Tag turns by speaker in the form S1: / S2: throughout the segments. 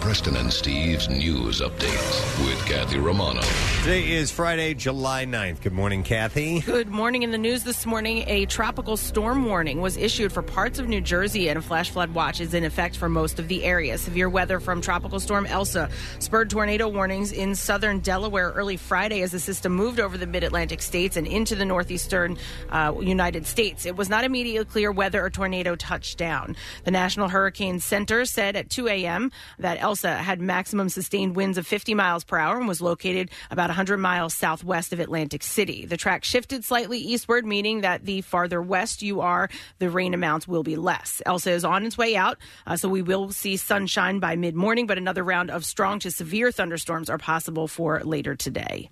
S1: Preston and Steve's news updates with Kathy Romano.
S2: Today is Friday, July 9th. Good morning, Kathy.
S3: Good morning. In the news this morning, a tropical storm warning was issued for parts of New Jersey, and a flash flood watch is in effect for most of the area. Severe weather from Tropical Storm Elsa spurred tornado warnings in southern Delaware early Friday as the system moved over the mid Atlantic states and into the northeastern uh, United States. It was not immediately clear whether a tornado touched down. The National Hurricane Center said at 2 a.m. that Elsa had maximum sustained winds of 50 miles per hour and was located about 100 miles southwest of Atlantic City. The track shifted slightly eastward, meaning that the farther west you are, the rain amounts will be less. Elsa is on its way out, uh, so we will see sunshine by mid morning, but another round of strong to severe thunderstorms are possible for later today.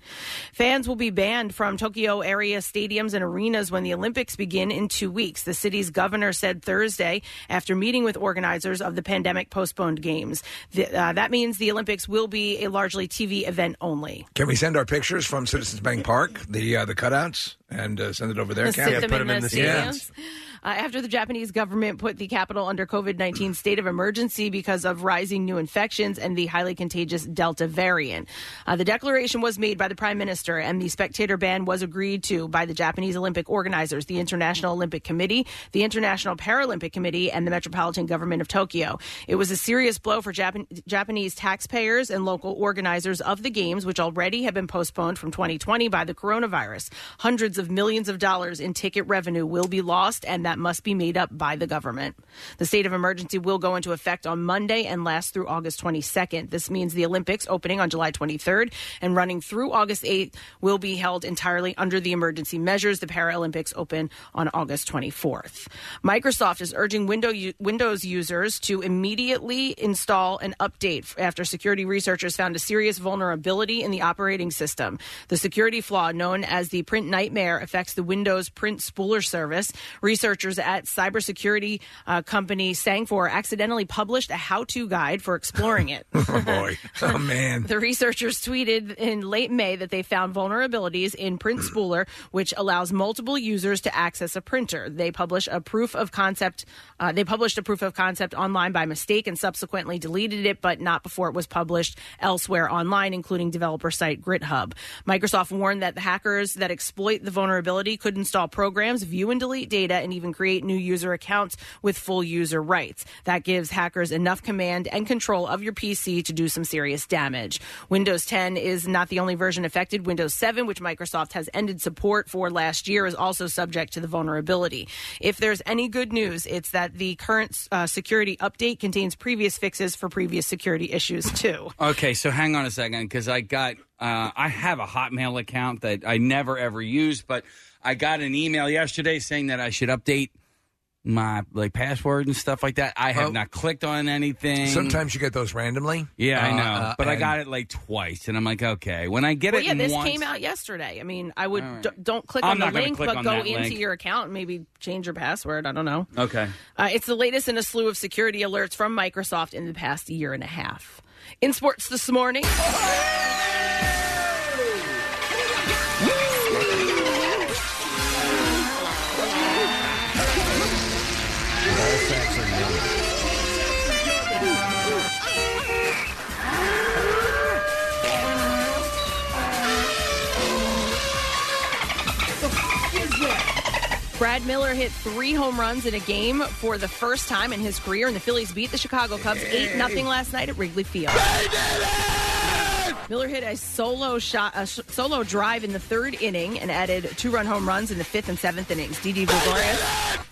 S3: Fans will be banned from Tokyo area stadiums and arenas when the Olympics begin in two weeks, the city's governor said Thursday after meeting with organizers of the pandemic postponed games. The- uh, that means the Olympics will be a largely TV event only.
S4: Can we send our pictures from Citizens Bank Park, the uh, the cutouts, and uh, send it over there?
S3: Sit
S4: Kathy?
S3: them in the stadiums. Uh, after the Japanese government put the capital under COVID 19 state of emergency because of rising new infections and the highly contagious Delta variant. Uh, the declaration was made by the Prime Minister, and the spectator ban was agreed to by the Japanese Olympic organizers, the International Olympic Committee, the International Paralympic Committee, and the Metropolitan Government of Tokyo. It was a serious blow for Japan- Japanese taxpayers and local organizers of the Games, which already have been postponed from 2020 by the coronavirus. Hundreds of millions of dollars in ticket revenue will be lost, and that must be made up by the government. The state of emergency will go into effect on Monday and last through August 22nd. This means the Olympics opening on July 23rd and running through August 8th will be held entirely under the emergency measures. The Paralympics open on August 24th. Microsoft is urging window u- Windows users to immediately install an update f- after security researchers found a serious vulnerability in the operating system. The security flaw, known as the print nightmare, affects the Windows print spooler service. Researchers at cybersecurity uh, company Sangfor accidentally published a how to guide for exploring it.
S4: Oh boy! Oh man!
S3: The researchers tweeted in late May that they found vulnerabilities in Print Spooler, which allows multiple users to access a printer. They publish a proof of concept. Uh, they published a proof of concept online by mistake and subsequently deleted it, but not before it was published elsewhere online, including developer site GitHub. Microsoft warned that the hackers that exploit the vulnerability could install programs, view and delete data, and even create new user accounts with full user rights. That gives hackers enough command and control of your PC to do some serious damage. Windows 10 is not the only version affected. Windows 7, which Microsoft has ended support for last year, is also subject to the vulnerability. If there's any good news, it's that the current uh, security update contains previous fixes for previous security issues, too.
S5: Okay, so hang on a second because I got uh, I have a Hotmail account that I never ever use, but I got an email yesterday saying that I should update my like password and stuff like that. I have
S4: Oh.
S5: not clicked on anything.
S4: Sometimes you get those randomly.
S5: yeah, I
S4: Uh,
S5: know,
S4: uh,
S5: but I
S4: and-
S5: got it like twice, and I'm like, okay, when I get
S3: Well,
S5: it
S3: yeah, this
S5: once,
S3: came out yesterday. I mean, I would
S5: right.
S3: d- don't click
S5: I'm
S3: on the
S5: not gonna
S3: link,
S5: click
S3: but
S5: on
S3: go
S5: that
S3: into
S5: link.
S3: your account and maybe change your password. I don't know.
S5: okay.
S3: Uh, it's the latest in a slew of security alerts from Microsoft in the past year and a half. In sports this morning, Brad Miller hit three home runs in a game for the first time in his career, and the Phillies beat the Chicago Cubs 8 0 last night at Wrigley Field. Miller hit a solo shot, a sh- solo drive in the third inning, and added two-run home runs in the fifth and seventh innings. Didi Gregorius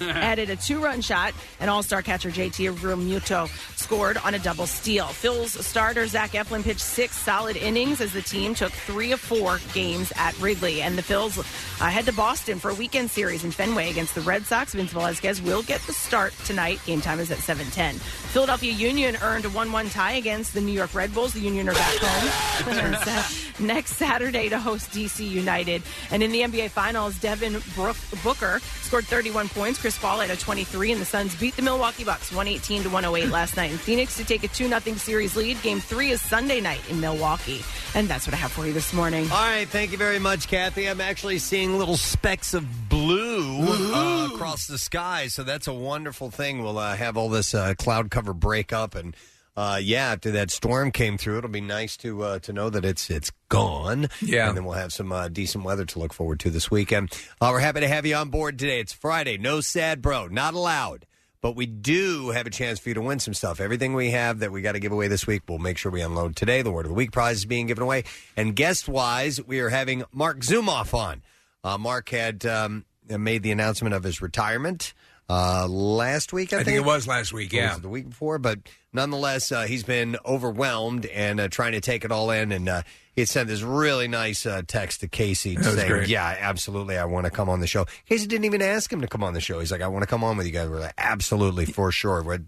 S3: added a two-run shot, and All-Star catcher JT Realmuto scored on a double steal. Phil's starter Zach Eflin pitched six solid innings as the team took three of four games at Wrigley, and the Phils uh, head to Boston for a weekend series in Fenway against the Red Sox. Vince Velasquez will get the start tonight. Game time is at 7:10. Philadelphia Union earned a 1-1 tie against the New York Red Bulls. The Union are back home. plans uh, next Saturday to host DC United. And in the NBA Finals, Devin Brook- Booker scored 31 points. Chris Paul had a 23, and the Suns beat the Milwaukee Bucks 118 to 108 last night in Phoenix to take a 2 0 series lead. Game three is Sunday night in Milwaukee. And that's what I have for you this morning.
S2: All right, thank you very much, Kathy. I'm actually seeing little specks of blue uh, across the sky, so that's a wonderful thing. We'll uh, have all this uh, cloud cover break up, and uh, yeah, after that storm came through, it'll be nice to uh, to know that it's it's gone. Yeah, and then we'll have some uh, decent weather to look forward to this weekend. Uh, we're happy to have you on board today. It's Friday, no sad bro, not allowed. But we do have a chance for you to win some stuff. Everything we have that we got to give away this week, we'll make sure we unload today. The Word of the Week prize is being given away. And guest wise, we are having Mark Zumoff on. Uh, Mark had um, made the announcement of his retirement uh, last week, I,
S4: I think it was last week,
S2: Or was
S4: yeah.
S2: it the week before, but nonetheless, uh, he's been overwhelmed and uh, trying to take it all in. And uh, he had sent this really nice uh, text to Casey
S4: That was
S2: saying,
S4: great.
S2: "Yeah, absolutely, I want to come on the show." Casey didn't even ask him to come on the show. He's like, "I want to come on with you guys." We're like, "Absolutely, for sure." We're,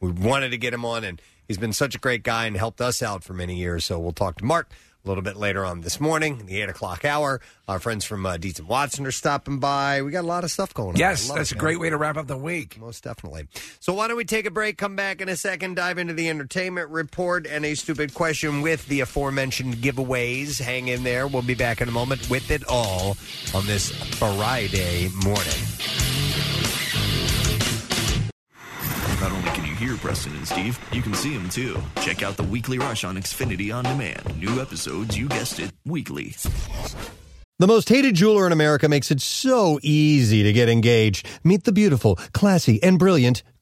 S2: we wanted to get him on, and he's been such a great guy and helped us out for many years. So we'll talk to Mark. A little bit later on this morning, in the eight o'clock hour, our friends from uh, Dietz and Watson are stopping by. We got a lot of stuff going on.
S4: Yes,
S2: I love
S4: that's
S2: it,
S4: a
S2: man.
S4: great way to wrap up the week.
S2: Most definitely. So why don't we take a break, come back in a second, dive into the entertainment report and a stupid question with the aforementioned giveaways. Hang in there. We'll be back in a moment with it all on this Friday morning.
S6: Not only can you hear Preston and Steve, you can see them too. Check out the Weekly Rush on Xfinity On Demand. New episodes, you guessed it, weekly.
S2: The most hated jeweler in America makes it so easy to get engaged. Meet the beautiful, classy, and brilliant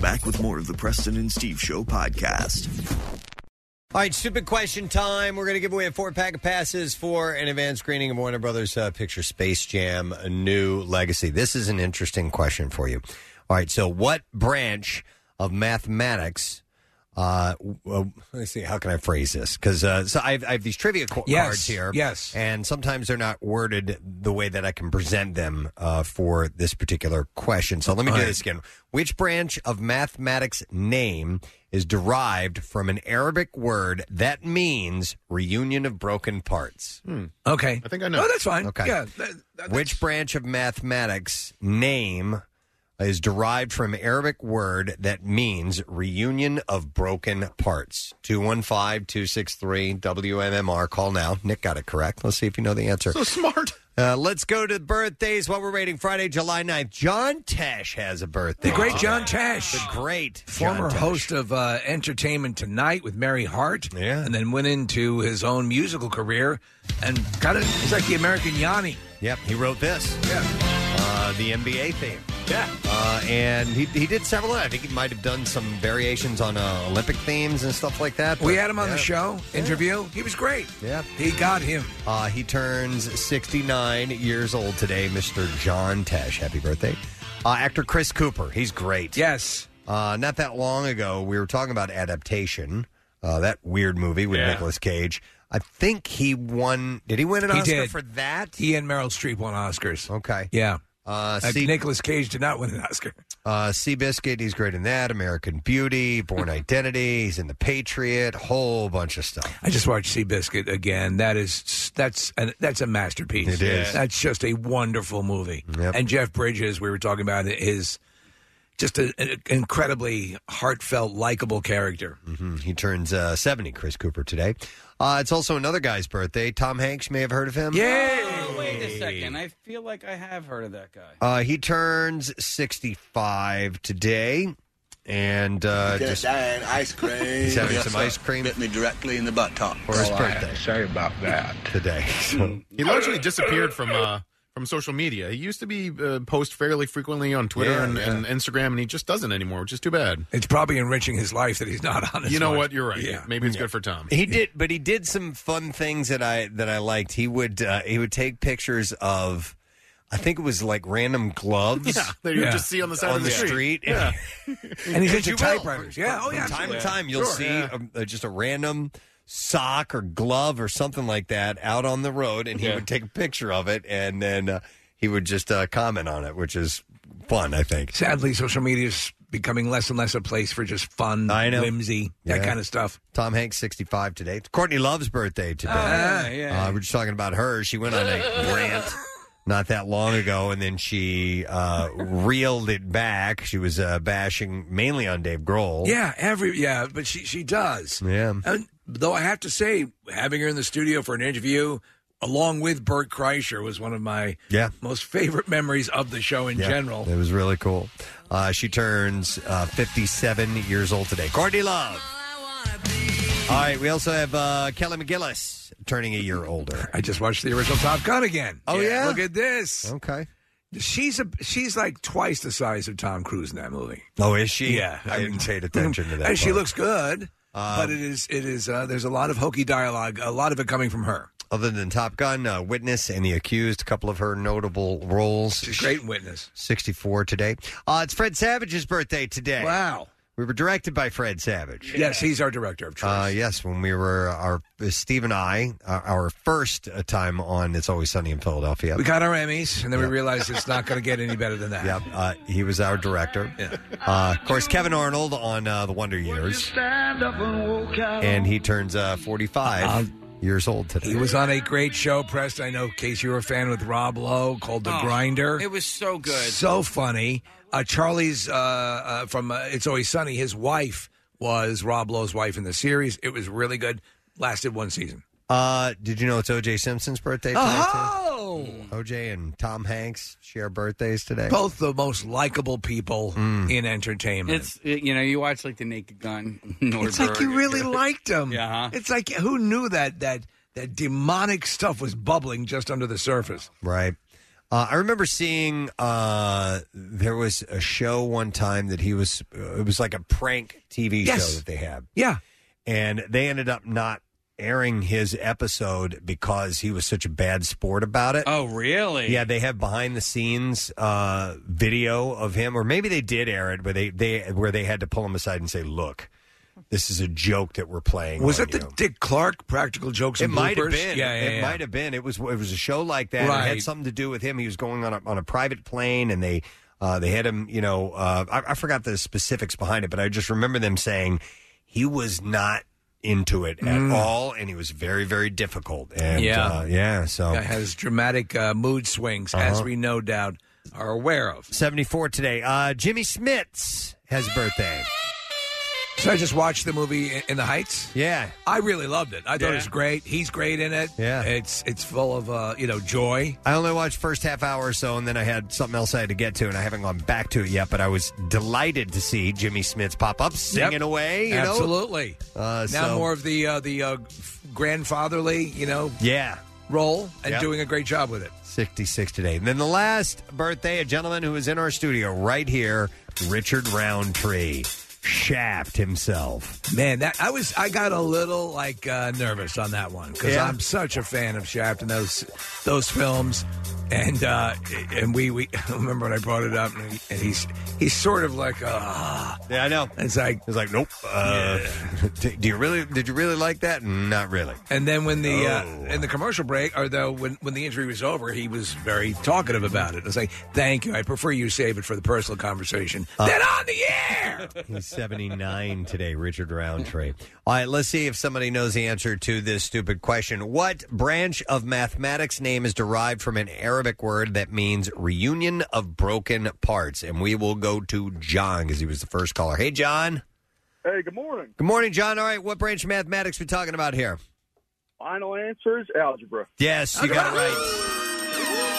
S6: Back with more of the Preston and Steve Show podcast.
S2: All right, stupid question time. We're going to give away a four pack of passes for an advanced screening of Warner Brothers uh, picture Space Jam: A New Legacy. This is an interesting question for you. All right, so what branch of mathematics? Uh, w- w- let's see. How can I phrase this? Because uh, so I have, I have these trivia co-
S4: Yes,
S2: cards here.
S4: yes.
S2: and sometimes they're not worded the way that I can present them uh, for this particular question. So let me
S4: All
S2: do
S4: right.
S2: this again. Which branch of mathematics name is derived from an Arabic word that means reunion of broken parts?
S4: Okay.
S2: I think I know.
S4: Oh, that's fine.
S2: Okay.
S4: Hmm. Yeah. that-
S2: Which branch of mathematics name is derived from Arabic word that means reunion of broken parts? 215-263-WMMR. Call now. Nick got it correct. Let's see if you know the answer. So smart. Uh, let's go to birthdays while we're waiting. Friday, July 9th. John Tesh has a birthday. Uh,
S4: The great
S2: today.
S4: John Tesh. The
S2: Oh, great
S4: former
S2: John Tesh.
S4: host of uh, Entertainment Tonight with Mary Hart. Yeah. And then went into his own musical career and kind of, he's like the American Yanni.
S2: Yep, he wrote this.
S4: Yeah.
S2: Uh, the NBA theme. Yeah. Uh, and he, he did several. I think he might have done some variations on uh, Olympic themes and stuff like that.
S4: We
S2: but-
S4: had him on the
S2: yeah.
S4: show, interview. He was great.
S2: Yeah.
S4: He got him.
S2: Uh, he turns 69 years old today, Mr. John Tesh. Happy birthday. Uh, actor Chris Cooper. He's great.
S4: Yes.
S2: Uh, not that long ago, we were talking about adaptation, uh, that weird movie with
S4: Yeah.
S2: Nicolas Cage. I think he won. Did he win an
S4: he
S2: Oscar
S4: did.
S2: for that?
S4: He and Meryl Streep won Oscars.
S2: Okay.
S4: Yeah.
S2: Uh,
S4: Uh,
S2: see-
S4: Nicolas Cage did not win an Oscar.
S2: Uh, Seabiscuit, he's great in that. American Beauty, Born Identity, he's in The Patriot, whole bunch of stuff.
S4: I just watched Seabiscuit again. That is that's an, that's a masterpiece.
S2: It is.
S4: That's just a wonderful movie.
S2: Yep.
S4: And Jeff Bridges, we were talking about his just a- an incredibly heartfelt, likable character.
S2: hmm He turns uh, 70, Chris Cooper, today. Uh, it's also another guy's birthday. Tom Hanks, you may have heard of him.
S5: Oh, wait a second. I feel like I have heard of that guy.
S2: Uh, he turns 65 today. And uh,
S7: Get
S2: just
S7: down, ice cream.
S2: He's having
S7: Yes,
S2: some
S7: sir.
S2: ice cream.
S7: Bit me directly in the butt top.
S8: Oh,
S2: for his birthday.
S8: Sorry about that.
S2: Today. So,
S8: He largely disappeared from uh,
S7: from social media. He used to be uh, post fairly frequently on Twitter
S4: Yeah,
S7: and, and Instagram, and he just doesn't anymore, which is too bad.
S4: It's probably enriching his life that he's not on. as
S7: You know
S4: much.
S7: what? You're right.
S4: Yeah.
S7: Maybe it's good for Tom.
S2: He did, but he did some fun things that I that I liked. He would uh, he would take pictures of, I think it was like random gloves
S7: Yeah, that you just see on the side of the street. Yeah.
S2: And he's
S7: As
S2: into
S7: you will.
S2: typewriters. Yeah.
S7: From-
S2: Oh,
S7: from
S2: yeah.
S7: time to
S2: time you'll see um, uh, just a random sock or glove or something like that out on the road, and he
S8: Yeah.
S2: would take a picture of it, and then uh, he would just uh, comment on it, which is fun, I think.
S4: Sadly, social media is becoming less and less a place for just fun,
S2: I know.
S4: whimsy, that
S2: Yeah.
S4: kind of stuff.
S2: Tom Hanks, 65 today. It's Courtney Love's birthday today.
S4: Ah, yeah.
S2: Uh, we we're just talking about her. She went on a rant not that long ago, and then she uh, reeled it back. She was uh, bashing mainly on Dave Grohl.
S4: Yeah, Uh, every yeah, but she she does.
S2: Yeah.
S4: And though I have to say, having her in the studio for an interview along with Bert Kreischer was one of my
S2: Yeah.
S4: most favorite memories of the show in
S2: Yeah.
S4: general.
S2: It was really cool. Uh, she turns uh, 57 years old today. Courtney Love. All right, we also have uh, Kelly McGillis turning a year older.
S4: I just watched the original Top Gun again.
S2: Oh, yeah?
S4: Look at this.
S2: Okay.
S4: She's a she's like twice the size of Tom Cruise in that movie.
S2: Oh, is she?
S4: Yeah.
S2: I didn't pay attention to that.
S4: and she
S2: part. Um,
S4: looks good, but it is it is uh, there's a lot of hokey dialogue, a lot of it coming from her.
S2: Other than Top Gun, uh, Witness, and The Accused, a couple of her notable roles.
S4: She's a great witness.
S2: 64 today. Uh, it's Fred Savage's birthday today.
S4: Wow.
S2: We were directed by Fred Savage.
S4: Yes, he's our director of choice.
S2: Uh, yes, when we were our Steve and I, uh, our first uh, time on It's Always Sunny in Philadelphia.
S4: We got our Emmys, and then we realized it's not going to get any better than that.
S2: Yep, uh, he was our director. Uh, of course, Kevin Arnold on uh, The Wonder Years,
S9: Stand up and walk out.
S2: and he turns uh, 45 years old today.
S4: He was on a great show, Preston. I know, Casey, you were a fan with Rob Lowe called The
S5: Oh,
S4: Grinder.
S5: It was so good.
S4: So funny. Uh, Charlie's uh, uh, from uh, It's Always Sunny. His wife was Rob Lowe's wife in the series. It was really good. Lasted one season.
S2: Uh, did you know it's O.J. Simpson's birthday today?
S4: Oh,
S2: too? O.J. and Tom Hanks share birthdays today.
S4: both the most likable people
S2: Mm.
S4: in entertainment.
S5: It's you know you watch like the Naked Gun. Nordberg.
S4: It's like you really liked him.
S5: Yeah, huh?
S4: It's like who knew that that that demonic stuff was bubbling just under the surface.
S2: Right. Uh, I remember seeing uh, there was a show one time that he was. Uh, it was like a prank TV
S4: Yes.
S2: show that they had.
S4: Yeah.
S2: and they ended up not airing his episode because he was such a bad sport about it.
S5: Oh, really?
S2: Yeah, they have behind the scenes uh, video of him, or maybe they did air it, but they they where they had to pull him aside and say, "Look, this is a joke that we're playing."
S4: Was
S2: on
S4: it the
S2: you."
S4: Dick Clark practical jokes?
S2: It
S4: and
S2: might have
S4: bloopers?
S2: been.
S4: Yeah, yeah,
S2: it
S4: yeah.
S2: might have been. It was. It was a show like that. It
S4: Right.
S2: had something to do with him. He was going on a, on a private plane, and they uh, they had him. You know, uh, I, I forgot the specifics behind it, but I just remember them saying he was not into it at
S4: Mm.
S2: all, and he was very very difficult. And,
S4: Yeah.
S2: uh, yeah. So
S4: Guy has dramatic uh, mood swings, as
S2: Uh-huh.
S4: we no doubt are aware of.
S2: 74 today. Uh, Jimmy Smits has a birthday.
S4: So I just watched the movie I- In the Heights.
S2: Yeah.
S4: I really loved it. I thought it was great. He's great in it.
S2: Yeah.
S4: It's it's full of uh, you know joy.
S2: I only watched first half hour or so, and then I had something else I had to get to, and I haven't gone back to it yet. But I was delighted to see Jimmy Smits pop up singing
S4: Yep.
S2: away. You know,
S4: Absolutely.
S2: Uh,
S4: now
S2: so-
S4: more of the uh, the uh, grandfatherly, you know,
S2: Yeah.
S4: role and
S2: Yep.
S4: doing a great job with it.
S2: 66 today. And then the last birthday, a gentleman who is in our studio right here, Richard Roundtree. Shaft himself.
S4: Man, that I was I got a little like uh, nervous on that one because
S2: Yeah.
S4: I'm such a fan of Shaft and those those films, and uh, and we we I remember when I brought it up and, he, and he's he's sort of like ah
S2: yeah I know
S4: it's like
S2: it's like nope uh, d- do you really did you really like that not really
S4: and then when the
S2: Oh.
S4: uh, in the commercial break or though when when the injury was over he was very talkative about it. I was like thank you I prefer you save it for the personal conversation than on the air.
S2: Uh, He's 79 today, Richard Roundtree. All right, let's see if somebody knows the answer to this stupid question. What branch of mathematics name is derived from an Arabic word that means reunion of broken parts? And we will go to John because he was the first caller. Hey, John.
S10: Hey, good morning.
S2: Good morning, John. All right, what branch of mathematics we talking about here?
S10: Final answer is algebra.
S2: Yes, you got it right.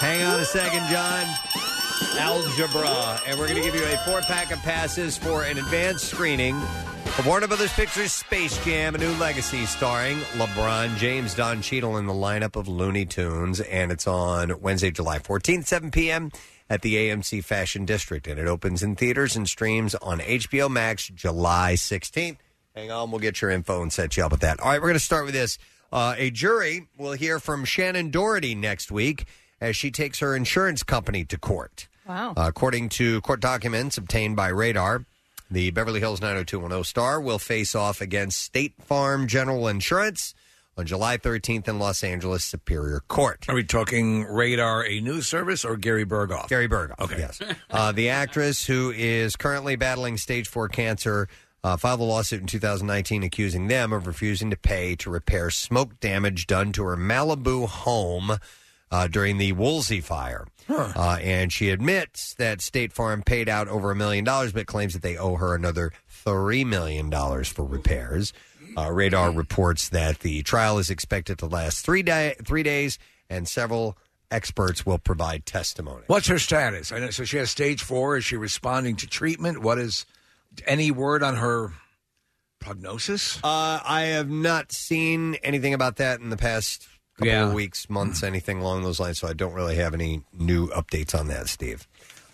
S2: Hang on a second, John. Algebra. And we're going to give you a four pack of passes for an advanced screening The Warner Brothers Pictures Space Jam: A New Legacy, starring LeBron James, Don Cheadle in the lineup of Looney Tunes, and it's on Wednesday, July 14th, 7 p.m. at the AMC Fashion District, and it opens in theaters and streams on HBO Max July 16th. Hang on, we'll get your info and set you up with that. All right, we're going to start with this. Uh, a jury will hear from Shannon Doherty next week as she takes her insurance company to court.
S3: Wow.
S2: Uh, according to court documents obtained by Radar, the Beverly Hills 90210 star will face off against State Farm General Insurance on July 13th in Los Angeles Superior Court.
S4: Are we talking Radar, a news service, or Gary Berghoff?
S2: Gary Berghoff. Okay. Yes. Uh, the actress who is currently battling stage four cancer uh, filed a lawsuit in 2019 accusing them of refusing to pay to repair smoke damage done to her Malibu home uh, during the Woolsey fire. Uh, and she admits that State Farm paid out over a million dollars, but claims that they owe her another $3 million for repairs. Uh, Radar reports that the trial is expected to last three, day, three days, and several experts will provide testimony.
S4: What's her status? I know, so she has stage four. Is she responding to treatment? What is any word on her prognosis?
S2: Uh, I have not seen anything about that in the past couple of weeks, months, anything along those lines. So I don't really have any new updates on that, Steve.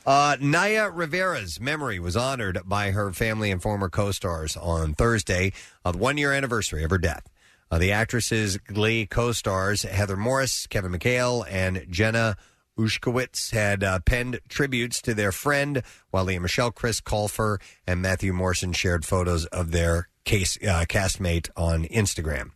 S2: Uh, Naya Rivera's memory was honored by her family and former co stars on Thursday, uh, the one year anniversary of her death. Uh, the actress's Glee co stars Heather Morris, Kevin McHale, and Jenna Ushkowitz had uh, penned tributes to their friend, while Leah Michelle, Chris Colfer, and Matthew Morrison shared photos of their case, uh, castmate on Instagram.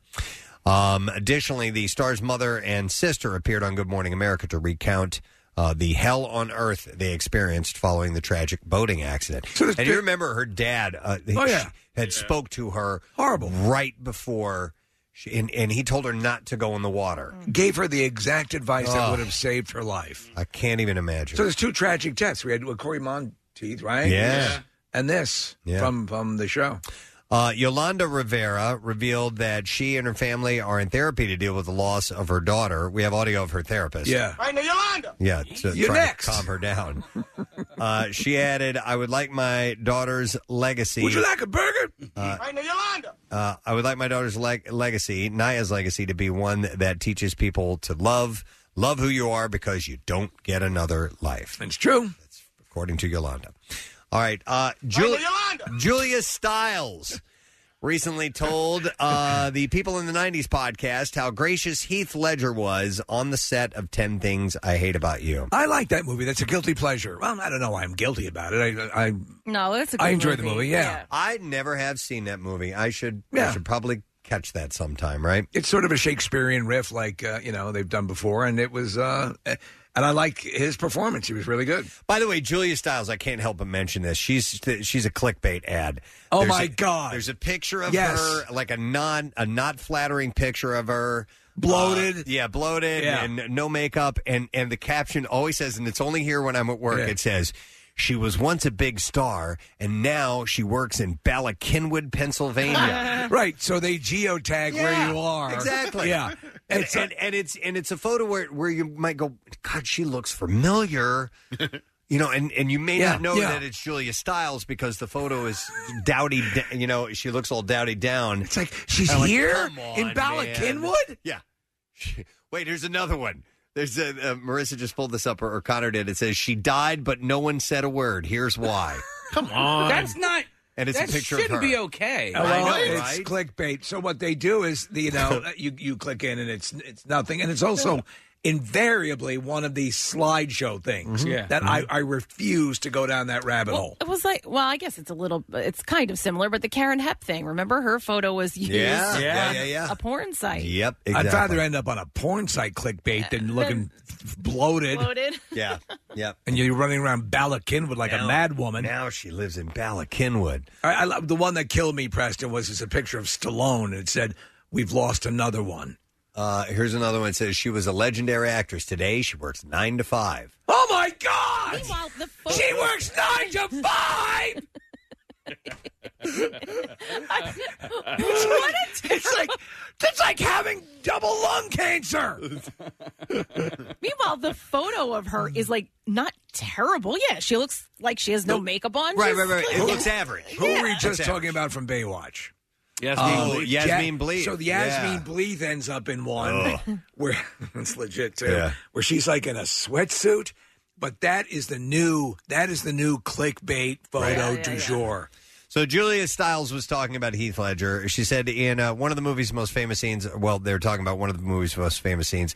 S2: Um, additionally, the star's mother and sister appeared on Good Morning America to recount uh, the hell on earth they experienced following the tragic boating accident. and you remember her dad uh,
S4: Oh,
S2: she
S4: yeah.
S2: had spoke to her horrible right before, she, and, and he told her not to go in the water.
S4: Mm. Gave her the exact advice that
S2: Ugh.
S4: would have saved her life.
S2: I can't even imagine.
S4: So there's two tragic deaths. We had uh, Corey Monteith, right?
S2: Yeah.
S4: And this
S2: Yeah.
S4: from from the show.
S2: Uh, Yolanda Rivera revealed that she and her family are in therapy to deal with the loss of her daughter. We have audio of her therapist.
S8: Right now, Yolanda.
S2: Yeah, to
S8: You're
S2: try
S8: next.
S2: to calm her down. uh, she added, I would like my daughter's legacy.
S8: Would you like a burger?
S2: Uh,
S8: right now, Yolanda.
S2: Uh, I would like my daughter's leg- legacy, Naya's legacy, to be one that teaches people to love, love who you are because you don't get another life.
S4: It's true.
S2: That's according to Yolanda. All right. Uh, Jul- Julia Stiles recently told uh, the People in the 90s podcast how gracious Heath Ledger was on the set of 10 Things I Hate About You.
S4: I like that movie. That's a guilty pleasure. Well, I don't know why I'm guilty about it. I, I
S3: No, that's a good
S4: I enjoyed the movie, yeah.
S2: I never have seen that movie. I should, I should probably catch that sometime, right?
S4: it's sort of a Shakespearean riff, like uh, you know they've done before, and it was. Uh, eh, and I like his performance. He was really good.
S2: By the way, Julia Stiles, I can't help but mention this. She's she's a clickbait ad.
S4: Oh
S2: There's
S4: my
S2: a-
S4: god!
S2: There's a picture of
S4: Yes.
S2: her, like a non a not flattering picture of her.
S4: Bloated.
S2: Uh, yeah, bloated
S4: Yeah.
S2: and no makeup. And and the caption always says, and it's only here when I'm at work, it says she was once a big star, and now she works in Ballackinwood, Pennsylvania.
S4: right. So they geotag where you are.
S2: Exactly.
S4: Yeah.
S2: And it's, and, and it's and it's a photo where where you might go, God, she looks familiar. you know, and, and you may
S4: Yeah,
S2: not know
S4: yeah.
S2: that it's Julia Stiles because the photo is dowdy. da- You know, she looks all dowdy down. It's
S4: like she's here in Ballackinwood?
S2: Yeah. Wait, here's another one. There's a, uh, Marissa just pulled this up, or, or Connor did. It says she died, but no one said a word. Here's why. Come
S5: That's not.
S2: And it's
S5: that
S2: a picture of
S5: Shouldn't
S2: her.
S5: be okay.
S4: Oh, well, it's clickbait. So what they do is, you know, you you click in and it's it's nothing, and it's also invariably one of these slideshow things
S5: Mhm. Yeah.
S4: that I,
S2: Mm-hmm.
S4: I refuse to go down that rabbit hole.
S3: It was like, well, I guess it's a little, it's kind of similar, but the Karen Hep thing. Remember, her photo was used
S4: Yeah, yeah,
S3: on
S4: yeah, yeah.
S3: a porn site.
S2: Yep,
S4: I'd rather end up on a porn site clickbait than looking f- bloated.
S3: Bloated.
S2: Yeah, yep.
S4: And you're running around Ballackinwood like a mad woman.
S2: Now she lives in Ballackinwood.
S4: I, I, love- the one that killed me, Preston, was is a picture of Stallone, and it said, "We've lost another one."
S2: Uh, here's another one. It says she was a legendary actress. Today she works nine to five.
S4: Oh my God!
S3: Meanwhile, the photo-
S4: She works nine to five.
S3: what a
S4: it's like That's like having double lung cancer.
S3: Meanwhile, the photo of
S4: Hmm.
S3: her is like not terrible. Yeah, she looks like she has no makeup on. She's like-
S4: Who
S3: Yeah.
S4: were we just
S3: Looks
S4: talking about from Baywatch?
S5: Yasmeen
S4: Oh,
S5: Bleeth.
S4: Ja-
S5: Yasmeen Bleeth,
S4: So the
S5: yeah.
S4: Yasmin Bleeth ends up in one where it's legit too,
S5: Yeah.
S4: where she's like in a sweatsuit. But that is the new that is the new clickbait photo
S2: Right. Yeah, yeah,
S4: du
S2: yeah.
S4: jour.
S2: So Julia Stiles was talking about Heath Ledger. She said in uh, one of the movie's most famous scenes. Well, they're talking about one of the movie's most famous scenes.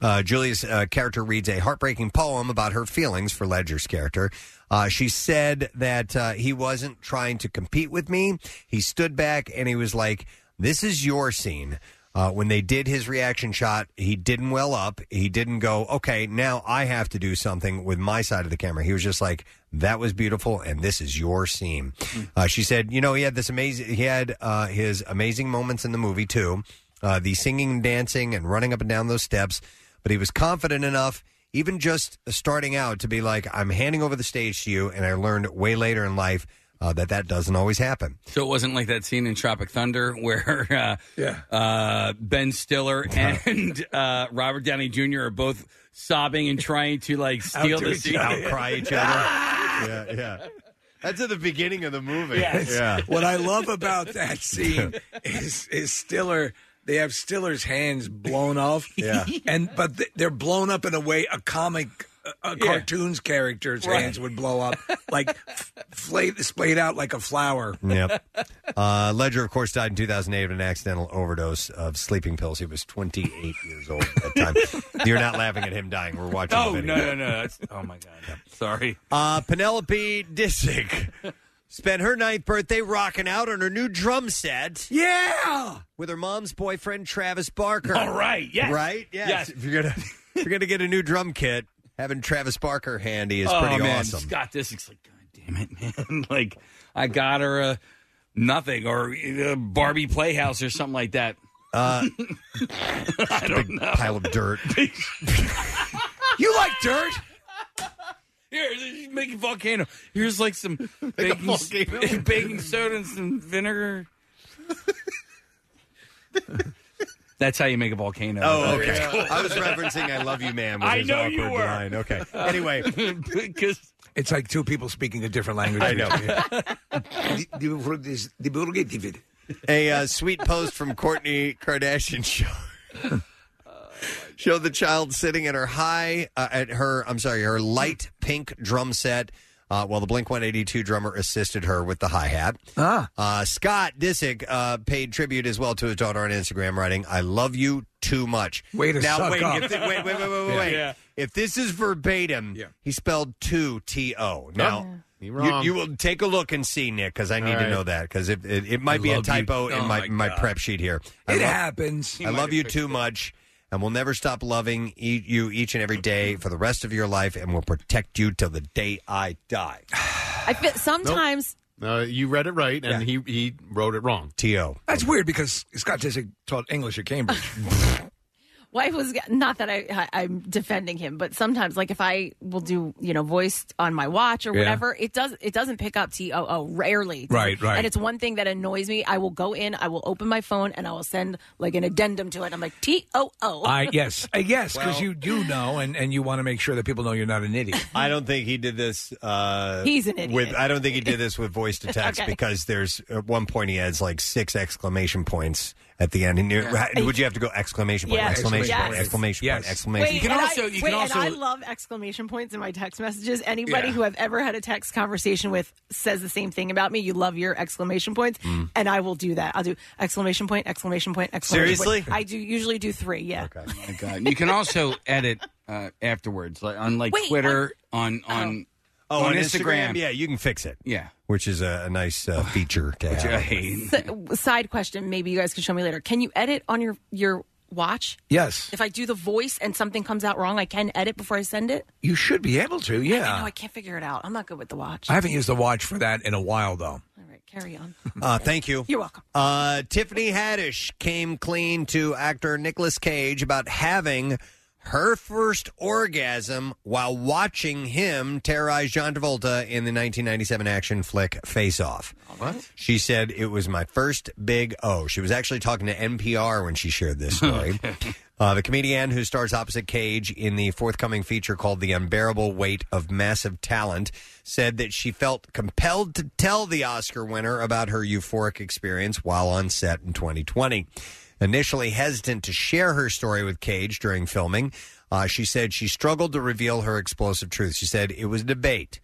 S2: Uh, Julia's uh, character reads a heartbreaking poem about her feelings for Ledger's character. Uh, she said that uh, he wasn't trying to compete with me. He stood back and he was like, "This is your scene." Uh, when they did his reaction shot, he didn't well up. He didn't go, okay, now I have to do something with my side of the camera. He was just like, that was beautiful, and this is your scene. Uh, she said, you know, he had this amazing, he had uh, his amazing moments in the movie too, uh, the singing, and dancing, and running up and down those steps. But he was confident enough, even just starting out, to be like, I'm handing over the stage to you. And I learned way later in life uh, that that doesn't always happen.
S5: So it wasn't like that scene in Tropic Thunder where uh,
S4: yeah.
S5: uh, Ben Stiller and uh, Robert Downey Jr. are both sobbing and trying to like steal
S2: Outdo
S5: the
S2: each
S5: scene,
S2: other. Outcry each other. yeah, yeah.
S7: That's at the beginning of the movie.
S4: Yes. What I love about that scene is is Stiller. They have Stiller's hands blown off.
S2: Yeah.
S4: And but th- they're blown up in a way a comic. A, a
S5: Yeah.
S4: cartoon's character's
S5: Right.
S4: hands would blow up, like f- flayed, splayed out like a flower.
S2: Yep. Uh, Ledger, of course, died in 2008 of an accidental overdose of sleeping pills. He was 28 years old at that time. You're not laughing at him dying. We're watching
S5: Oh
S2: the
S5: no
S2: video.
S5: no no! That's, oh my god! Sorry.
S2: Uh, Penelope Disick spent her ninth birthday rocking out on her new drum set.
S4: Yeah,
S2: with her mom's boyfriend Travis Barker.
S5: All right, yes.
S2: right, yes.
S5: Yes.
S2: If you're gonna if you're gonna get a new drum kit, having Travis Barker handy is
S5: oh,
S2: pretty
S5: man.
S2: awesome.
S5: Scott Disick's like, God damn it, man! like I got her a nothing or a Barbie Playhouse or something like that.
S2: Uh,
S5: I don't know.
S2: Pile of dirt.
S4: You like dirt?
S5: Here, she's making volcano. Here's like some baking, s-
S8: volcano.
S5: baking soda and some vinegar. That's how you make a volcano.
S2: Oh, okay. I was referencing "I Love You, Man." With
S5: I
S2: his
S5: know
S2: awkward
S5: you were.
S2: Line. Okay. Anyway,
S5: because
S4: it's like two people speaking a different language.
S2: I know.
S4: know.
S2: a uh, sweet post from Courtney Kardashian show. Show the child sitting at her high, uh, at her, I'm sorry, her light pink drum set, uh, while the Blink 182 drummer assisted her with the hi hat. Ah. Uh, Scott Disick uh, paid tribute as well to his daughter on Instagram, writing, "I love you too much."
S4: Way to
S2: now,
S4: suck
S2: wait,
S4: up.
S2: If thi- wait, wait, wait, wait, wait,
S4: Yeah.
S2: wait.
S4: Yeah.
S2: If this is verbatim, he spelled two T O. Now,
S7: Yeah.
S2: you,
S7: You're wrong.
S2: you will take a look and see, Nick, because I need
S7: All
S2: to
S7: right.
S2: know that because it, it, it might
S7: I
S2: be a
S7: love you-
S2: typo
S7: Oh,
S2: in my,
S7: my
S2: my
S7: God.
S2: prep sheet here. I
S4: It
S2: love-
S4: happens.
S2: I love you too much, and we'll never stop loving e- you each and every day for the rest of your life, and we'll protect you till the day I die.
S3: I feel sometimes
S2: Uh,
S7: No, you read it right, and he he wrote it wrong.
S2: T.O.
S4: That's weird because Scott Disick taught English at Cambridge.
S3: wife was not that I, I I'm defending him, but sometimes like if I will do you know voice on my watch or
S4: Yeah.
S3: whatever, it does it doesn't pick up T O O rarely.
S4: Right, right.
S3: And it's one thing that annoys me. I will go in, I will open my phone, and I will send like an addendum to it. I'm like T O O.
S4: I yes, I yes, because you do know, and, and you want to make sure that people know you're not an idiot.
S2: I don't think he did this. Uh,
S3: He's an idiot.
S2: With I don't think he did this with voice to text
S3: Okay.
S2: because there's at one point he has like six exclamation points at the end, and you would you have to go exclamation point,
S3: Yes.
S2: exclamation point,
S3: Yes.
S2: exclamation point, exclamation.
S3: Wait,
S2: point.
S3: and I, wait, and I love exclamation points in my text messages. Anybody
S2: Yeah.
S3: who I've ever had a text conversation with says the same thing about me. You love your exclamation points, and I will do that. I'll do exclamation point, exclamation point, exclamation
S5: Seriously?
S3: point. I do usually do three. Yeah.
S5: my god! You can also edit uh, afterwards, like on like
S3: Wait,
S5: Twitter, on on
S2: Oh, on Instagram, yeah, you can fix it.
S5: Yeah.
S2: which is a, a nice uh, feature to have.
S5: I hate.
S3: S- side question, maybe you guys can show me later. Can you edit on your your watch?
S4: Yes,
S3: If I do the voice and something comes out wrong, I can edit before I send it.
S4: you should be able to.
S3: No,
S4: Yeah,
S3: I can't figure it out. I'm not good with the watch.
S4: I haven't e- used the watch for that in a while though.
S3: Carry on.
S2: Uh, thank you.
S3: You're welcome.
S2: Uh, Tiffany Haddish came clean to actor Nicolas Cage about having her first orgasm while watching him terrorize John Travolta in the 1997 action flick Face Off.
S5: What?
S2: She said it was my first big O. She was actually talking to NPR when she shared this story. Uh, the comedian who stars opposite Cage in the forthcoming feature called The Unbearable Weight of Massive Talent said that she felt compelled to tell the Oscar winner about her euphoric experience while on set in 2020. Initially hesitant to share her story with Cage during filming, uh, she said she struggled to reveal her explosive truth. She said it was a debate.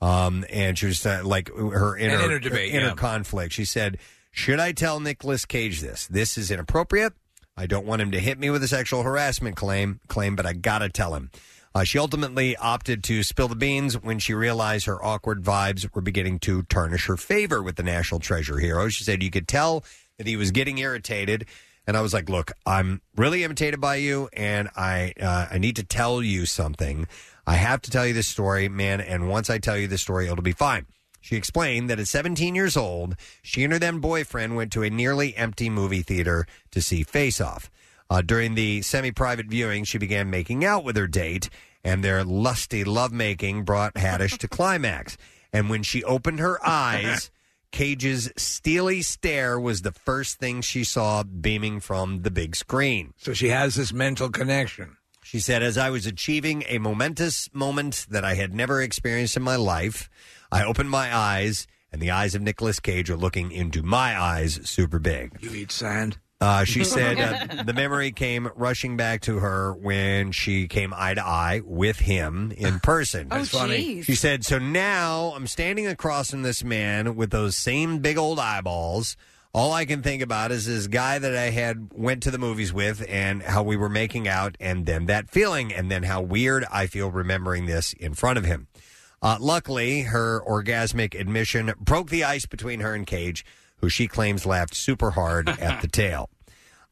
S2: Um, and she was uh, like her inner,
S4: inner debate,
S2: her inner
S4: yeah.
S2: conflict. She said, "Should I tell Nicolas Cage this? This is inappropriate. I don't want him to hit me with a sexual harassment claim, claim, but I gotta tell him." Uh, she ultimately opted to spill the beans when she realized her awkward vibes were beginning to tarnish her favor with the national treasure hero. She said, "You could tell that he was getting irritated." And I was like, "Look, I'm really irritated by you, and I uh, I need to tell you something. I have to tell you this story, man. And once I tell you this story, it'll be fine." She explained that at 17 years old, she and her then boyfriend went to a nearly empty movie theater to see Face Off. Uh, during the semi private viewing, she began making out with her date, and their lusty lovemaking brought Haddish to climax. And when she opened her eyes, Cage's steely stare was the first thing she saw beaming from the big screen.
S4: So she has this mental connection.
S2: She said, As I was achieving a momentous moment that I had never experienced in my life, I opened my eyes, and the eyes of Nicolas Cage are looking into my eyes super big.
S4: You eat sand.
S2: Uh, she said uh, the memory came rushing back to her when she came eye to eye with him in person.
S4: That's Oh, funny. jeez.
S2: She said, So now I'm standing across from this man with those same big old eyeballs. All I can think about is this guy that I had went to the movies with and how we were making out and then that feeling and then how weird I feel remembering this in front of him. Uh, luckily, her orgasmic admission broke the ice between her and Cage, who she claims laughed super hard at the tale.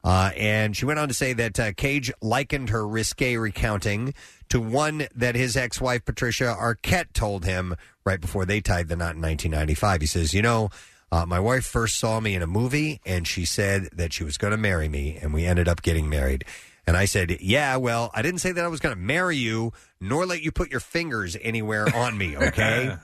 S2: Uh, and she went on to say that uh, Cage likened her risque recounting to one that his ex wife Patricia Arquette told him right before they tied the knot in 1995. He says, You know, uh, my wife first saw me in a movie and she said that she was going to marry me, and we ended up getting married. And I said, Yeah, well, I didn't say that I was going to marry you, nor let you put your fingers anywhere on me, okay?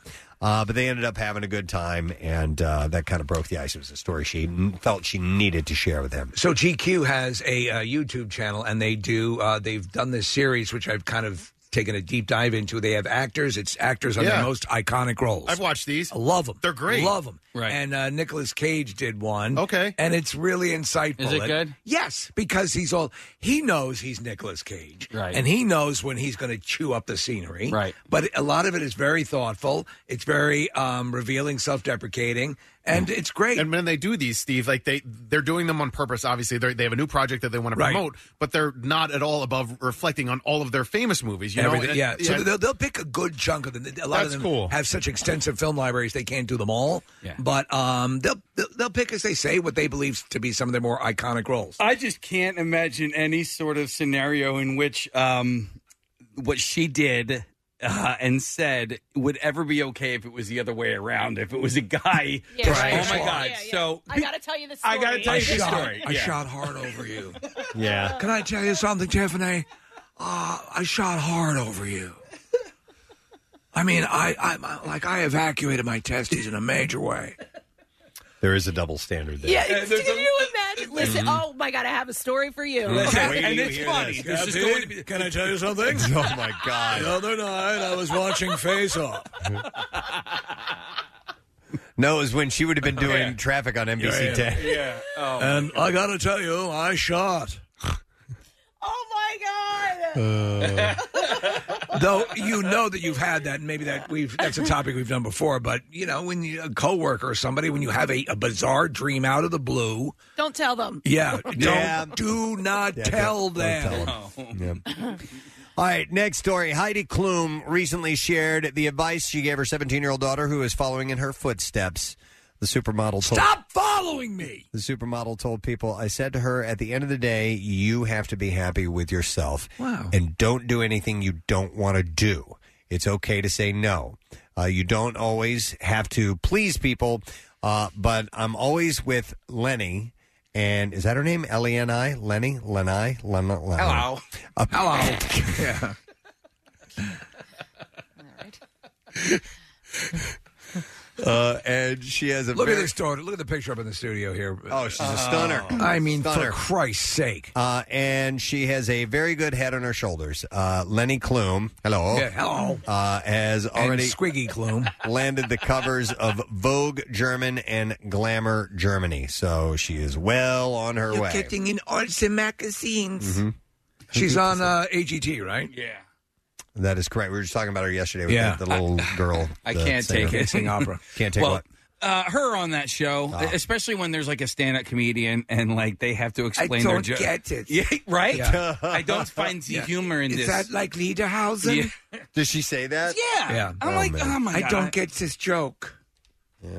S2: Uh, but they ended up having a good time, and uh, that kind of broke the ice. It was a story she n- felt she needed to share with him.
S4: So GQ has a uh, YouTube channel, and they do. Uh, they've done this series, which I've kind of taken a deep dive into. They have actors. It's actors on
S7: Yeah.
S4: their most iconic roles. I've watched these. I love them. They're
S7: great.
S4: Love them. Right. And uh, Nicolas Cage did one. Okay. And it's really insightful.
S5: Is it good?
S4: Yes, because he's all he knows. He's Nicolas Cage.
S5: Right.
S4: And he knows when he's going to chew up the scenery.
S5: Right.
S4: But a lot of it is very thoughtful. It's very um, revealing, self-deprecating, and it's great.
S7: And when they do these, Steve, like they they're doing them on purpose. Obviously, they they have a new project that they want to
S4: Right.
S7: promote, but they're not at all above reflecting on all of their famous movies. You know,
S4: Everything-
S7: And-
S4: yeah. So they'll, they'll pick a good chunk of them. A lot of
S7: That's
S4: them
S7: cool.
S4: have such extensive film libraries they can't do them all. But um, they'll, they'll they'll pick as they say what they believe to be some of their more iconic roles.
S5: I just can't imagine any sort of scenario in which um, what she did uh, and said would ever be okay if it was the other way around. If it was a guy,
S3: Yeah,
S5: Right.
S3: right.
S5: oh my
S3: Yeah,
S5: god!
S3: yeah, yeah.
S5: So
S3: I gotta tell you the story.
S5: I gotta tell
S4: I
S5: you this
S4: shot,
S5: story.
S4: I
S5: Yeah.
S4: shot hard over you.
S2: Yeah.
S4: Can I tell you something, Tiffany? Uh, I shot hard over you. I mean, I, I I- like I evacuated my testes in a major way.
S2: There is a double standard there.
S3: Yeah, can you imagine? Listen, oh my god, I have a story for you.
S4: Mm-hmm.
S5: Listen,
S2: Wait till
S5: and
S2: you
S5: it's
S2: hear
S5: funny.
S2: this.
S5: This is going to be
S4: Can I tell you something?
S2: Oh my God!
S4: other night, I was watching Face Off.
S2: No, it was when she would have been doing traffic on NBC
S4: Yeah, yeah.
S2: 10.
S5: yeah. Oh.
S4: And I gotta tell you, I shot.
S3: Oh my god.
S4: Uh, Though you know that you've had that, and maybe that we've that's a topic we've done before. But you know, when you, a coworker or somebody, when you have a, a bizarre dream out of the blue,
S3: Don't tell them.
S4: yeah, don't
S2: Yeah.
S4: do not tell them.
S5: oh.
S2: All right, next story. Heidi Klum recently shared the advice she gave her 17 year old daughter who is following in her footsteps. The supermodel told
S4: Stop following me.
S2: the supermodel told people, I said to her, at the end of the day, you have to be happy with yourself.
S4: Wow.
S2: And don't do anything you don't want to do. It's okay to say no. Uh, you don't always have to please people, uh, but I'm always with Lenny And is that her name? L-E-N-I? Lenny? Lenai? Len- Len-
S4: Hello.
S2: Uh,
S4: Hello. yeah.
S2: Uh, and she has a
S4: Look
S2: very-
S4: at this daughter. Look at the picture up in the studio here. Uh,
S2: Oh, she's a stunner.
S4: I mean,
S2: Stunner.
S4: for Christ's sake.
S2: Uh, and she has a very good head on her shoulders. Uh, Lenny Klum, hello,
S4: Yeah, hello.
S2: uh, has already
S4: Squiggy Klum
S2: landed the covers of Vogue German and Glamour Germany. So she is well on her way.
S4: in arts and magazines.
S2: Mhm.
S4: She's on uh, AGT, right?
S5: Yeah.
S2: That is correct. We were just talking about her yesterday with
S4: Yeah.
S2: the, the little girl.
S5: I
S2: the
S5: can't
S2: singer.
S5: take it.
S2: can't take
S5: well,
S2: what?
S5: Uh, her on that show,
S4: Ah.
S5: especially when there's like a stand-up comedian and like they have to explain their
S4: don't
S5: joke.
S4: get it.
S5: Yeah, right?
S4: Yeah.
S5: I don't find the
S4: Yeah.
S5: humor in
S4: Is
S5: this.
S4: that like Lederhausen?
S5: Yeah.
S2: Does she say that?
S5: Yeah.
S4: Yeah.
S5: I'm
S2: Oh,
S5: like,
S2: man.
S5: oh my
S4: I
S5: God.
S4: don't get this joke.
S2: Yeah.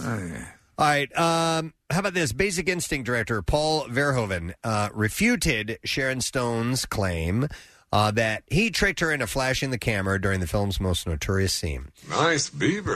S4: Oh, yeah.
S2: All right. Um, how about this? Basic Instinct director Paul Verhoeven uh, refuted Sharon Stone's claim uh, that he tricked her into flashing the camera during the film's most notorious scene.
S4: Nice beaver.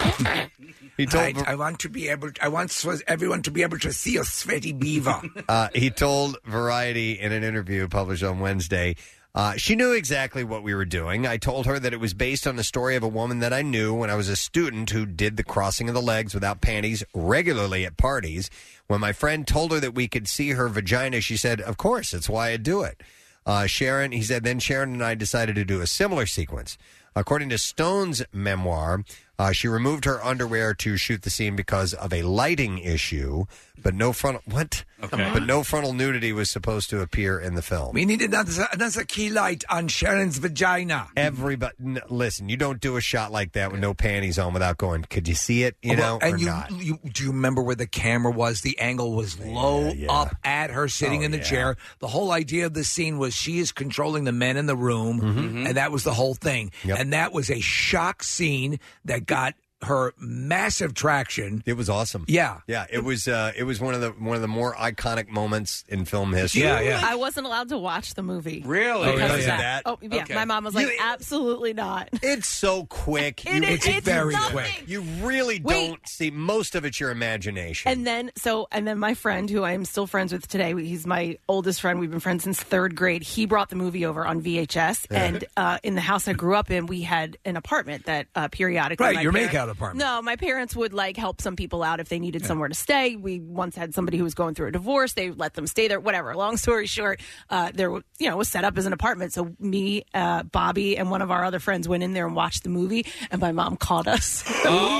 S2: He told
S4: I, I want to be able. I want for everyone to be able to see a sweaty beaver.
S2: Uh, he told Variety in an interview published on Wednesday. Uh, she knew exactly what we were doing. I told her that it was based on the story of a woman that I knew when I was a student who did the crossing of the legs without panties regularly at parties. When my friend told her that we could see her vagina, she said, Of course, that's why I do it. Uh, Sharon, he said, then Sharon and I decided to do a similar sequence. According to Stone's memoir, uh, she removed her underwear to shoot the scene because of a lighting issue, but no frontal what?
S4: Okay.
S2: But no frontal nudity was supposed to appear in the film.
S4: we need another another key light on Sharon's vagina.
S2: Everybody, n- listen, you don't do a shot like that with no panties on without going. Could you see it? You
S4: Well,
S2: know,
S4: and
S2: or
S4: you,
S2: not?
S4: you do you remember where the camera was? The angle was low up at her sitting
S2: Oh,
S4: in the chair. The whole idea of the scene was she is controlling the men in the room,
S2: Mm-hmm.
S4: and that was the whole thing. And that was a shock scene that got her massive traction.
S2: It was awesome.
S4: Yeah,
S2: Yeah, it was. Uh, it was one of the one of the more iconic moments in film history.
S3: I wasn't allowed to watch the movie.
S5: Really?
S2: Oh,
S3: Because
S2: really?
S3: of that.
S2: Because
S3: Oh,
S2: of that?
S3: yeah.
S2: Okay.
S3: My mom was like, absolutely not.
S2: It's so quick.
S3: It is- it's nothing.
S2: You really
S3: Wait.
S2: don't see most of it's your imagination.
S3: And then, so, and then my friend, who I am still friends with today, he's my oldest friend. We've been friends since third grade. He brought the movie over on VHS,
S4: Yeah.
S3: and uh, in the house I grew up in, we had an apartment that uh, periodically,
S4: Right,
S3: my
S4: your
S3: parents-
S4: makeout apartment.
S3: No, my parents would like help some people out if they needed somewhere to stay. We once had somebody who was going through a divorce; they let them stay there. Whatever. Long story short, uh, there w- you know it was set up as an apartment. So me, uh, Bobby, and one of our other friends went in there and watched the movie, and my mom called us.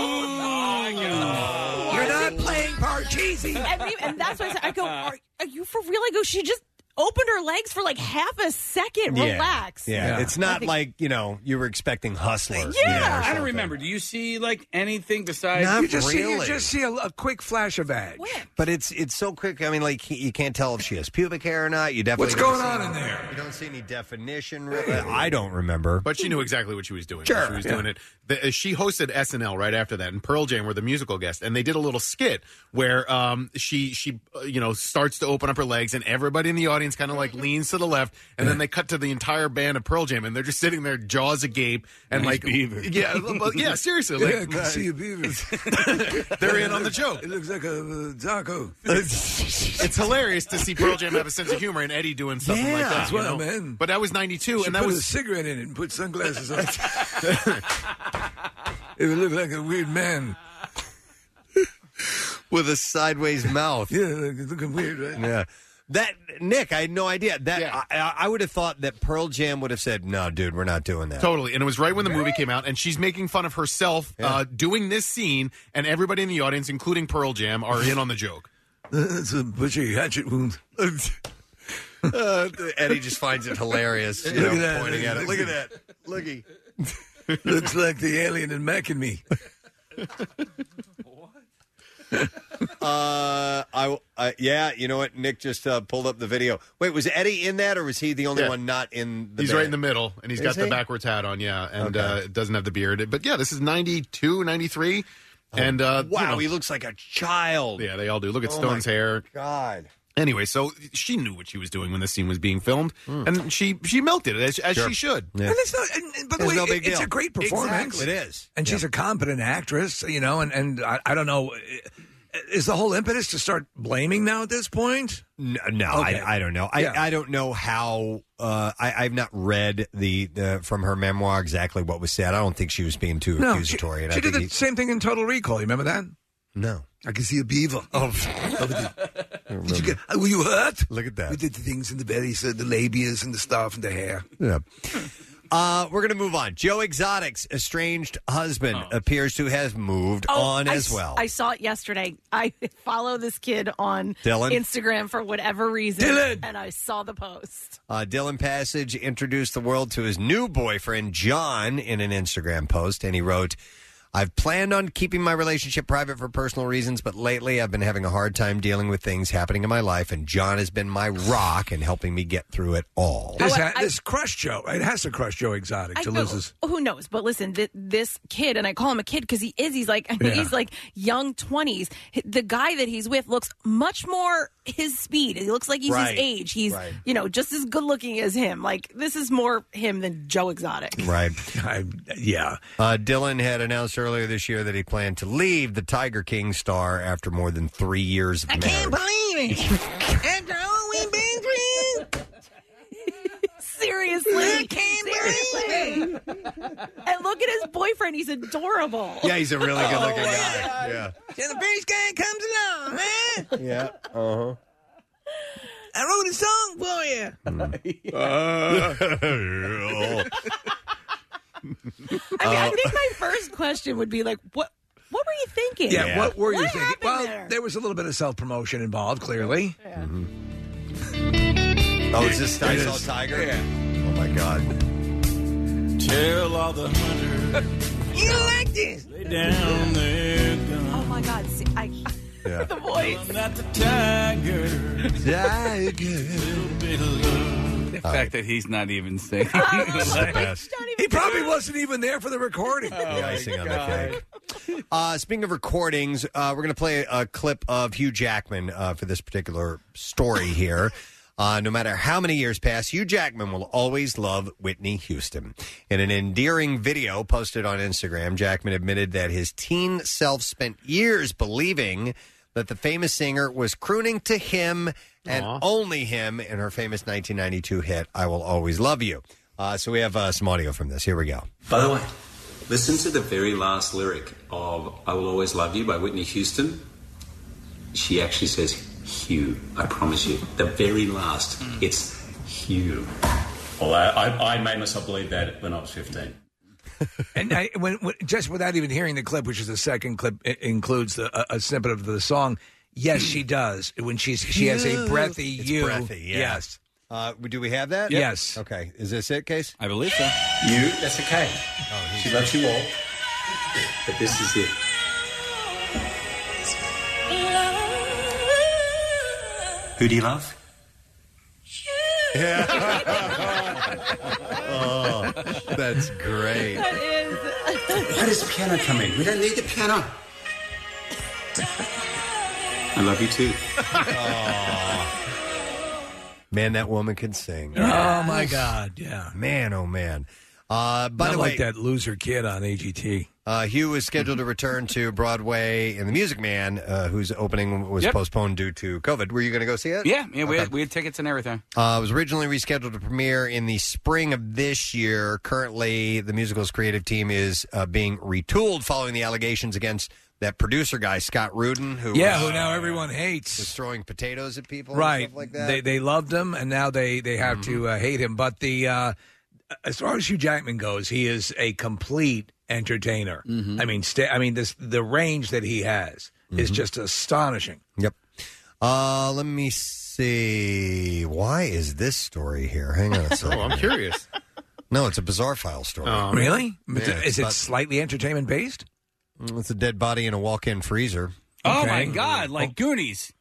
S5: Oh, my God.
S4: You're not playing Parcheesi.
S3: and, we- and that's why I, said, I go, are, are you for real? I go, she just opened her legs for like half a second.
S2: Yeah.
S3: Relax.
S2: Yeah.
S4: Yeah.
S2: it's not like you know you were expecting Hustler.
S3: Yeah.
S5: I don't remember. Do you see like anything besides?
S2: Not
S4: You just see, you
S2: really.
S4: just see a, a quick flash of that.
S2: But it's it's so quick. I mean, like he- you can't tell if she has pubic hair or not. You definitely
S4: What's
S2: don't
S4: going
S2: see-
S4: on in there?
S2: You don't see any definition. Really. I don't remember.
S7: But she knew exactly what she was doing.
S2: Sure.
S7: she was
S2: Yeah.
S7: doing it. The, uh, she hosted SNL right after that, and Pearl Jam were the musical guest, and they did a little skit where um, she she uh, you know starts to open up her legs, and everybody in the audience kind of like leans to the left, and then they cut to the entire band of Pearl Jam, and they're just sitting there jaws agape and
S5: Nice
S7: like
S5: beaver.
S7: yeah well, yeah seriously
S4: Yeah, I
S7: like,
S4: can see a beaver.
S7: they're in on the joke.
S4: It looks like a uh, taco.
S7: It's hilarious to see Pearl Jam have a sense of humor and Eddie doing something like
S4: Yeah,
S7: that.
S4: that's
S7: you
S4: what I
S7: know?
S4: meant.
S7: But that was '92,
S4: She
S7: and that
S4: put
S7: was
S4: a cigarette in it and put sunglasses on. it would look like a weird man.
S2: With a sideways mouth.
S4: Yeah, like, it's looking weird, right?
S2: yeah. That Nick, I had no idea. That
S7: Yeah.
S2: I, I- I would have thought that Pearl Jam would have said, "No, dude, we're not doing that."
S7: Totally. And it was right when the movie came out, and she's making fun of herself uh, doing this scene, and everybody in the audience, including Pearl Jam, are in on the joke.
S4: That's a butcher hatchet wound.
S2: Uh, Eddie just finds it hilarious. You
S4: Look
S2: know,
S4: at that.
S2: pointing at it. Look at that. Looky.
S4: Looks like the alien in Mac and Me.
S2: Uh, I, uh, yeah, you know what? Nick just uh, pulled up the video. Wait, was Eddie in that, or was he the only
S7: Yeah.
S2: one not in the
S7: he's
S2: band?
S7: right in the middle, and he's
S2: Is
S7: got
S2: he?
S7: the backwards hat on, yeah, and
S2: Okay.
S7: uh, doesn't have the beard. But yeah, this is 92, 93. and, uh,
S2: Oh, Wow,
S7: you know,
S2: he looks like a child.
S7: yeah, they all do. Look at
S2: Oh,
S7: Stone's
S2: my-
S7: hair.
S2: God.
S7: Anyway, so she knew what she was doing when this scene was being filmed, and she she melted it as, as she should.
S2: Hmm. Yeah.
S4: And it's not. And, and by the
S2: It's
S4: way,
S2: no
S4: it-
S2: big
S4: it's
S2: deal.
S4: a great performance.
S2: Exactly. It is.
S4: and she's a competent actress, you know. And and I, I don't know. eh, is the whole impetus to start blaming now at this point?
S2: No, no I, I don't know. I, I don't know how. Uh, I, I've not read the, the from her memoir exactly what was said. I don't think she was being too
S4: No,
S2: accusatory. and
S4: she
S2: I
S4: did
S2: think
S4: the
S2: he-
S4: same thing in Total Recall. You remember that?
S2: No.
S4: I can see a beaver. Oh, did you get, uh, were you hurt?
S2: Look at that.
S4: We did the things in the belly, so the labias and the stuff and the hair.
S2: Yeah. Uh, we're going to move on. Joe Exotic's estranged husband
S4: Oh.
S2: appears to have moved on
S3: Oh, I
S2: as
S3: s-
S2: well.
S3: I saw it yesterday. I follow this kid on
S2: Dylan?
S3: Instagram for whatever reason,
S2: Dylan!
S3: and I saw the post.
S2: Uh, Dylan Passage introduced the world to his new boyfriend, John, in an Instagram post, and he wrote, I've planned on keeping my relationship private for personal reasons, but lately I've been having a hard time dealing with things happening in my life, and John has been my rock and helping me get through it
S8: Oh,
S2: all.
S4: This, ha- this crushed Joe. It has to crush Joe Exotic
S3: I
S4: to
S3: know-
S4: lose his.
S3: Who knows? But listen, th- this kid, and I call him a kid because he is. He's like
S4: Yeah.
S3: he's like young twenties. The guy that he's with looks much more his speed. He looks like he's
S2: Right.
S3: his age. He's
S2: Right.
S3: you know just as good looking as him. Like this is more him than Joe Exotic.
S2: Right.
S4: yeah.
S2: Uh, Dylan had announced earlier this year that he planned to leave the Tiger King star after more than three years of
S8: believe
S2: marriage.
S8: it. After all we've been through.
S3: Seriously,
S8: I can't
S3: Seriously. and look at his boyfriend. He's adorable.
S2: Yeah, he's a really good looking
S8: Oh,
S2: guy. Yeah.
S8: Till the first guy comes along, man.
S2: Yeah.
S8: uh-huh.
S2: Uh
S8: I wrote a song for you.
S2: Uh, huh.
S3: I mean, I
S4: Uh,
S3: think my first question would be like, what What were you thinking?
S4: Yeah, what were you thinking?
S3: happened
S4: Well,
S3: there?
S4: there? was a little bit of self promotion involved, clearly.
S2: Oh, is this I
S4: It
S2: Saw
S4: is.
S2: Tiger? Oh my God.
S8: Tell all the hunters.
S3: You like this?
S8: Lay down their gun.
S3: Oh my God! See, I
S2: Yeah.
S3: the voice.
S8: I'm not the tiger.
S5: The fact that he's not even singing.
S4: Oh, He probably wasn't even there for the recording.
S2: the icing on the cake. Uh, speaking of recordings, uh, we're going to play a clip of Hugh Jackman uh, for this particular story here. Uh, no matter how many years pass, Hugh Jackman will always love Whitney Houston. In an endearing video posted on Instagram, Jackman admitted that his teen self spent years believing that the famous singer was crooning to him and only him in her famous 1992 hit, I Will Always Love You. Uh, so we have uh, some audio from this. Here we go.
S11: By the way, listen to the very last lyric of I Will Always Love You by Whitney Houston. She actually says, Hugh, I promise you. The very last, it's Hugh. Well, I, I, I made myself believe that when I was 15.
S4: And I, when, when, just without even hearing the clip, which is the second clip, i includes the, a, a snippet of the song. Yes, she does. When she's she has a breathy
S2: It's
S4: you.
S2: breathy, yeah.
S4: Yes,
S2: Uh, do we have that?
S4: Yes.
S2: Okay. Is this it, Case? Oh,
S5: I believe so.
S11: You, that's okay. she loves you all, but this is it. Who do you love?
S2: oh, that's great.
S3: That is.
S11: Where does the piano come in? We don't need the piano. I love you too.
S2: Man, that woman can sing.
S4: Oh my God! Yeah.
S2: Man, oh man. Uh, by
S4: Not
S2: the
S4: like
S2: way,
S4: that loser kid on AGT.
S2: uh, Hugh is scheduled to return to Broadway in The Music Man, uh, whose opening was
S5: Yep.
S2: postponed due to COVID. Were you going to go see it?
S5: Yeah, yeah, we had, we had tickets and everything.
S2: Uh, it was originally rescheduled to premiere in the spring of this year. Currently, the musical's creative team is uh, being retooled following the allegations against that producer guy, Scott Rudin, who
S4: yeah,
S2: was, uh,
S4: who now everyone hates.
S2: was throwing potatoes at people and
S4: right?
S2: stuff like that.
S4: They they loved him, and now they they have to uh, hate him. But the uh, as far as Hugh Jackman goes, he is a complete entertainer. I mean, sta I mean this the range that he has is just astonishing.
S2: Yep. Uh, let me see. Why is this story here? Hang on a second.
S7: I'm curious.
S2: No, it's a bizarre file story.
S4: really?
S2: Oh, Yeah,
S4: is it-
S2: it's
S4: is it
S2: about-
S4: slightly entertainment based?
S2: Mm, It's a dead body in a walk-in freezer.
S5: Oh
S4: Okay. Oh.
S5: my God! Like Goonies.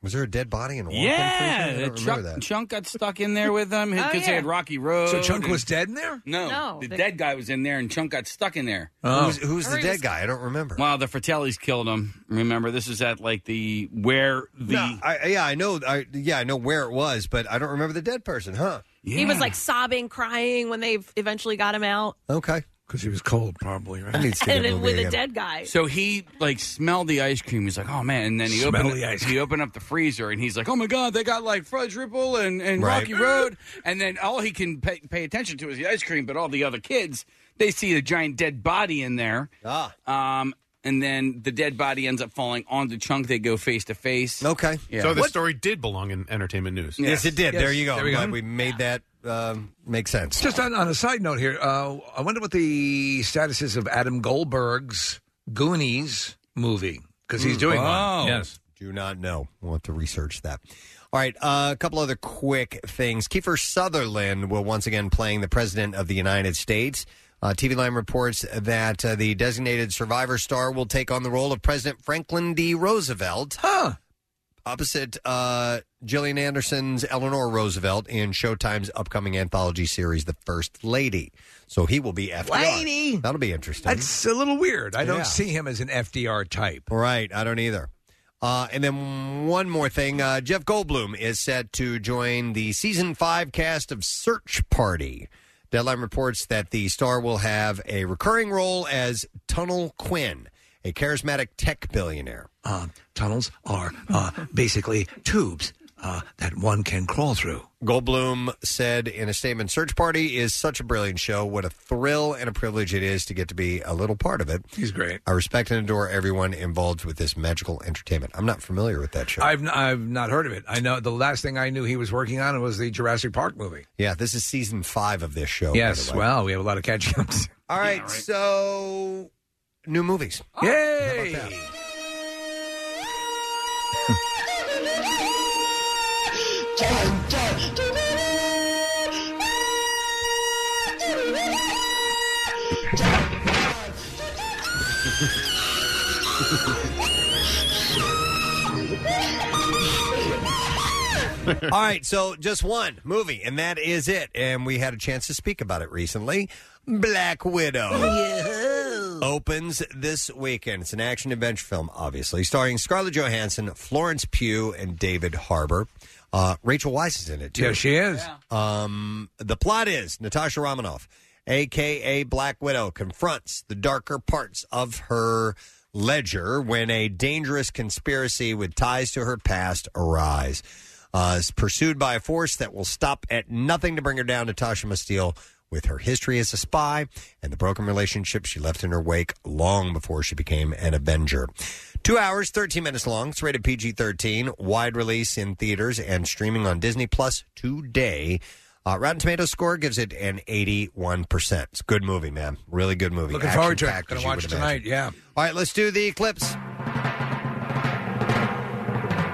S2: Was there a dead body in a walk-in
S5: Yeah,
S2: freezer? I
S5: the
S2: don't remember
S5: Chunk,
S2: that.
S4: E.
S5: Chunk got stuck in there with them because
S3: Oh,
S5: they
S3: yeah.
S5: had Rocky Road.
S4: So Chunk
S5: and-
S4: was dead in there.
S5: No,
S3: No,
S5: the
S3: they-
S5: dead guy was in there, and Chunk got stuck in there.
S2: Who's, who's the
S3: Hurry,
S2: dead
S3: just-
S2: guy? I don't remember.
S5: Wow, the Fratellis killed him. Remember, this is at like the where the
S2: No, I, yeah, I know. I, yeah, I know where it was, but I don't remember the dead person, huh?
S3: He was like sobbing, crying when they eventually got him out.
S2: Okay.
S4: Because he was cold, probably. Right?
S5: I need to see that
S3: And then
S5: movie
S3: with a
S5: again.
S3: dead guy.
S5: So he like smelled the ice cream. He's like, "Oh man!" And then he
S4: Smell
S5: opened
S4: the ice
S5: he opened up the freezer and he's like, "Oh my god, they got like Fudge Ripple and, and
S4: Right.
S5: Rocky Road." And then all he can pay, pay attention to is the ice cream. But all the other kids, they see the giant dead body in there.
S2: Ah.
S5: Um, and then the dead body ends up falling on the chunk. They go face to face.
S2: Okay.
S5: Yeah.
S7: So the story did belong in entertainment news.
S2: Yes, it did. There you go.
S7: There we go.
S2: Glad we made that um, make sense.
S4: Just on, on a side note here, uh, I wonder what the status is of Adam Goldberg's Goonies movie because
S2: Mm.
S4: he's doing one. Yes.
S2: Hmm. Do not know. We'll have to research that. All right, uh, a couple other quick things. Kiefer Sutherland will once again playing the President of the United States. Uh, TV Line reports that uh, the designated survivor star will take on the role of President Franklin D. Roosevelt.
S4: Huh.
S2: Opposite uh, Gillian Anderson's Eleanor Roosevelt in Showtime's upcoming anthology series, The First Lady. So he will be FDR.
S4: Lady.
S2: That'll be interesting.
S4: That's a little weird. I don't
S2: Yeah.
S4: see him as an FDR type.
S2: Right. I don't either. Uh, and then one more thing uh, Jeff Goldblum is set to join the season five cast of Search Party. Deadline reports that the star will have a recurring role as Tunnel Quinn, a charismatic tech billionaire.
S4: Uh, tunnels are uh, basically tubes uh, that one can crawl through.
S2: Goldblum said in a statement Search Party is such a brilliant show. What a thrill and a privilege it is to get to be a little part of it.
S4: He's great.
S2: I respect and adore everyone involved with this magical entertainment. I'm not familiar with that show.
S4: I've n- I've not heard of it. I know the last thing I knew he was working on was the Jurassic Park movie.
S2: Yeah, this is season five of this show. by
S4: yes,
S2: the way.
S4: well, we have a lot of catch ups.
S2: All right, so new movies.
S4: Yay!
S2: All right, so just one movie, and that is it. And we had a chance to speak about it recently. Black Widow opens this weekend. It's an action adventure film, obviously, starring Scarlett Johansson, Florence Pugh, and David Harbour. Uh, Rachel Weisz is in it too.
S4: Yeah, she is.
S2: Um, the plot is Natasha Romanoff, aka Black Widow, confronts the darker parts of her ledger when a dangerous conspiracy with ties to her past arise. Uh, is pursued by a force that will stop at nothing to bring her down, Natasha must deal with her history as a spy and the broken relationship she left in her wake long before she became an Avenger. Two hours, 13 minutes long. It's rated PG 13. Wide release in theaters and streaming on Disney Plus today. Uh, Rotten Tomatoes score gives it an 81%. It's a good movie, man. Really good movie.
S4: Looking forward to it.
S2: Action-packed,
S4: Going
S2: as
S4: to
S2: you
S4: watch
S2: would
S4: tonight. Yeah.
S2: all right, let's do the clips.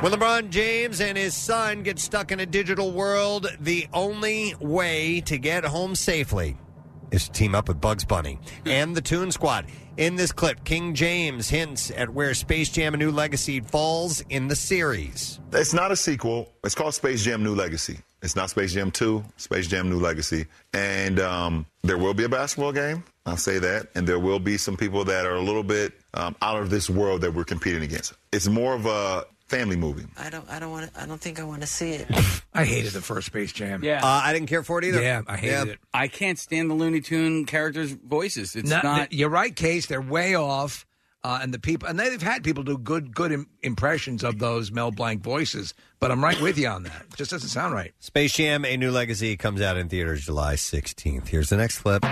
S2: When LeBron James and his son get stuck in a digital world, the only way to get home safely is to team up with Bugs Bunny and the Toon Squad. In this clip, King James hints at where Space Jam A New Legacy falls in the series.
S12: It's not a sequel. It's called Space Jam New Legacy. It's not Space Jam 2, Space Jam New Legacy. And um, there will be a basketball game. I'll say that. And there will be some people that are a little bit um, out of this world that we're competing against. It's more of a family movie.
S13: I don't. I don't want. I don't think I want to see it.
S4: I hated the first Space Jam.
S5: Yeah.
S2: Uh, I didn't care for it either.
S4: Yeah, I hated it.
S5: I can't stand the Looney Tune characters' voices. It's not.
S4: You're right, Case. They're way off. Uh, and the people, and they've had people do good, good Im- impressions of those Mel Blanc voices. But I'm right with you on that. It just doesn't sound right.
S2: Space Jam A New Legacy comes out in theaters July 16th. Here's the next clip.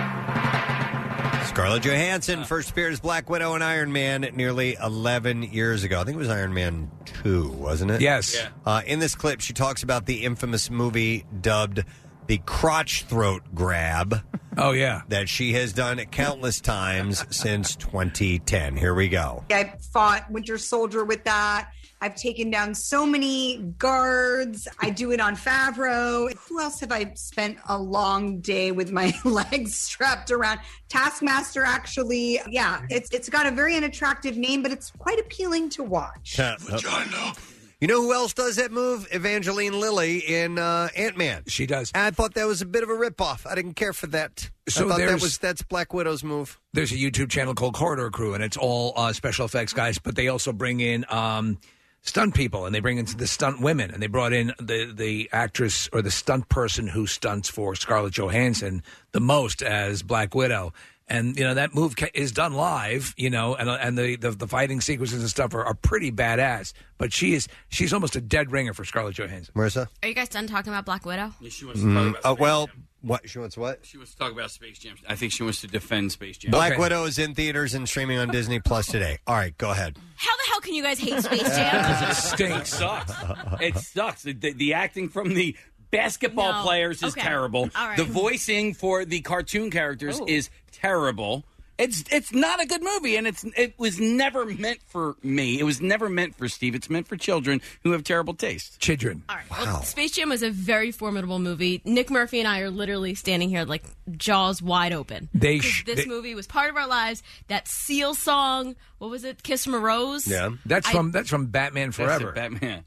S2: Scarlett Johansson first appeared as Black Widow in Iron Man nearly 11 years ago. I think it was Iron Man 2, wasn't it?
S4: Yes. Yeah.
S2: Uh, in this clip, she talks about the infamous movie dubbed the crotch throat grab.
S4: Oh, yeah.
S2: That she has done countless times since 2010. Here we go.
S14: I fought Winter Soldier with that. I've taken down so many guards. I do it on Favreau. Who else have I spent a long day with my legs strapped around? Taskmaster, actually. Yeah, it's it's got a very unattractive name, but it's quite appealing to watch.
S2: Vagina. You know who else does that move? Evangeline Lilly in uh, Ant Man.
S4: She does.
S2: I thought that was a bit of a ripoff. I didn't care for that.
S4: So
S2: I thought that
S4: there's-
S2: was that's Black Widow's move.
S4: There's a YouTube channel called Corridor Crew, and it's all uh, special effects guys, but they also bring in um, stunt people, and they bring in the stunt women, and they brought in the the actress or the stunt person who stunts for Scarlett Johansson the most as Black Widow, and you know that move ca- is done live. You know, and uh, and the the, the fighting sequences and stuff are, are pretty badass. But she is she's almost a dead ringer for Scarlett Johansson.
S2: Marissa,
S15: Are you guys done talking about Black Widow? Mm-hmm.
S5: she
S2: Mm, uh, well, what she wants what?
S5: She wants to talk about Space Jam. I think she wants to defend Space Jam.
S2: Black Widow is in theaters and streaming on Disney Plus today. All right, go ahead.
S15: How the hell can you guys hate Space Jam?
S5: it stinks. It sucks. It sucks. The, the acting from the basketball
S15: No.
S5: players is
S15: Okay.
S5: terrible.
S15: All right.
S5: The voicing for the cartoon characters is terrible. It's it's not a good movie, and it's it was never meant for me. It was never meant for Steve. It's meant for children who have terrible taste.
S4: Children.
S15: All right. Well, Space Jam was a very formidable movie. Nick Murphy and I are literally standing here like jaws wide open.
S4: They
S15: 'Cause
S4: sh-
S15: this
S4: they-
S15: movie was part of our lives. That Seal song, what was it? Kiss from a Rose.
S4: that's
S15: I-
S4: from that's from Batman
S5: it,
S4: Forever.
S5: Batman.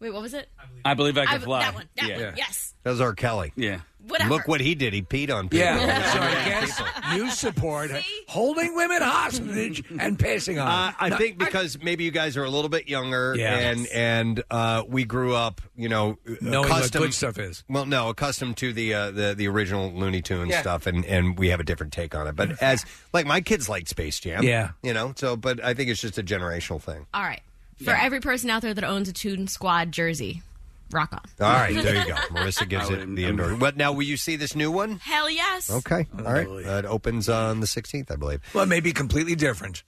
S15: Wait, what was it?
S5: I believe I
S15: I-
S5: can fly.
S15: that one, that one, yes.
S2: That was R. Kelly.
S5: Yeah.
S15: Whatever.
S2: Look what he did. He peed on people.
S4: Yeah, so I guess you support holding women hostage and pissing on.
S2: Uh,
S4: them.
S2: I
S4: No,
S2: think because maybe you guys are a little bit younger,
S4: Yeah.
S2: and and uh, we grew up, you know,
S4: Knowing what
S2: accustomed,
S4: good stuff is.
S2: Well, no, accustomed to the uh, the the original Looney Tunes
S4: Yeah.
S2: stuff, and and we have a different take on it. But as like my kids like Space Jam,
S4: Yeah.
S2: you know. So, but I think it's just a generational thing.
S15: All right. For every person out there that owns a Toon Squad jersey, rock on.
S2: All right, there you go. Marissa gives it the indoor. What now? Will you see this new one?
S15: Hell yes.
S2: Okay, all right. That opens on the sixteenth, I believe.
S4: Well, it may be completely different.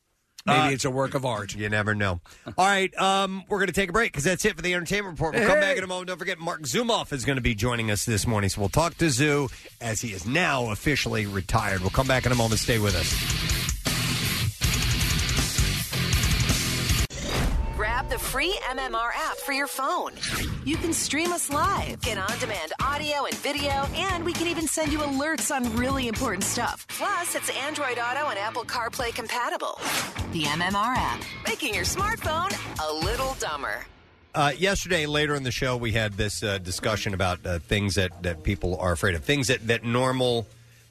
S4: Maybe it's a work of art.
S2: Uh, You never know. All right, um, we're going to take a break because that's it for the entertainment report. We'll come back in a moment. Don't forget, Mark Zumoff is going to be joining us this morning, so we'll talk to Zoo as he is now officially retired. We'll come back in a moment. Stay with us.
S16: Grab the free MMR app for your phone. You can stream us live, get on demand audio and video, and we can even send you alerts on really important stuff. Plus, it's Android Auto and Apple CarPlay compatible. The MMR app, making your smartphone a little dumber.
S2: Uh, yesterday, later in the show, we had this uh, discussion about uh, things that, that people are afraid of, things that, that normal,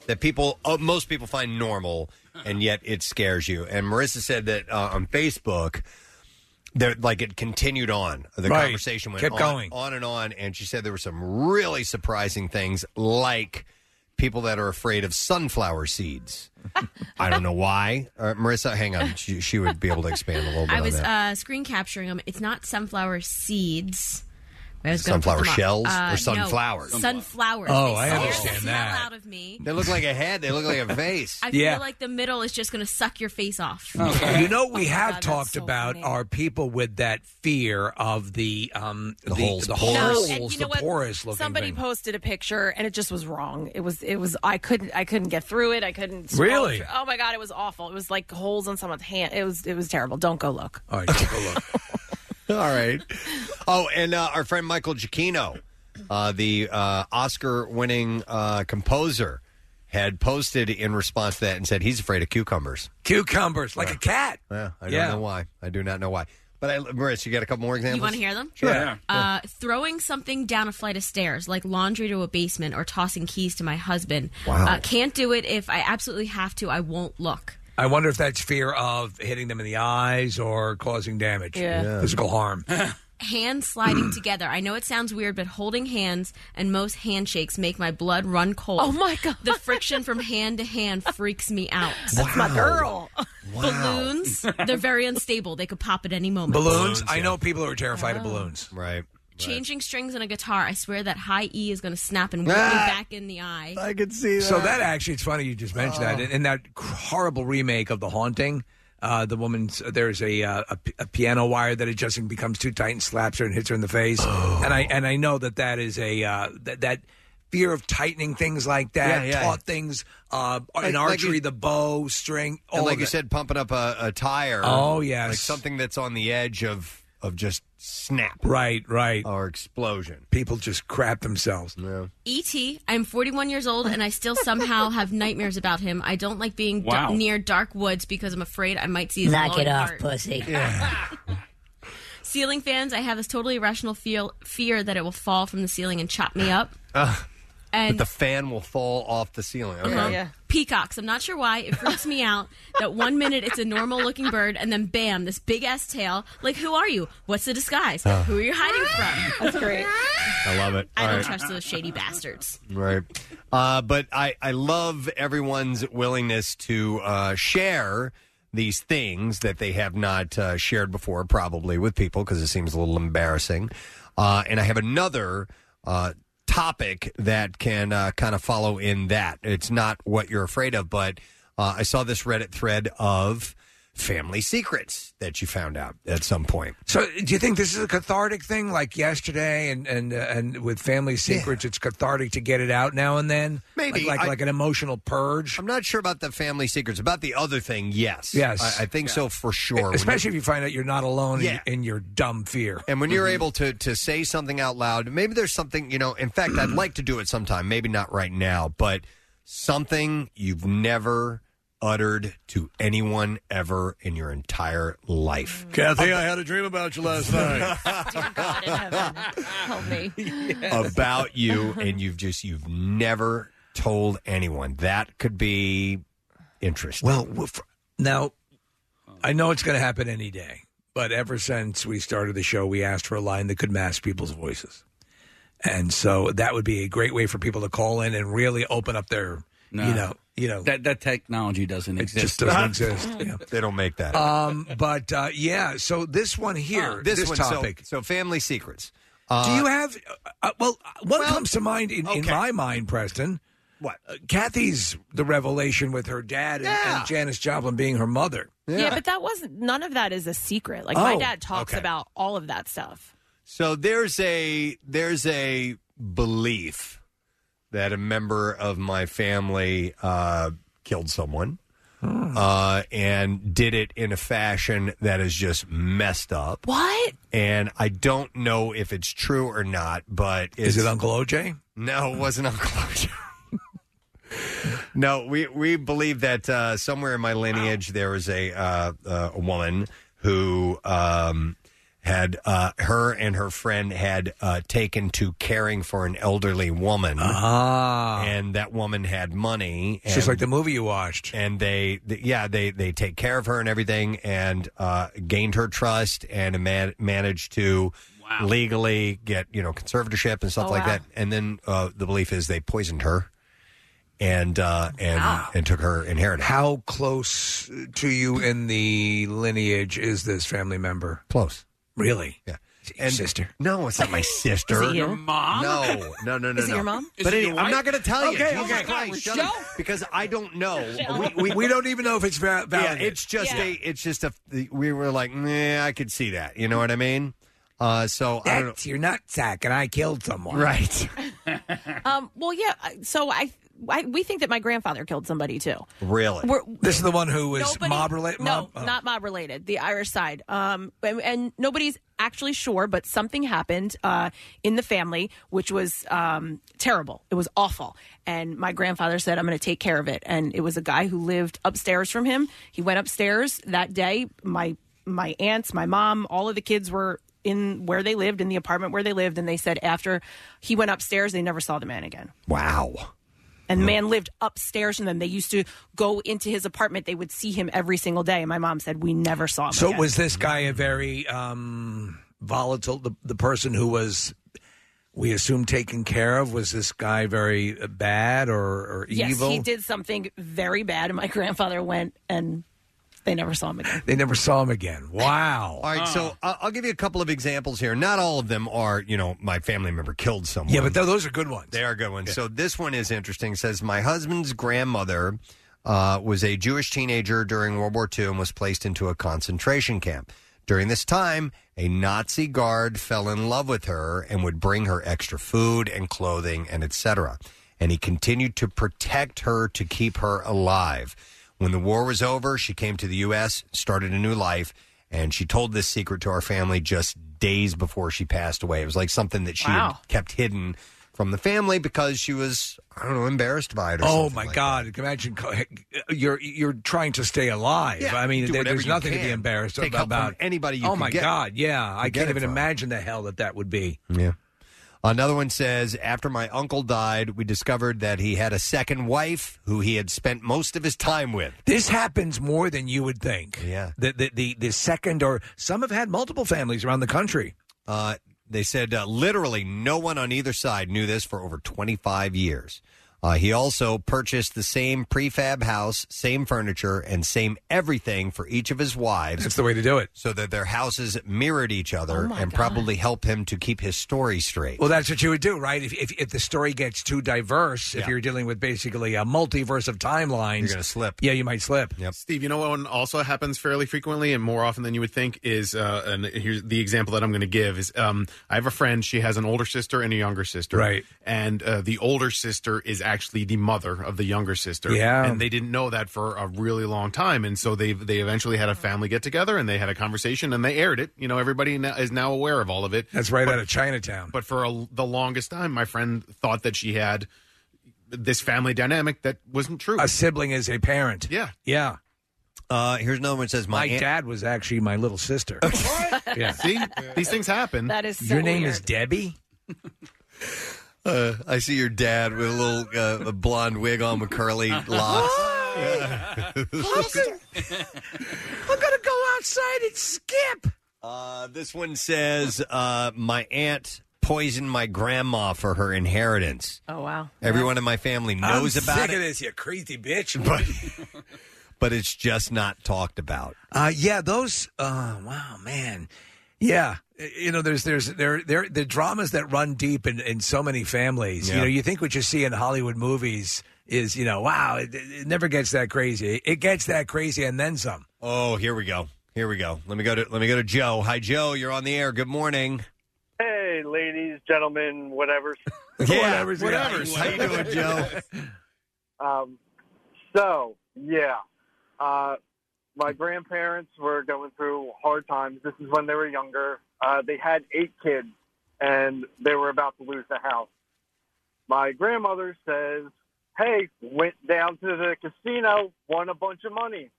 S2: that people, uh, most people find normal, and yet it scares you. And Marissa said that uh, on Facebook, there like it continued on. The
S4: Right.
S2: conversation went
S4: Kept
S2: on,
S4: going.
S2: on and on, and she said there were some really surprising things, like people that are afraid of sunflower seeds. I don't know why. Uh, Marissa, hang on. She, she would be able to expand a little bit
S15: I
S2: on
S15: was
S2: that.
S15: uh, screen capturing them. It's not sunflower seeds. I was gonna put
S2: Sunflower
S15: them up.
S2: shells or
S15: Uh, no,
S2: sunflowers?
S15: sunflowers.
S2: Oh,
S15: They
S2: I
S15: scare the
S2: understand
S15: smell
S2: that.
S15: Out of me.
S2: They look like a head. They look like a face.
S15: I feel like the middle is just going to suck your face off.
S4: You know what we have talked about are people with that fear of the um the,
S2: holes,
S4: the
S2: pores.
S4: holes,
S3: No, and you know
S4: the
S3: what?
S4: porous looking
S3: Somebody
S4: thing.
S3: posted a picture and it just was wrong. It was it was I couldn't I couldn't get through it. I couldn't scroll
S4: Really?
S3: through- Oh my god, it was awful. It was like holes on someone's hand. It was it was terrible. Don't go look.
S4: All right, take a look.
S2: All right. Oh, and uh, our friend Michael Giacchino, uh, the uh, Oscar-winning uh, composer, had posted in response to that and said he's afraid of cucumbers.
S4: Cucumbers like a cat.
S2: Yeah, I don't
S4: Yeah.
S2: know why. I do not know why. But I, Marissa, you got a couple more examples.
S15: You want to hear them?
S2: Sure.
S15: Uh, throwing something down a flight of stairs, like laundry to a basement, or tossing keys to my husband.
S4: Wow.
S15: Uh, can't do it if I absolutely have to. I won't look.
S4: I wonder if that's fear of hitting them in the eyes or causing damage,
S15: Yeah. Yeah.
S4: physical harm.
S15: Hands sliding together. I know it sounds weird, but holding hands and most handshakes make my blood run cold. Oh my god! The friction from hand to hand freaks me out.
S4: That's my Wow. girl.
S15: Balloons. They're very unstable. They could pop at any moment.
S4: balloons. I know people who are terrified of balloons.
S2: Right.
S15: Changing strings on a guitar. I swear that high E is going to snap and whip me
S4: Ah.
S15: back in the eye.
S2: I could see
S4: So that actually, it's funny you just mentioned that. In, in that horrible remake of The Haunting, uh, the woman's there's a, uh, a p- a piano wire that adjusting becomes too tight and slaps her and hits her in the face.
S2: Oh.
S4: And I and I know that that is a uh, that that fear of tightening things like that
S2: Yeah, yeah.
S4: taught things uh,
S2: Like-
S4: in
S2: like
S4: archery,
S2: you-
S4: the bow, string, all
S2: And like
S4: of
S2: you
S4: it.
S2: said, pumping up a, a tire.
S4: Oh, yes.
S2: like something that's on the edge of of just snap.
S4: Right, right.
S2: Or explosion.
S4: People just crap themselves.
S2: Yeah.
S15: E.T., E I'm 41 years old and I still somehow have nightmares about him. I don't like being
S17: Wow.
S15: da- near dark woods because I'm afraid I might see his
S17: Knock
S15: glowing
S17: it off,
S15: heart.
S17: pussy.
S15: Ceiling fans, I have this totally irrational feel- fear that it will fall from the ceiling and chop me up.
S2: But
S15: And
S2: the fan will fall off the ceiling. Okay.
S15: Uh-huh. Peacocks. I'm not sure why. It freaks me out that one minute it's a normal looking bird and then bam, this big ass tail. Like, who are you? What's the disguise?
S2: Oh.
S15: Who are you hiding from? That's
S3: great.
S2: I love it.
S15: I
S2: All
S15: don't
S2: right.
S15: trust those shady bastards.
S2: Right. Uh, but I, I love everyone's willingness to uh, share these things that they have not uh, shared before, probably with people, because it seems a little embarrassing. Uh, and I have another uh, topic that can uh, kind of follow in that. It's not what you're afraid of, but uh, I saw this Reddit thread of family secrets that you found out at some point.
S4: So, do you think this is a cathartic thing, like yesterday, and and uh, and with family secrets, it's cathartic to get it out now and then,
S2: Maybe.
S4: like like,
S2: I-
S4: like an emotional purge.
S2: I'm not sure about the family secrets. About the other thing, yes,
S4: Yes.
S2: I, I think so for sure. When
S4: especially if you find out you're not alone
S2: Yeah.
S4: in, in your dumb fear.
S2: And when you're
S17: Mm-hmm.
S2: able to to say something out loud, maybe there's something, you know, in fact I'd like to do it sometime, maybe not right now, but something you've never uttered to anyone ever in your entire life.
S17: Mm-hmm. Kathy, I had a dream about you last night.
S3: Help me.
S2: about you and you've just you've never told anyone. That could be interesting.
S4: Well, w- f- now I know it's going to happen any day, but ever since we started the show, we asked for a line that could mask people's voices, and so that would be a great way for people to call in and really open up their, you know, you know,
S5: that that technology doesn't
S4: it
S5: exist.
S4: just doesn't exist. Yeah.
S2: They don't make that.
S4: Um, but uh, yeah, so this one
S2: Uh,
S4: here, this,
S2: one, so-
S4: topic.
S2: So, family secrets.
S4: Do
S2: Uh,
S4: you have? Uh, uh, well, uh, what comes to mind in, in my mind, Preston?
S2: What
S4: uh, Kathy's the revelation with her dad and, and Janice Joplin being her mother.
S3: Yeah. but that wasn't, none of that is a secret. Like, my
S2: Oh,
S3: dad talks
S2: okay.
S3: about all of that stuff.
S2: So there's a there's a belief that a member of my family uh, killed someone
S4: Hmm.
S2: uh, and did it in a fashion that is just messed up.
S3: What?
S2: And I don't know if it's true or not, but it's-
S4: Is it Uncle OJ?
S2: No, it wasn't Uncle OJ. No, we we believe that uh, somewhere in my lineage there was a uh, uh, a woman who um, had uh, her and her friend had uh, taken to caring for an elderly woman,
S18: Uh-huh.
S4: Ah.
S2: and that woman had money.
S4: It's just like the movie you watched,
S2: and they, th- yeah, they they take care of her and everything, and uh, gained her trust and man- managed to. Legally, get you know conservatorship and stuff
S18: Oh,
S2: like
S18: wow.
S2: that, and then uh, the belief is they poisoned her and uh, and and took her inheritance.
S4: How close to you in the lineage is this family member?
S2: Close,
S4: really?
S2: Yeah.
S4: And sister?
S2: No, it's not my sister.
S4: Is it your
S5: mom?
S2: No, no, no, no.
S4: Is it
S2: no.
S4: your mom? Is
S2: But
S4: it
S2: anyway,
S4: your
S2: I'm not
S4: wife?
S2: going to tell you.
S4: Okay,
S2: Jesus
S4: okay.
S2: Christ, shut up, because I don't know.
S4: We, we don't even know if it's va-
S2: Oh. Yeah,
S4: valid.
S2: it's just a. It's just a. We were like, nah, I could see that. You know what I mean? Uh, so I don't know.
S4: That's your nutsack, and I killed someone.
S2: Right.
S3: Um, well, yeah. I- So I, I, we think that my grandfather killed somebody too.
S2: Really?
S3: We're-
S4: this is the one who was
S3: Nobody-
S4: mob oh. related.
S3: No, not mob related. The Irish side. Um, and, and nobody's actually sure, but something happened uh, in the family, which was um, terrible. It was awful. And my grandfather said, "I'm going to take care of it." And it was a guy who lived upstairs from him. He went upstairs that day. My my aunts, my mom, all of the kids were in where they lived in the apartment where they lived, and they said after he went upstairs, they never saw the man again.
S2: Wow.
S3: And the man lived upstairs from them. They used to go into his apartment. They would see him every single day. And my mom said, We never saw him.
S4: So
S3: again."
S4: was this guy a very um, volatile? The, the person who was, we assume, taken care of was this guy very bad or, or
S3: Yes,
S4: evil?
S3: he did something very bad. And my grandfather went and they never saw him again.
S4: They never saw him again. Wow.
S2: All right, so I- I'll give you a couple of examples here. Not all of them are, you know, my family member killed someone.
S4: Yeah, but th- those are good ones.
S2: They are good ones. So this one is interesting. It says my husband's grandmother uh, was a Jewish teenager during World War II and was placed into a concentration camp. During this time, a Nazi guard fell in love with her and would bring her extra food and clothing and etc. And he continued to protect her to keep her alive. When the war was over, she came to the U.S., started a new life, and she told this secret to our family just days before she passed away. It was like something that she
S4: Wow.
S2: had kept hidden from the family because she was, I don't know, embarrassed by it. Or
S4: Oh
S2: something
S4: my
S2: like
S4: God! Imagine co- you're you're trying to stay alive.
S2: Yeah,
S4: I mean,
S2: do
S4: there-
S2: whatever
S4: there's
S2: you
S4: nothing to be
S2: can.
S4: embarrassed
S2: Take help
S4: about.
S2: from anybody you
S4: oh
S2: can
S4: my
S2: get-
S4: God! Yeah, I
S2: get
S4: can't
S2: it
S4: even
S2: from.
S4: imagine the hell that that would be.
S2: Yeah. Another one says, after my uncle died, we discovered that he had a second wife who he had spent most of his time with.
S4: This happens more than you would think.
S2: Yeah.
S4: The the the, the second or some have had multiple families around the country.
S2: Uh, they said uh, literally no one on either side knew this for over 25 years. Uh, he also purchased the same prefab house, same furniture, and same everything for each of his wives.
S4: That's the way to do it.
S2: So that their houses mirrored each other
S4: my
S2: and
S4: God.
S2: probably helped him to keep his story straight.
S4: Well, that's what you would do, right? If if, if the story gets too diverse, if
S2: Yeah.
S4: you're dealing with basically a multiverse of timelines,
S7: You're gonna
S2: slip.
S4: Yeah, you might slip.
S7: Steve, you know what one also happens fairly frequently and more often than you would think is, uh, and here's the example that I'm going to give is, um, I have a friend. She has an older sister and a younger sister,
S4: Right.
S7: And uh, the older sister is actually the mother of the younger sister,
S4: Yeah.
S7: And they didn't know that for a really long time, and so they they eventually had a family get together and they had a conversation and they aired it. You know, everybody now, is now aware of all of it.
S4: That's right
S7: But-
S4: out of Chinatown.
S7: But for a, the longest time, my friend thought that she had this family dynamic that wasn't true.
S4: A sibling is a parent.
S7: Yeah.
S4: Yeah.
S2: Uh, here's another one says
S4: my, dad was actually my little sister. yeah.
S7: See, these things happen.
S3: That is so
S4: Your name is
S3: weird.
S4: Debbie.
S2: Uh, I see your dad with a little uh, a blonde wig on with curly locks.
S4: I'm gonna go outside and skip.
S2: Uh, this one says, uh, My aunt poisoned my grandma for her inheritance.
S3: Oh wow!
S2: Everyone in my family knows
S4: I'm
S2: about
S4: sick
S2: it,
S4: of this, you crazy bitch.
S2: but it's just not talked about.
S4: Uh, yeah, those. Uh, wow, man. Yeah, you know, there's there's there there the dramas that run deep in in so many families.
S2: Yeah.
S4: You know, you think what you see in Hollywood movies is you know, wow, it, it never gets that crazy. It gets that crazy and then some.
S2: Oh, here we go. Here we go. Let me go to let me go to Joe. Hi, Joe. You're on the air. Good morning.
S18: Hey, ladies, gentlemen, whatever.
S2: Yeah, Whatever's- whatever's. yeah. How you doing, Joe?
S18: Um, so yeah, uh, my grandparents were going through hard times. This is when they were younger. Uh, they had eight kids, and they were about to lose the house. My grandmother says, "Hey, went down to the casino, won a bunch of money."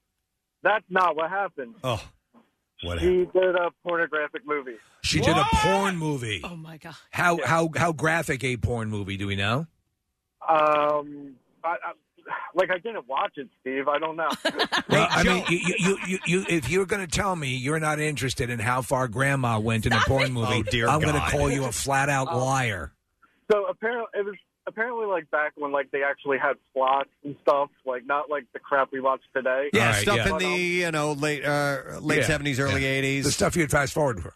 S18: That's not what happened.
S2: Oh, what
S18: she did a pornographic movie.
S4: She did a porn movie.
S18: Oh my god!
S4: How how how graphic a porn movie do we know?
S18: Um, I, I, like I didn't watch it, Steve. I don't know.
S4: Well, I mean, you, you, you, you, you, if you're going to tell me you're not interested in how far Grandma went in a porn movie,
S2: Oh, dear
S4: I'm going to
S2: God. Oh.
S4: call you a flat out liar.
S18: so apparently, it was apparently like back when like they actually had slots and stuff, like not like the crap we watch today.
S2: Yeah, stuff in
S18: But,
S2: the
S18: um,
S2: you know late uh,
S4: Yeah.
S2: late seventies, early
S4: Yeah.
S2: eighties.
S4: The stuff you'd fast forward for.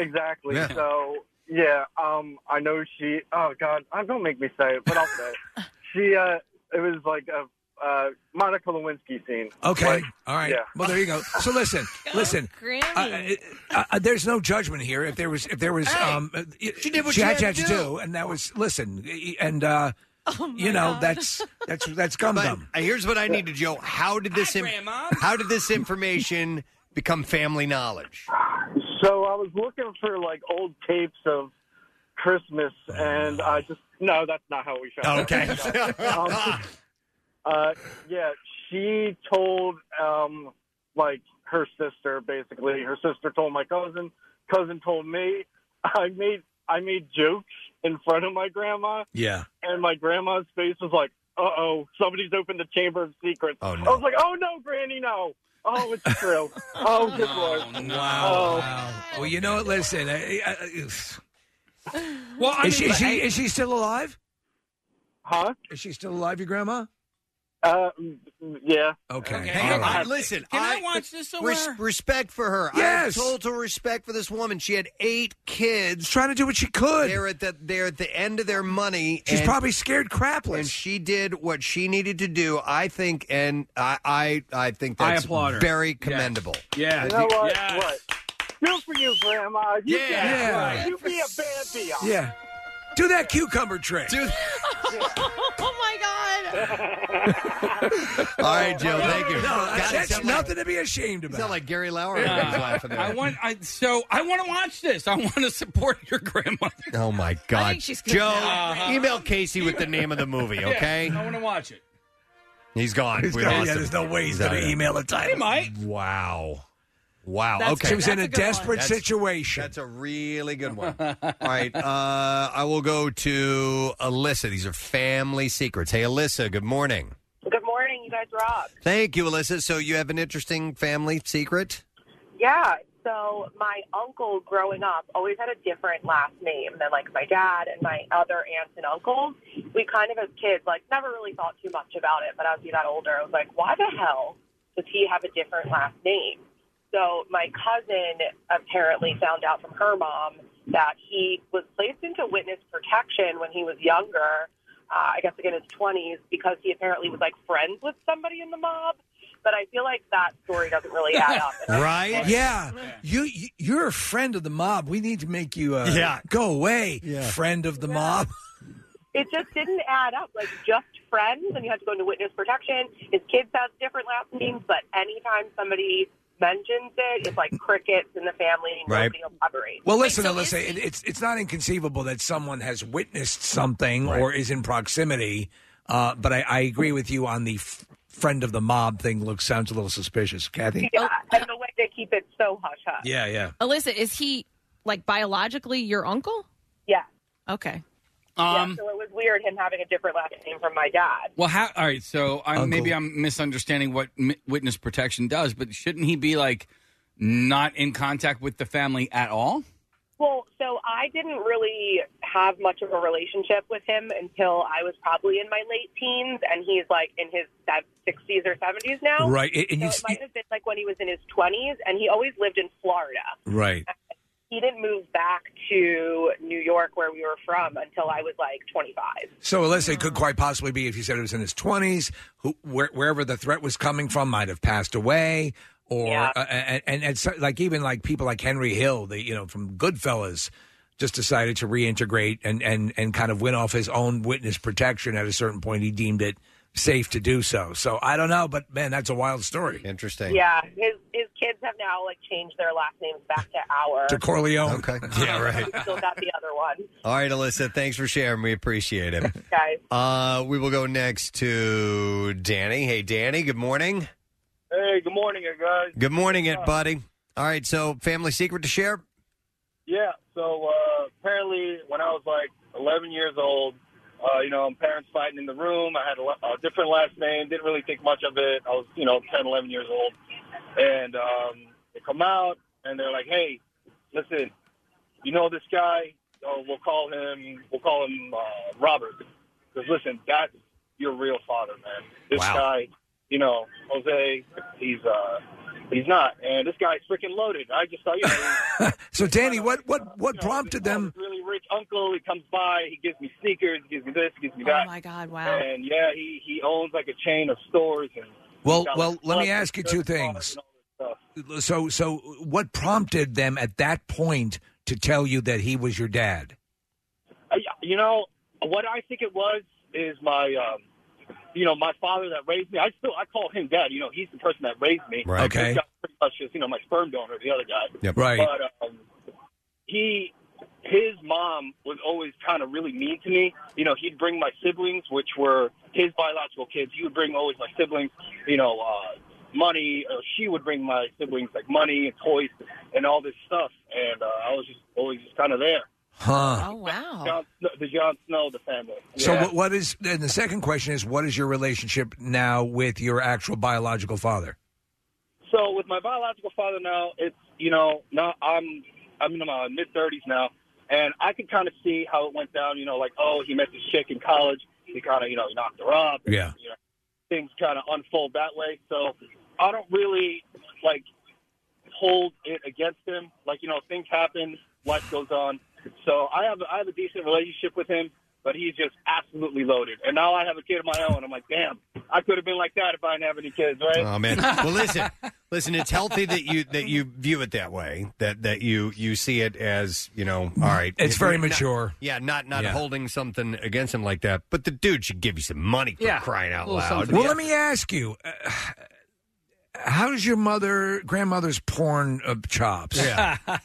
S18: exactly.
S2: Yeah.
S18: So yeah, um, I know she. Oh God, I don't make me say it, but I'll say it. She. Uh, it was like a uh, Monica Lewinsky scene.
S4: Okay.
S18: Like,
S4: All right.
S18: Yeah.
S4: Well, there you go. So listen, listen. Uh, uh, uh, there's no judgment here. If there was, if there was, um, uh,
S8: she did what she
S4: had,
S8: had to
S4: to
S8: do.
S4: and that was listen, y- and uh, you know that's that's that's gum
S2: But
S4: gum.
S2: uh, here's what I need to Joe. How did this in- how did this information become family knowledge?
S18: So I was looking for like old tapes of Christmas, and I just no, that's not how we found. it.
S2: Okay.
S18: um, uh, yeah, she told um, like her sister basically. Her sister told my cousin. Cousin told me. I made I made jokes in front of my grandma,
S4: Yeah.
S18: and my grandma's face was like, "Uh oh, somebody's opened the chamber of secrets."
S2: Oh
S18: I was like, "Oh no, Granny, no." Oh, it's true. Oh, good lord.
S4: Wow.
S2: Oh.
S4: wow. Well, you know what? Listen. I, I, well,
S18: I
S4: is, she,
S18: mean,
S4: is, she,
S18: I-
S4: is she still alive?
S18: Huh?
S4: Is she still alive, your grandma?
S18: Uh, yeah.
S4: Okay.
S2: Hey,
S4: All right.
S2: I- listen,
S5: Can I watch this somewhere?
S2: respect for her.
S4: Yes.
S2: I have total respect for this woman. She had eight kids,
S4: trying to do what she could.
S2: They're at the they're at the end of their money.
S4: She's
S2: and-
S4: probably scared crapless.
S2: and she did what she needed to do. I think, and I I, I think
S5: I
S2: that's
S5: applaud her.
S2: very
S5: Yeah.
S2: commendable.
S5: Yeah.
S18: You know what?
S5: Yes.
S18: What? Good for you, Grandma. You
S2: Yeah.
S18: get it.
S2: Yeah.
S18: You be a baby.
S4: yeah. Do that cucumber trick.
S3: oh my god!
S2: All right, Joe.
S5: No,
S2: Thank you. God,
S5: no,
S2: it
S5: that's-
S2: sounds
S5: that's
S2: like-
S4: Nothing to be ashamed
S2: it
S4: about.
S2: sounds like Gary Lauer. when he's laughing there.
S5: I want. I so I want to watch this. I want to support your grandmother.
S2: Oh my God,
S5: think she's good
S2: Joe!
S5: now, right?
S2: Email Casey with the name of the movie,
S5: Yeah,
S2: okay?
S5: I want to watch it.
S2: He's gone.
S4: He's
S2: we
S4: gone.
S2: lost
S4: Yeah,
S2: him.
S4: there's no way he's
S2: out
S4: gonna
S2: of there.
S4: email a title.
S5: He might.
S2: Wow. Wow.
S4: That's
S2: okay.
S4: good. She was in That's a a good desperate one.
S2: situation. That's a really good one. All right. Uh, I will go to Alyssa. These are family secrets. Hey, Alyssa, good morning.
S19: Good morning, you guys rock.
S2: Thank you, Alyssa. So you have an interesting family secret?
S19: Yeah, so my uncle growing up always had a different last name than like my dad and my other aunts and uncles. We kind of as kids like never really thought too much about it, but as we got older, I was like, why the hell does he have a different last name? So my cousin apparently found out from her mom that he was placed into witness protection when he was younger uh, I guess like in his 20s because he apparently was like friends with somebody in the mob. But I feel like that story doesn't really add up. And I-
S4: right? Yeah. You, you you're a friend of the mob. We need to make you uh,
S2: Yeah.
S4: go away, friend of the mob.
S19: It just didn't add up. Like just friends, and you had to go into witness protection. His kids have different last names, but anytime somebody mentions it, it's like crickets in the family. and
S4: Right.
S19: Nobody elaborates.
S4: Well, listen, Alyssa, it, it's it's not inconceivable that someone has witnessed something or is in proximity. Uh, but I, I agree with you on the f- friend of the mob thing. Looks sounds a little suspicious, Kathy.
S19: Yeah, and the way they keep it so hush hush.
S4: Yeah, yeah.
S3: Oh, Alyssa, is he like biologically your uncle?
S19: Yeah.
S3: Okay.
S19: yeah, so it was weird him having a different last name from my dad.
S5: Well, how, all right. So I'm, maybe I'm misunderstanding what m- witness protection does, but shouldn't he be like not in contact with the family at all?
S19: Well, so I didn't really have much of a relationship with him until I was probably in my late teens, and he's like in his sev- 60s or 70s now.
S4: Right, and- and
S19: so
S4: you-
S19: it might have been like when he was in his 20s, and he always lived in Florida.
S4: Right.
S19: He didn't move back to New York, where we were from, until I was like 25.
S4: So, Alyssa, it could quite possibly be if you said it was in his twenties, who where, wherever the threat was coming from might have passed away, or
S19: Yeah.
S4: uh, and, and and so, like even like people like Henry Hill, the you know from Goodfellas, just decided to reintegrate and and and kind of went off his own witness protection. At a certain point, he deemed it safe to do so. So I don't know, but man, that's a wild story.
S2: Interesting.
S19: Yeah, his his kids have now like changed their last names back to our.
S4: To Corleone.
S2: Okay. Yeah, right.
S19: We still got the other one,
S2: All right, Alyssa, thanks for sharing. We appreciate it.
S19: guys.
S2: Uh, we will go next to Danny. Hey, Danny, good morning.
S9: Hey, good morning, you guys.
S2: Good morning, it
S9: Uh,
S2: buddy. All right, so family secret to share?
S9: Yeah, so uh, apparently when I was like 11 years old, uh, you know, parents fighting in the room. I had a, la- a different last name, didn't really think much of it. I was, you know, 10, 11 years old. And um, they come out and they're like, hey, listen, you know this guy? Oh, we'll call him, we'll call him uh, Robert. Because listen, that's your real father, man. This
S20: Wow.
S9: guy, you know, Jose, he's uh, he's not. And this guy's freaking loaded. I just thought, you know,
S4: So, Danny, what what what prompted them?
S9: really rich uncle. He comes by, he gives me sneakers, he gives me this, he gives me that.
S3: Oh my God! Wow.
S9: And yeah, he he owns like a chain of stores and.
S4: Well,
S9: he's got,
S4: well,
S9: like,
S4: let me
S9: clubs
S4: ask you two things.
S9: and stuff.
S4: So, so what prompted them at that point to tell you that he was your dad?
S9: I, you know what I think it was is my, um, you know, my father that raised me. I still I call him dad. You know, he's the person that raised me.
S4: Right. Okay.
S9: This guy pretty much just you know my sperm donor, the other guy.
S4: Yep. Right.
S9: But um, he, his mom was always kind of really mean to me. You know, he'd bring my siblings, which were his biological kids. He would bring always my siblings. You know, uh, money. Or she would bring my siblings like money and toys and all this stuff. And uh, I was just always just kind of there.
S4: Huh.
S3: Oh wow.
S9: John, the John Snow, of the family.
S4: So
S9: Yeah.
S4: what, what is and the second question is what is your relationship now with your actual biological father?
S9: so with my biological father now, it's you know now I'm I'm in my mid thirties now, and I can kind of see how it went down. You know, like oh, he met this chick in college. He kind of you know he knocked her up. and,
S4: Yeah.
S9: you know, things kind of unfold that way. So I don't really like hold it against him. Like you know things happen, life goes on. So I have I have a decent relationship with him. But he's just absolutely loaded, and now I have a kid of my own. I'm like, damn, I could have been like that if I didn't have any kids, right?
S2: Oh man. Well, listen, listen. It's healthy that you that you view it that way. That that you you see it as you know. All right,
S4: It's very
S2: Not-
S4: mature.
S2: yeah, not not
S4: Yeah.
S2: holding something against him like that. But the dude should give you some money for
S4: Yeah.
S2: crying out
S4: Well,
S2: loud.
S4: let me ask you, uh, how does your mother grandmother's porn of chops?
S2: Yeah.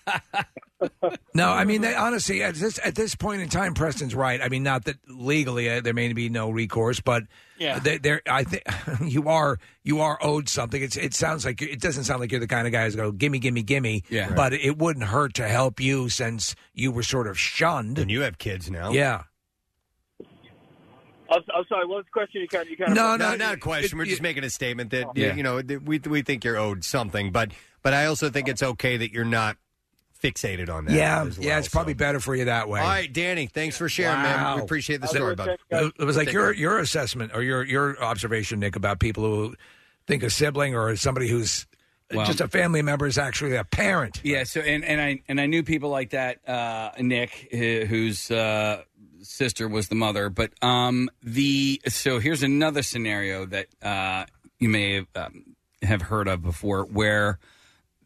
S4: No, I mean they, honestly, at this at this point in time, Preston's right. I mean, not that legally uh, there may be no recourse, but
S5: Yeah.
S4: they, they're, I think you are you are owed something. It's it sounds like it doesn't sound like you're the kind of guy who's go gimme gimme gimme.
S2: Yeah. Right.
S4: but it wouldn't hurt to help you since you were sort of shunned. And
S2: you have kids now.
S4: Yeah,
S18: I'm, I'm Oh, sorry. What was the question? You kind of, you kind
S2: no,
S18: of
S2: no, not a question. We're just making a statement that
S18: Yeah.
S2: you know that we we think you're owed something, but but I also think it's okay that you're not fixated on that.
S4: yeah,
S2: as well.
S4: yeah. It's probably better for you that way.
S2: All right, Danny. Thanks for sharing, man. We appreciate the story, bud.
S4: It was like
S2: Take care.
S4: your your assessment or your your observation, Nick, about people who think a sibling or somebody who's
S5: Well-
S4: just a family member is actually a parent.
S5: Yeah. So and, and I and I knew people like that. Uh, Nick, wh- whose uh, sister was the mother, but um, the so here's another scenario that uh, you may have, um, have heard of before, where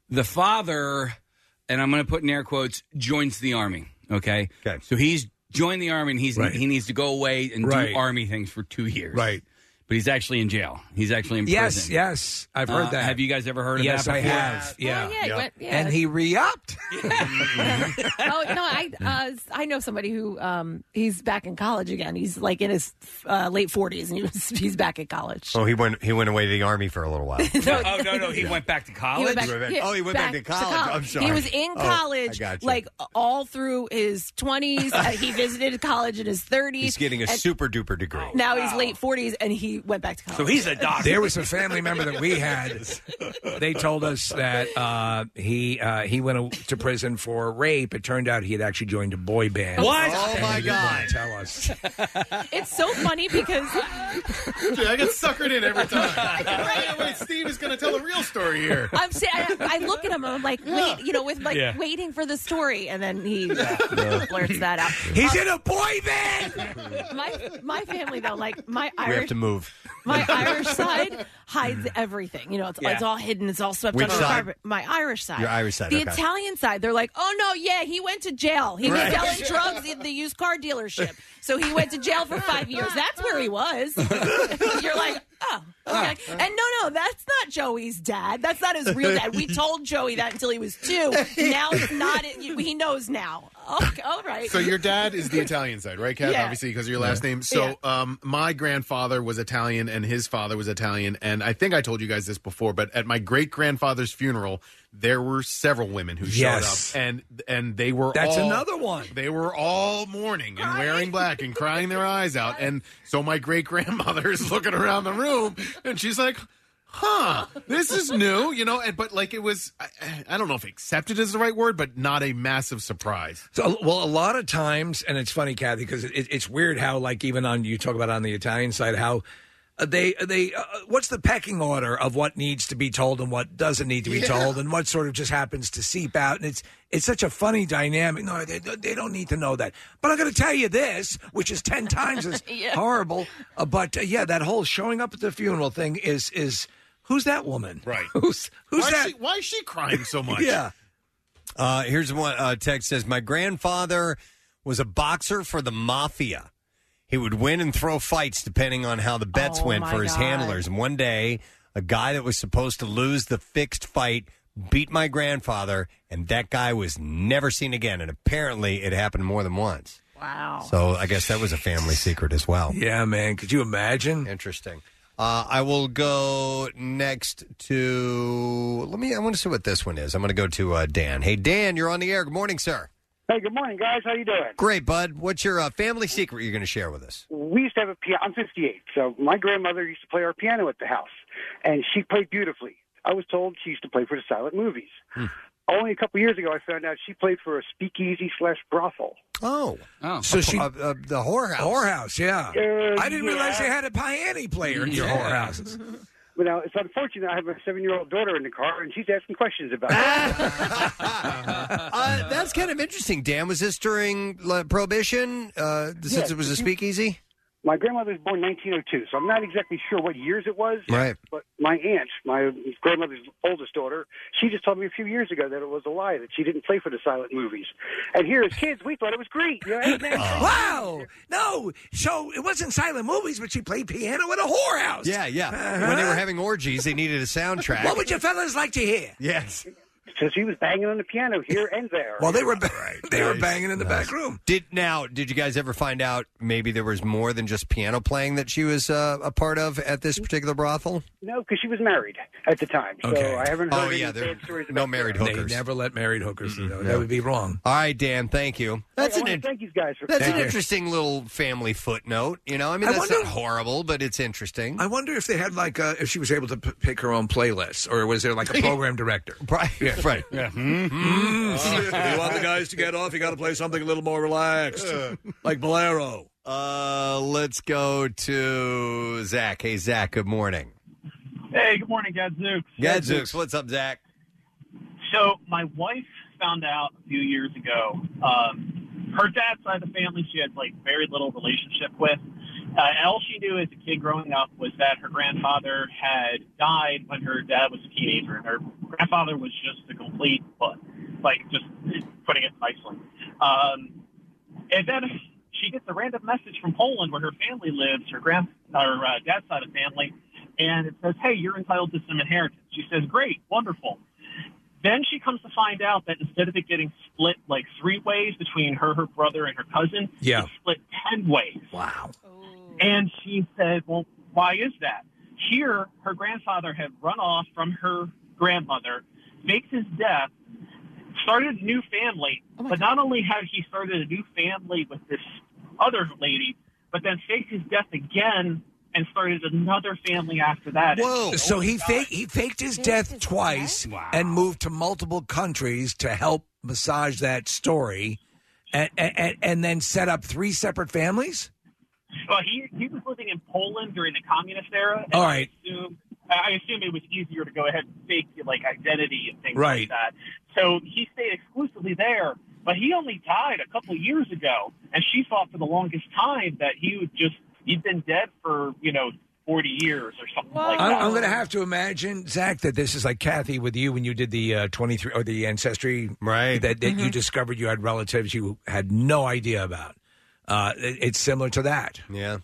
S5: the father, and I'm going to put in air quotes, joins the army. Okay. Okay. So he's joined the army, and he's
S4: Right.
S5: he needs to go away and
S4: Right.
S5: do army things for two years.
S4: Right.
S5: But he's actually in jail. He's actually in
S4: Yes,
S5: prison.
S4: yes, I've heard
S5: Uh,
S4: that.
S5: Have you guys ever heard of
S4: yes,
S5: that?
S4: I
S5: before?
S4: have. Yeah,
S5: yeah, it went-
S3: yeah.
S4: and he re-upped.
S3: oh no, I uh, I know somebody who um he's back in college again. He's like in his uh, late forties, and he was he's back at college.
S2: Oh, he went he went away to the army for a little while.
S5: no, oh no, no, he went back to
S3: He
S5: college.
S3: went back-
S2: Oh, he went back to college. I'm sorry.
S3: He was in
S2: Oh,
S3: college,
S2: I gotcha.
S3: like all through his 20s. Uh, he visited college in his 30s.
S2: He's getting a
S3: and
S2: super duper degree.
S3: Now he's late 40s, and he went back to college.
S4: There was a family member that we had. They told us that uh, he uh, he went a- to prison for rape. It turned out he had actually joined a boy band.
S3: What?
S4: And
S3: Oh,
S4: he
S3: my
S4: didn't wanna
S3: God.
S4: Tell us.
S3: It's so funny because
S7: I get suckered in every time. I can't wait. Steve is going to tell a real story here.
S3: I'm saying I, I look at him and I'm like, wait, you know, with like
S7: Yeah.
S3: waiting for the story, and then he blurts that out. Um,
S4: He's in a boy band.
S3: My my family though, like my
S2: we
S3: Irish
S2: have to move.
S3: My Irish side hides everything. You know, it's,
S2: Yeah.
S3: it's all hidden. It's all swept
S2: Which
S3: under the
S2: side?
S3: carpet. My Irish side.
S2: Your Irish side,
S3: The
S2: okay.
S3: Italian side, they're like, oh no, yeah, he went to jail. He
S2: Right.
S3: was selling drugs at the used car dealership, so he went to jail for five years. That's where he was. You're like, oh, okay. And no, no, that's not Joey's dad. That's not his real dad. We told Joey that until he was two. Now it's not. He knows now. Okay, all right.
S7: So your dad is the Italian side, right, Kat?
S3: Yeah.
S7: Obviously, because of your last name. So um, my grandfather was Italian, and his father was Italian. And I think I told you guys this before, but at my great grandfather's funeral, there were several women who
S4: Yes.
S7: showed up, and and they were
S4: That's
S7: all-
S4: another one.
S7: They were all mourning and wearing black and crying their eyes out. And so my great grandmother is looking around the room, and she's like. Huh? This is new, you know. And but like it was, I, I don't know if accepted is the right word, but not a massive surprise.
S4: So, well, a lot of times, and it's funny, Kathy, because it, it's weird how, like, even on you talk about on the Italian side, how uh, they they uh, what's the pecking order of what needs to be told and what doesn't need to be
S17: Yeah.
S4: told, and what sort of just happens to seep out, and it's it's such a funny dynamic. No, they, they don't need to know that, but I'm going to tell you this, which is ten times as
S17: Yeah.
S4: horrible. Uh, but uh, yeah, that whole showing up at the funeral thing is is who's that woman? Right? Who's who's
S7: why is
S4: that?
S7: she- why is she crying so much?
S4: yeah.
S2: Uh, here's one uh, text says My grandfather was a boxer for the mafia. He would win and throw fights depending on how the bets
S17: Oh,
S2: went
S17: my
S2: for his
S17: God.
S2: handlers. And one day, a guy that was supposed to lose the fixed fight beat my grandfather, and that guy was never seen again. And apparently, it happened more than once.
S3: Wow.
S2: So I guess that was a family secret as well.
S4: Yeah, man. Could you imagine?
S2: Interesting. Uh, I will go next to. Let me. I want to see what this one is. I'm going to go to uh, Dan. Hey, Dan, you're on the air. Good morning, sir.
S20: Hey, good morning, guys. How you doing?
S2: Great, bud. What's your uh, family secret you're going to share with us?
S20: We used to have a piano. I'm 58, so my grandmother used to play our piano at the house, and she played beautifully. I was told she used to play for the silent movies. Only a couple years ago, I found out she played for a speakeasy slash brothel.
S2: Oh,
S5: oh.
S4: So she
S2: the whorehouse.
S4: Whorehouse, yeah.
S20: Uh,
S4: I didn't
S20: yeah.
S4: realize they had a Piani player in your whorehouses.
S20: Well, now it's unfortunate I have a seven-year-old daughter in the car, and she's asking questions about it.
S2: Uh, that's kind of interesting, Dan. Was this during like, Prohibition uh, since
S20: Yes.
S2: it was a speakeasy?
S20: My grandmother was born 1902, so I'm not exactly sure what years it was.
S2: Right.
S20: But my aunt, my grandmother's oldest daughter, she just told me a few years ago that it was a lie that she didn't play for the silent movies. And here as kids, we thought it was great. You know, Uh-huh. hey, man,
S4: Wow! No, so it wasn't silent movies, but she played piano at a whorehouse.
S2: Yeah, yeah. When they were having orgies, they needed a soundtrack.
S4: What would you fellas like to hear?
S2: Yes.
S20: So she was banging on the piano here and there.
S4: Well, they were they were
S2: Nice.
S4: banging in the
S2: Nice.
S4: back room.
S2: Did now? Did you guys ever find out maybe there was more than just piano playing that she was uh, a part of at this particular brothel?
S20: No, because she was married at the time, so
S2: Okay.
S20: I haven't heard
S2: Oh
S20: any
S2: yeah, there
S20: bad stories
S2: no
S20: about
S2: married
S20: her.
S2: hookers.
S4: never let married hookers. though.
S2: no.
S4: That would be wrong.
S2: All right, Dan. Thank you. That's
S20: Hey, I
S2: an
S20: wanna
S2: in-
S20: thank you guys for
S2: that's
S20: Thank
S2: an
S20: you.
S2: interesting little family footnote. You know, I mean,
S4: I
S2: that's
S4: wonder-
S2: not horrible, but it's interesting.
S4: I wonder if they had like uh if she was able to p- pick her own playlist, or was there like a program director?
S2: Right,
S4: right.
S17: Yeah.
S2: Mm-hmm.
S17: if you want the guys to get off, you got to play something a little more relaxed,
S4: uh,
S17: like bolero.
S2: Uh, let's go to Zach. Hey, Zach. Good morning.
S21: Hey, good morning, Gadzooks.
S2: Gadzooks, what's up, Zach?
S21: So my wife found out a few years ago. Um, her dad's side of the family, she had like very little relationship with. Uh, and all she knew as a kid growing up was that her grandfather had died when her dad was a teenager, and her grandfather was just a complete butt, like just putting it nicely. Um, and then she gets a random message from Poland, where her family lives, her grand, her uh, dad's side of the family, and it says, "Hey, you're entitled to some inheritance." She says, "Great, wonderful." Then she comes to find out that instead of it getting split like three ways between her, her brother, and her cousin,
S4: Yeah.
S21: it's split ten ways.
S4: Wow.
S21: And she said, Well, why is that? Here, her grandfather had run off from her grandmother, faked his death, started a new family, but not only had he started a new family with this other lady, but then faked his death again and started another family after that. Oh
S4: So he faked he faked his death twice and moved to multiple countries to help massage that story, and and, and then set up three separate families.
S21: Well, he he was living in Poland during the communist era. And
S4: All right.
S21: I assume, I assume it was easier to go ahead and fake like identity and things
S4: Right.
S21: like that. So he stayed exclusively there. But he only died a couple years ago, and she thought for the longest time that he would just he'd been dead for you know forty years or something like
S4: I'm,
S21: that.
S4: I'm going to have to imagine, Zach, that this is like Kathy with you when you did the uh, 23 or the ancestry, right? That, that you discovered you had relatives you had no idea about. Uh, it- it's similar to that.
S2: Yeah.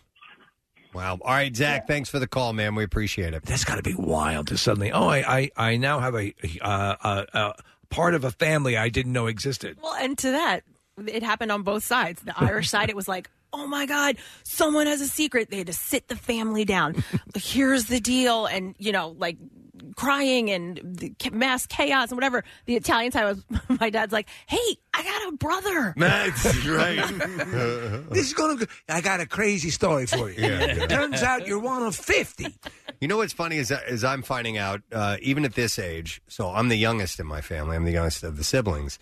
S2: Wow. All right, Zach. Thanks for the call, man. We appreciate it.
S4: That's got to be wild to suddenly. Oh, I I, I now have a, uh, uh, uh, part of a family I didn't know existed.
S3: Well, and to that, it happened on both sides. The Irish side, it was like, oh my God, someone has a secret. They had to sit the family down. Here's the deal. And, you know, like crying and the ca- mass chaos and whatever. The Italian side was, my dad's like, hey, I got a brother.
S4: That's
S2: right.
S4: this is going to. I got a crazy story for you.
S2: Yeah, yeah.
S4: Turns out you're one of fifty.
S2: You know what's funny is that, is I'm finding out uh, even at this age. So I'm the youngest in my family. I'm the youngest of the siblings,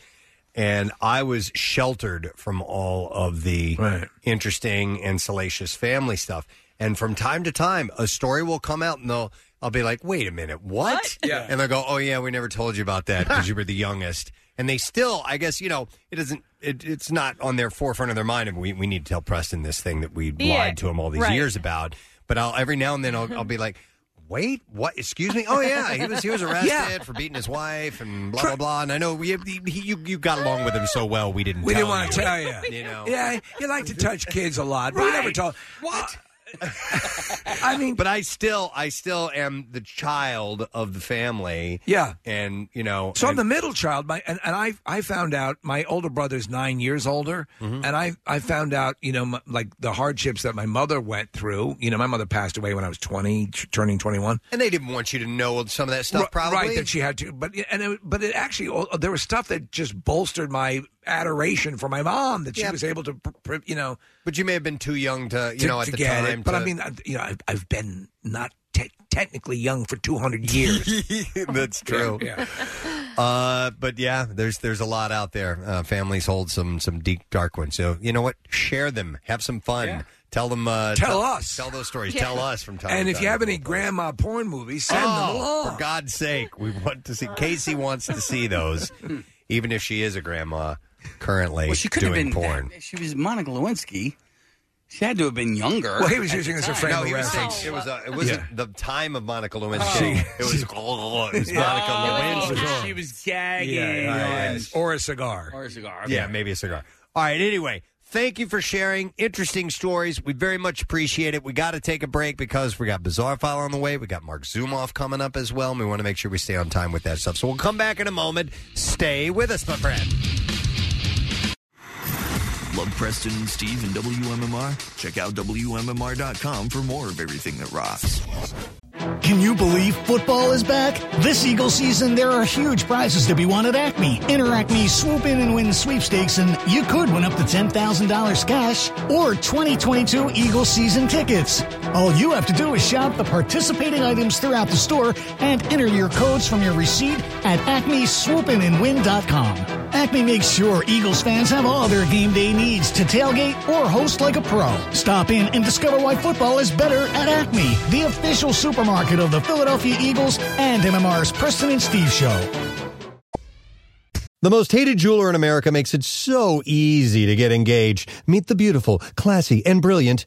S2: and I was sheltered from all of the interesting and salacious family stuff. And from time to time, a story will come out, and they'll I'll be like, "Wait a minute, what?"
S4: Yeah.
S2: And they'll go, "Oh yeah, we never told you about that because you were the youngest." And they still, I guess, you know, it isn't. It, it's not on their forefront of their mind. And we we need to tell Preston this thing that we
S17: Yeah.
S2: lied to him all these
S17: Right.
S2: years about. But I'll every now and then I'll, I'll be like, "Wait, what? Excuse me? Oh yeah, he was he was arrested
S17: Yeah.
S2: for beating his wife and blah blah blah." And I know we he, you you got along with him so well, we didn't.
S4: We
S2: tell
S4: didn't want to
S2: you.
S4: tell you.
S2: you know.
S4: Yeah, you like to touch kids a lot, but we never told. What? I mean,
S2: but I still, I still am the child of the family.
S4: Yeah.
S2: and you know,
S4: So I'm
S2: and-
S4: the middle child, my, and, and I I found out my older brother's nine years older,
S2: Mm-hmm.
S4: and I I found out you know m like the hardships that my mother went through. You know, my mother passed away when I was twenty, t- turning twenty one.
S2: and they didn't want you to know some of that
S4: Ri-
S2: stuff, probably.
S4: right that she had to, but and it, but it actually oh, there was stuff that just bolstered my adoration for my mom that she
S2: Yeah.
S4: was able to, pr- pr- you know.
S2: But you may have been too young to, you know, at the
S4: get it.
S2: time
S4: But
S2: to-
S4: I mean, I, you know, I've, I've been not te- technically young for two hundred years.
S2: That's true.
S4: Yeah.
S2: Uh, but yeah, there's there's a lot out there. Uh, families hold some some deep dark ones. So you know what? Share them. Have some fun. Tell them. Uh,
S4: Tell us.
S2: Tell those stories.
S4: Yeah.
S2: Tell us from time.
S4: and
S2: to
S4: if
S2: time.
S4: you have any grandma porn movies, send them
S2: Oh,
S4: along.
S2: For God's sake, we want to see. Casey wants to see those, even if she is a grandma currently
S5: Well, she could have
S2: doing
S5: been
S2: porn.
S5: that- she was Monica Lewinsky. She had to have been younger.
S2: Well, he was
S5: at
S2: using
S5: the
S2: this as a
S5: time.
S2: frame of reference. Oh. It was a- it wasn't the time of Monica Lewinsky. It was, it was Monica
S5: Oh,
S2: Lewinsky.
S5: She was gagging.
S2: Yeah, yeah, yeah.
S5: on-
S4: Or a cigar.
S5: Or a cigar.
S2: Yeah, maybe a cigar. All right. Anyway, Thank you for sharing interesting stories. We very much appreciate it. We got to take a break because we got Bizarre File on the way. We got Mark Zumoff coming up as well, and we want to make sure we stay on time with that stuff. So we'll come back in a moment. Stay with us, my friend.
S6: Love Preston and Steve and WMMR? Check out WMMR.com for more of everything that rocks.
S1: Can you believe football is back? This Eagle season, there are huge prizes to be won at Acme. Enter Acme's Swoop In and Win sweepstakes, and you could win up to $10,000 cash or 2022 Eagle season tickets. All you have to do is shop the participating items throughout the store and enter your codes from your receipt at acmeswoopinandwin.com. Acme makes sure Eagles fans have all their game day needs to tailgate or host like a pro. Stop in and discover why football is better at Acme, the official supermarket of the Philadelphia Eagles and MMR's Preston and Steve Show.
S2: The most hated jeweler in America makes it so easy to get engaged. Meet the beautiful, classy, and brilliant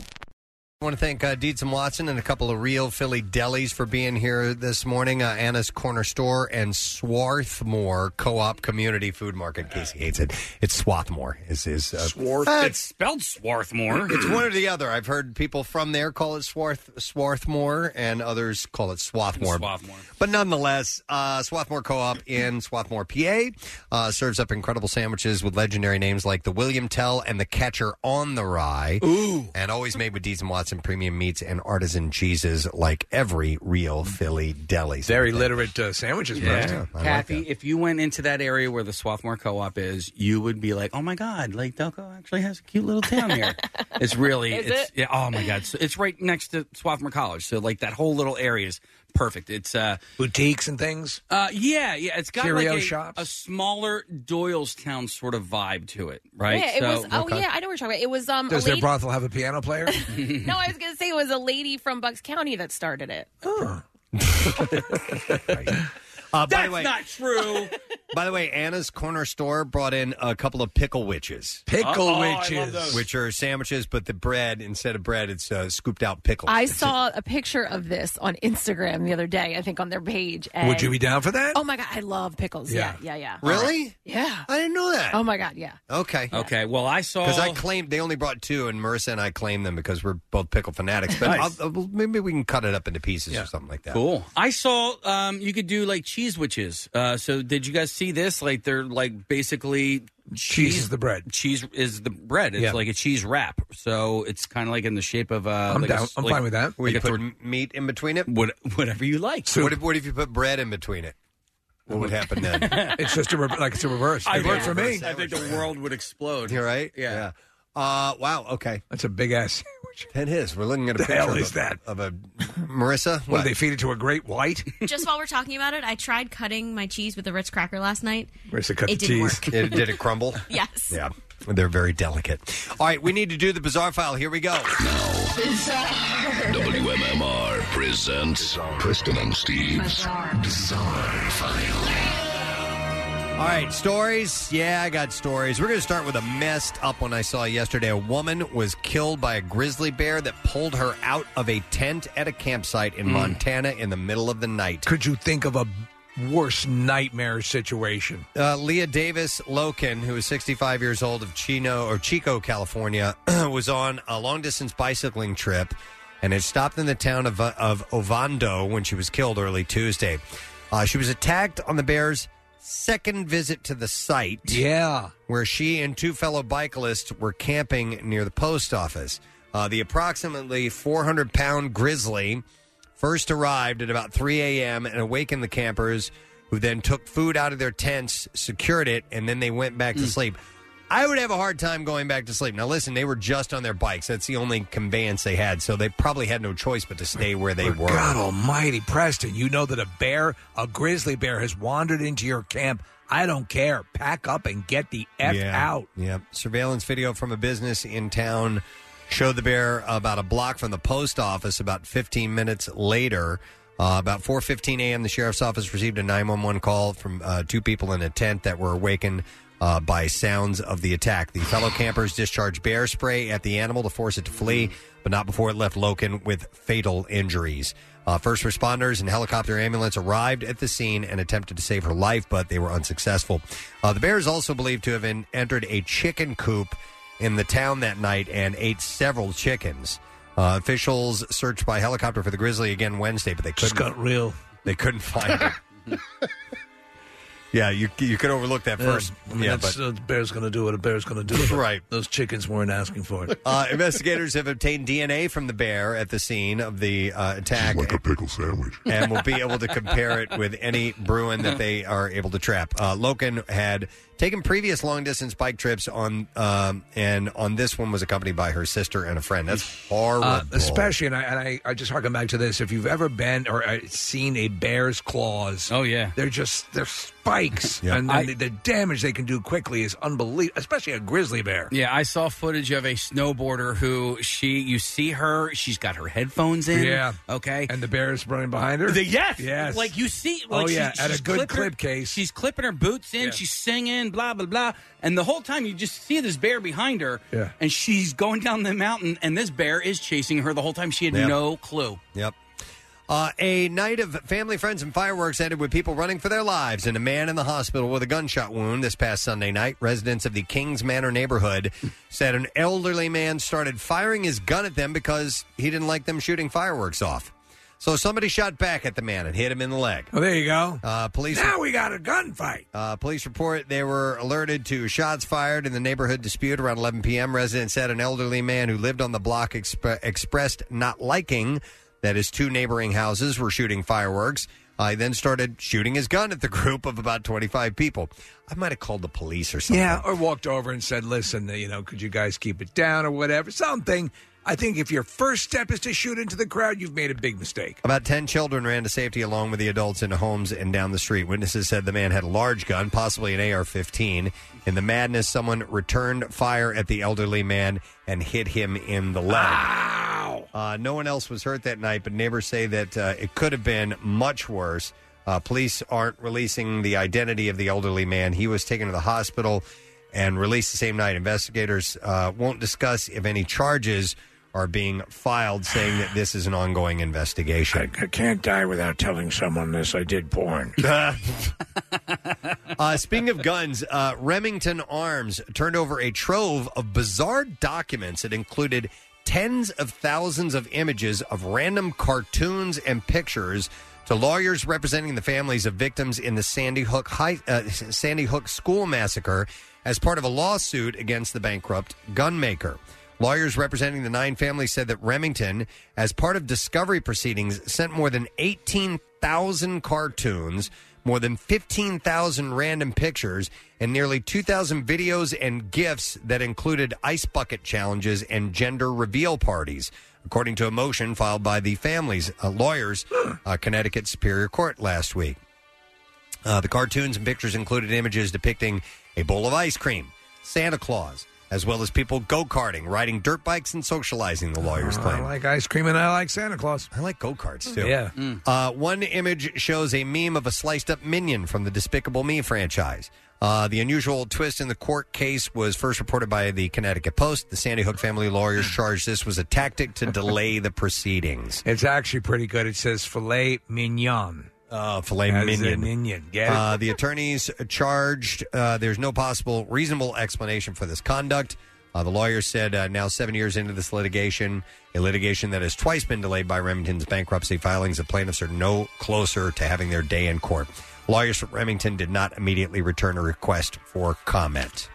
S2: I want to thank uh, Deeds and Watson and a couple of real Philly delis for being here this morning. Uh, Anna's Corner Store and Swarthmore Co-op Community Food Market. Casey hates it. It's Swarthmore. Is is uh,
S5: It's spelled Swarthmore.
S2: It's one or the other. I've heard people from there call it Swarth Swarthmore, and others call it Swarthmore.
S5: Swarthmore.
S2: But nonetheless, uh, Swarthmore Co-op in Swarthmore, PA, uh, serves up incredible sandwiches with legendary names like the William Tell and the Catcher on the Rye. Ooh, and always made with Deeds and Watson premium meats and artisan cheeses, like every real Philly deli.
S4: Very literate uh, sandwiches,
S2: Yeah,
S4: yeah.
S2: I like
S5: Kathy, if you went into that area where the Swarthmore Co-op is, you would be like, "Oh my God, Lake Delco actually has a cute little town here." it's really,
S8: Is
S5: it's yeah. Oh my God, so it's right next to Swarthmore College, so like that whole little area is perfect. It's uh,
S4: boutiques and things.
S5: Uh, yeah, yeah. It's got
S4: Curio
S5: like a,
S4: shops?
S5: a smaller Doylestown sort of vibe to it, right?
S3: Yeah, it was. Oh yeah, I know what you're talking about. It was um.
S4: Does
S3: a
S4: their
S3: lady,
S4: brothel have a piano player?
S3: no, I was gonna say it was a lady from Bucks County that started it.
S2: Uh, by
S3: That's
S2: the way,
S3: not
S5: true.
S2: by the way, Anna's Corner Store brought in a couple of pickle witches.
S4: Pickle Oh, I love witches. those.
S2: which are sandwiches, but the bread instead of bread, it's uh, scooped out pickles.
S3: I saw a picture of this on Instagram the other day. I think on their page. And
S2: Would you be down for that?
S3: Oh my god, I love pickles. Yeah, yeah, yeah.
S2: Really?
S3: Yeah.
S2: I didn't know that.
S3: Oh my god, yeah.
S2: Okay.
S5: Okay. Well, I saw
S2: because I claimed they only brought two, and Marissa and I claimed them because we're both pickle fanatics. But
S5: Nice.
S2: I'll, I'll- maybe we can cut it up into pieces or something like that.
S5: Cool. I saw um, you could do like cheese witches. Uh, so did you guys see this? Like they're like basically cheese,
S4: is the bread.
S5: Cheese is the bread. It's
S4: Yeah.
S5: like a cheese wrap. So it's kind of like in the shape of. Uh,
S4: I'm
S5: like a
S4: down.
S5: s-
S4: I'm
S5: like-
S4: fine with that.
S2: Where
S5: like
S2: you
S5: a
S2: put
S5: tor-
S2: m- meat in between it?
S5: What, whatever you like.
S2: What if, what if you put bread in between it? What would happen then?
S4: it's just a re- like it's a reverse.
S2: I
S4: It worked for me.
S5: I think the world would explode.
S2: You're right. Yeah. Uh, wow. Okay.
S4: That's a big ass sandwich.
S2: That is. We're looking at a
S4: The
S2: picture
S4: hell
S2: of
S4: is
S2: a-
S4: that?
S2: of a Marissa.
S4: What, do they feed it to a great white?
S15: Just while we're talking about it, I tried cutting my cheese with a Ritz cracker last night.
S4: Marissa cut
S15: it
S4: the
S15: didn't
S4: cheese.
S15: Work.
S2: It- did it crumble?
S15: yes.
S2: Yeah. They're very delicate. All right, we need to do the bizarre file. Here we go.
S22: WMMR presents Preston and Steve's Bizarre File.
S2: All right, stories. Yeah, I got stories. We're going to start with a messed up one I saw yesterday. A woman was killed by a grizzly bear that pulled her out of a tent at a campsite in Montana in the middle of the night.
S4: Hmm. Could you think of a worse nightmare situation?
S2: Uh, Leah Davis Loken, who is 65 years old of Chino or Chico, California, was on a long distance bicycling trip and had stopped in the town of, uh, of Ovando when she was killed early Tuesday. Uh, she was attacked on the bear's second visit to the site.
S4: Yeah.
S2: Where she and two fellow bicyclists were camping near the post office. Uh, the approximately 400 pound grizzly first arrived at about 3 a.m. and awakened the
S4: Mm.
S2: campers, who then took food out of their tents, secured it, and then they went back to sleep. I would have a hard time going back to sleep. Now, listen, they were just on their bikes. That's the only conveyance they had, so they probably had no choice but to stay where they were.
S4: God almighty, Preston, you know that a bear, a grizzly bear, has wandered into your camp. I don't care. Pack up and get the F out.
S2: Yeah. Surveillance video from a business in town showed the bear about a block from the post office about 15 minutes later. Uh, about 4:15 a.m., the sheriff's office received a 911 call from uh, two people in a tent that were awakened uh, by sounds of the attack. The fellow campers discharged bear spray at the animal to force it to flee, but not before it left Loken with fatal injuries. Uh, first responders and helicopter ambulance arrived at the scene and attempted to save her life, but they were unsuccessful. Uh, the bear is also believed to have en- entered a chicken coop in the town that night and ate several chickens. Uh, officials searched by helicopter for the grizzly again Wednesday, but they couldn't.
S4: got real.
S2: They couldn't find it. yeah, you you could overlook that first.
S4: I mean,
S2: yeah,
S4: that's,
S2: but
S4: uh, the bear's going to do what a bear's going to do. right. Those chickens weren't asking for it.
S2: Uh, investigators have obtained DNA from the bear at the scene of the uh, attack. like a pickle sandwich. And will be able to compare it with any Bruin that they are able to trap. Uh, Loken had taken previous long distance bike trips on, um, and on this one was accompanied by her sister and a friend. That's horrible.
S4: Uh, especially, and, I, and I, I just harken back to this: if you've ever been or uh, seen a bear's claws, oh yeah, they're just they're spikes,
S5: Yeah.
S4: and, and
S5: I-
S4: the, the damage they can do quickly is unbelievable. Especially a grizzly bear.
S5: Yeah, I saw footage of a snowboarder who she you see her, she's got her headphones in.
S4: Yeah.
S5: Okay.
S4: And the bear's running behind her?
S5: The, yes.
S4: Yes.
S5: Like you see
S4: Oh,
S5: like she-
S4: yeah, at a
S5: she's
S4: good
S5: clipping her-
S4: clip case.
S5: She's clipping her boots in, she's singing, blah, blah, blah. And the whole time you just see this bear behind her.
S2: Yeah.
S5: And she's going down the mountain and this bear is chasing her the whole time. She had
S2: Yeah.
S5: no clue.
S2: Yep. Uh, a night of family, friends, and fireworks ended with people running for their lives and a man in the hospital with a gunshot wound this past Sunday night. Residents of the Kings Manor neighborhood said an elderly man started firing his gun at them because he didn't like them shooting fireworks off. So somebody shot back at the man and hit him in the leg.
S4: Oh, there you go.
S2: Uh, police.
S4: Now we got a gunfight.
S2: Uh, police report they were alerted to shots fired in the neighborhood dispute around 11 p.m. Residents said an elderly man who lived on the block exp- expressed not liking that his two neighboring houses were shooting fireworks. Uh, he then started shooting his gun at the group of about 25 people. I might have called the police or something.
S4: Yeah, or walked over and said, "Listen, you know, could you guys keep it down or whatever?" Something. I think if your first step is to shoot into the crowd, you've made a big mistake.
S2: About 10 children ran to safety along with the adults into homes and down the street. Witnesses said the man had a large gun, possibly an AR 15. In the madness, someone returned fire at the elderly man and hit him in the leg. Uh, no one else was hurt that night, but neighbors say that uh, it could have been much worse. Uh, police aren't releasing the identity of the elderly man. He was taken to the hospital and released the same night. Investigators uh, won't discuss if any charges are being filed, saying that this is an ongoing investigation.
S17: I can't die without telling someone this. I did porn.
S2: Uh, speaking of guns, uh, Remington Arms turned over a trove of bizarre documents that included tens of thousands of images of random cartoons and pictures to lawyers representing the families of victims in the Sandy Hook high, uh, Sandy Hook school massacre as part of a lawsuit against the bankrupt gunmaker. Lawyers representing the nine families said that Remington, as part of discovery proceedings, sent more than 18,000 cartoons, more than 15,000 random pictures, and nearly 2,000 videos and gifts that included ice bucket challenges and gender reveal parties. According to a motion filed by the families' uh, lawyers, uh, Connecticut Superior Court last week. Uh, the cartoons and pictures included images depicting a bowl of ice cream, Santa Claus, as well as people go karting, riding dirt bikes, and socializing, the lawyers claim.
S4: I like ice cream and I like Santa Claus. Mm.
S2: I like go karts too.
S4: Yeah.
S2: Uh, one image shows a meme of a sliced up minion from the Despicable Me franchise. Uh, the unusual twist in the court case was first reported by the Connecticut Post. The Sandy Hook family lawyers
S4: Mm.
S2: charged this was a tactic to delay the proceedings.
S4: It's actually pretty good. It says filet mignon.
S2: Uh, filet
S4: As in
S2: minion.
S4: minion. Get it?
S2: Uh, the attorneys charged uh, there's no possible reasonable explanation for this conduct. Uh, the lawyer said uh, now seven years into this litigation, a litigation that has twice been delayed by Remington's bankruptcy filings, the plaintiffs are no closer to having their day in court. Lawyers for Remington did not immediately return a request for comment.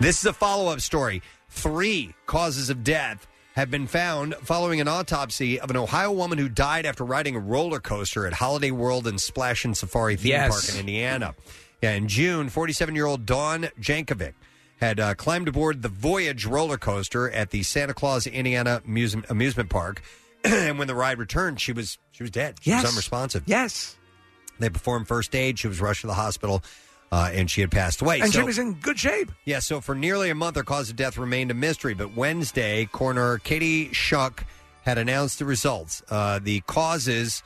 S2: This is a follow up story. Three causes of death have been found following an autopsy of an Ohio woman who died after riding a roller coaster at Holiday World and Splash and Safari theme
S4: Yes.
S2: park in Indiana. Yeah, in June, 47 year old Dawn Jankovic had uh, climbed aboard the Voyage roller coaster at the Santa Claus Indiana amuse- amusement park, and when the ride returned, she was she was dead. She was unresponsive.
S4: Yes,
S2: they performed first aid. She was rushed to the hospital, uh, and she had passed away.
S4: and
S2: So-
S4: she was in good shape.
S2: yeah, so for nearly a month, her cause of death remained a mystery. But Wednesday, coroner Katie Shuck had announced the results. Uh, the causes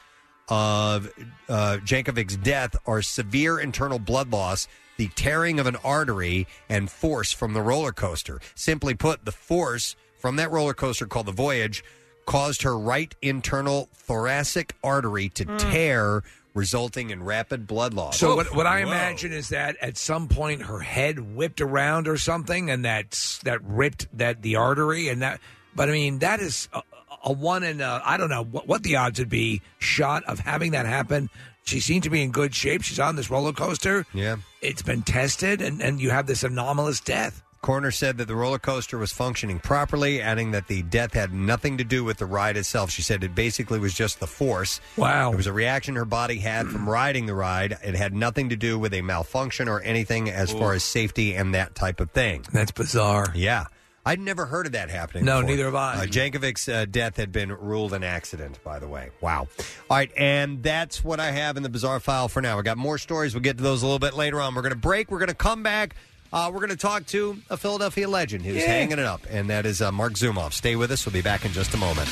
S2: of uh, Jankovic's death are severe internal blood loss, the tearing of an artery, and force from the roller coaster. Simply put, the force from that roller coaster called the Voyage caused her right internal thoracic artery to tear, resulting in rapid blood loss.
S4: So what, what I
S2: Oh, Whoa.
S4: imagine is that at some point her head whipped around or something, and that's that ripped that the artery, and that. But I mean, that is a, a one in I I don't know what, what the odds would be shot of having that happen. She seemed to be in good shape. She's on this roller coaster.
S2: Yeah.
S4: It's been tested, and, and you have this anomalous death.
S2: Coroner said that the roller coaster was functioning properly, adding that the death had nothing to do with the ride itself. She said it basically was just the force.
S4: Wow.
S2: It was a reaction her body had from riding the ride. It had nothing to do with a malfunction or anything as far as safety and that type of thing.
S4: That's bizarre.
S2: Yeah. I'd never heard of that happening.
S4: No,
S2: before.
S4: neither have I.
S2: Uh, Jankovic's uh, death had been ruled an accident, by the way. Wow. All right, and that's what I have in the bizarre file for now. We got more stories. We'll get to those a little bit later on. We're going to break. We're going to come back. Uh, we're going to talk to a Philadelphia legend who's
S10: Yeah.
S2: hanging it up, and that is uh, Mark Zumoff. Stay with us. We'll be back in just a moment.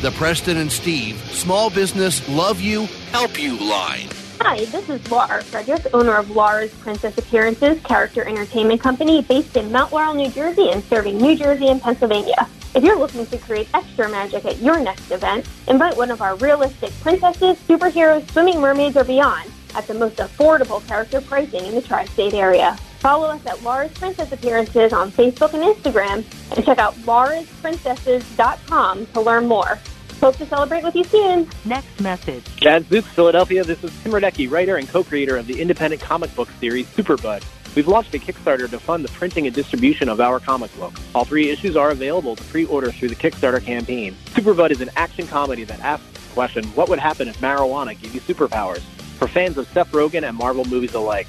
S10: The Preston and Steve Small Business Love You Help You line.
S11: Hi, this is Laura Frederick, owner of Laura's Princess Appearances Character Entertainment Company, based in Mount Laurel, New Jersey, and serving New Jersey and Pennsylvania. If you're looking to create extra magic at your next event, invite one of our realistic princesses, superheroes, swimming mermaids, or beyond at the most affordable character pricing in the tri state area. Follow us at Laura's Princess Appearances on Facebook and Instagram, and check out laurasprincesses.com to learn more. Hope to celebrate with you soon. Next message.
S23: Jazz Boots Philadelphia, this is Tim Radecki, writer and co-creator of the independent comic book series Superbud. We've launched a Kickstarter to fund the printing and distribution of our comic book. All three issues are available to pre-order through the Kickstarter campaign. Superbud is an action comedy that asks the question, what would happen if marijuana gave you superpowers? For fans of Seth Rogen and Marvel movies alike.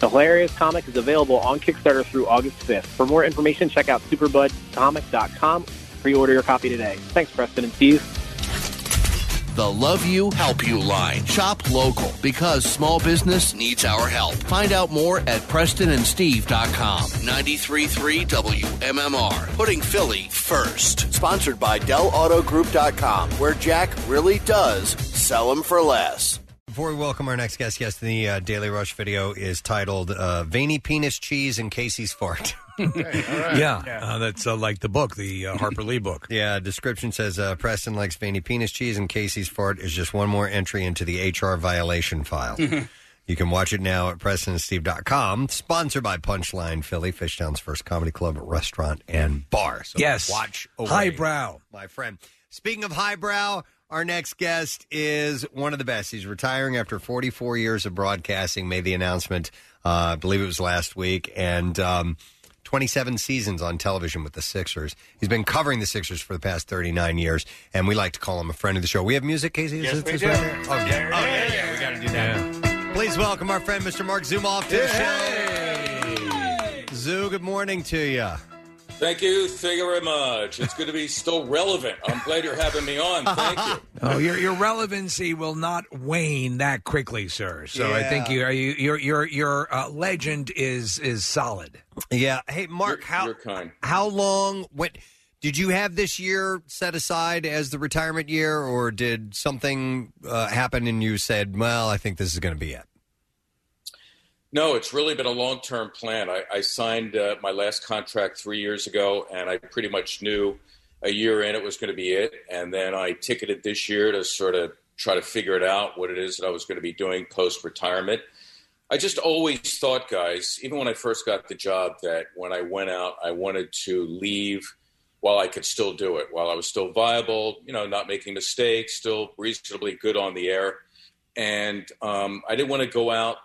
S23: The hilarious comic is available on Kickstarter through August 5th. For more information, check out superbudcomic.com. Pre-order your copy today. Thanks, Preston and Steve.
S10: The Love You Help You line. Shop local because small business needs our help. Find out more at PrestonandSteve.com. 93.3 WMMR. Putting Philly first. Sponsored by DellAutoGroup.com, where Jack really does sell them for less.
S2: Before we welcome our next guest, yes, the uh, Daily Rush video is titled uh, Veiny Penis Cheese and Casey's Fart.
S4: Yeah, Uh, that's uh, like the book, the uh, Harper Lee book.
S2: Yeah, description says uh, Preston likes veiny penis cheese, and Casey's fart is just one more entry into the HR violation file.
S4: Mm-hmm.
S2: you can watch it now at PrestonandSteve.com. Sponsored by Punchline Philly, Fishtown's first comedy club, restaurant, and bar. So
S4: yes,
S2: watch away,
S4: highbrow.
S2: my friend. Speaking of highbrow, our next guest is one of the best. He's retiring after 44 years of broadcasting. Made the announcement, uh, I believe it was last week, and um, 27 seasons on television with the Sixers. He's been covering the Sixers for the past 39 years, and we like to call him a friend of the show. We have music, Casey. Is this- this right here? Oh, yeah. Oh, yeah, yeah, We got to do that. Please welcome our friend Mr. Mark Zumoff to the show. Zoo, good morning to you.
S24: Thank you. Thank you very much. It's good to be still relevant. I'm glad you're having me on. Thank you.
S4: Oh, your your relevancy will not wane that quickly, sir. So I think
S24: Yeah.
S4: you are you your your your uh, legend is is solid.
S2: Yeah. Hey, Mark, how how long? What did you have this year set aside as the retirement year, or did something uh, happen and you said, "Well, I think this is going to be it"?
S24: No, it's really been a long term plan. I, I signed uh, my last contract three years ago, and I pretty much knew a year in it was going to be it. And then I ticketed this year to sort of try to figure it out what it is that I was going to be doing post retirement. I just always thought, guys, even when I first got the job, that when I went out, I wanted to leave while I could still do it, while I was still viable, you know, not making mistakes, still reasonably good on the air. And um, I didn't want to go out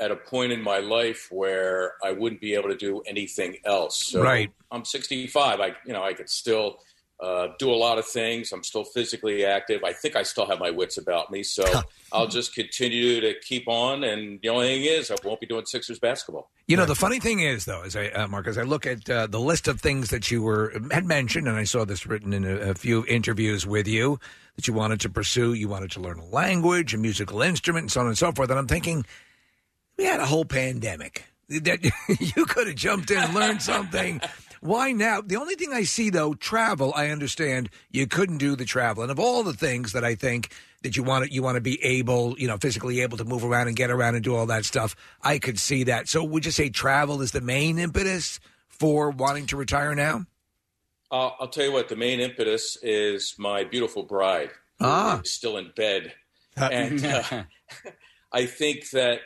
S24: at a point in my life where I wouldn't be able to do anything else. So
S4: Right.
S24: I'm 65. I, you know, I could still uh, do a lot of things. I'm still physically active. I think I still have my wits about me, so I'll just continue to keep on. And the only thing is, I won't be doing Sixers basketball.
S4: You know, the funny thing is, though, as I, uh, Mark, as I look at uh, the list of things that you were had mentioned, and I saw this written in a, a few interviews with you that you wanted to pursue, you wanted to learn a language, a musical instrument, and so on and so forth. And I'm thinking, we had a whole pandemic that you could have jumped in and learned something. Why now? The only thing I see, though, travel. I understand you couldn't do the travel, and of all the things that I think that you want to, you want to be able, you know, physically able to move around and get around and do all that stuff. I could see that. So, would you say travel is the main impetus for wanting to retire now?
S24: Uh, I'll tell you what, the main impetus is my beautiful bride, who
S4: Ah.
S24: is still in bed. and uh, I think that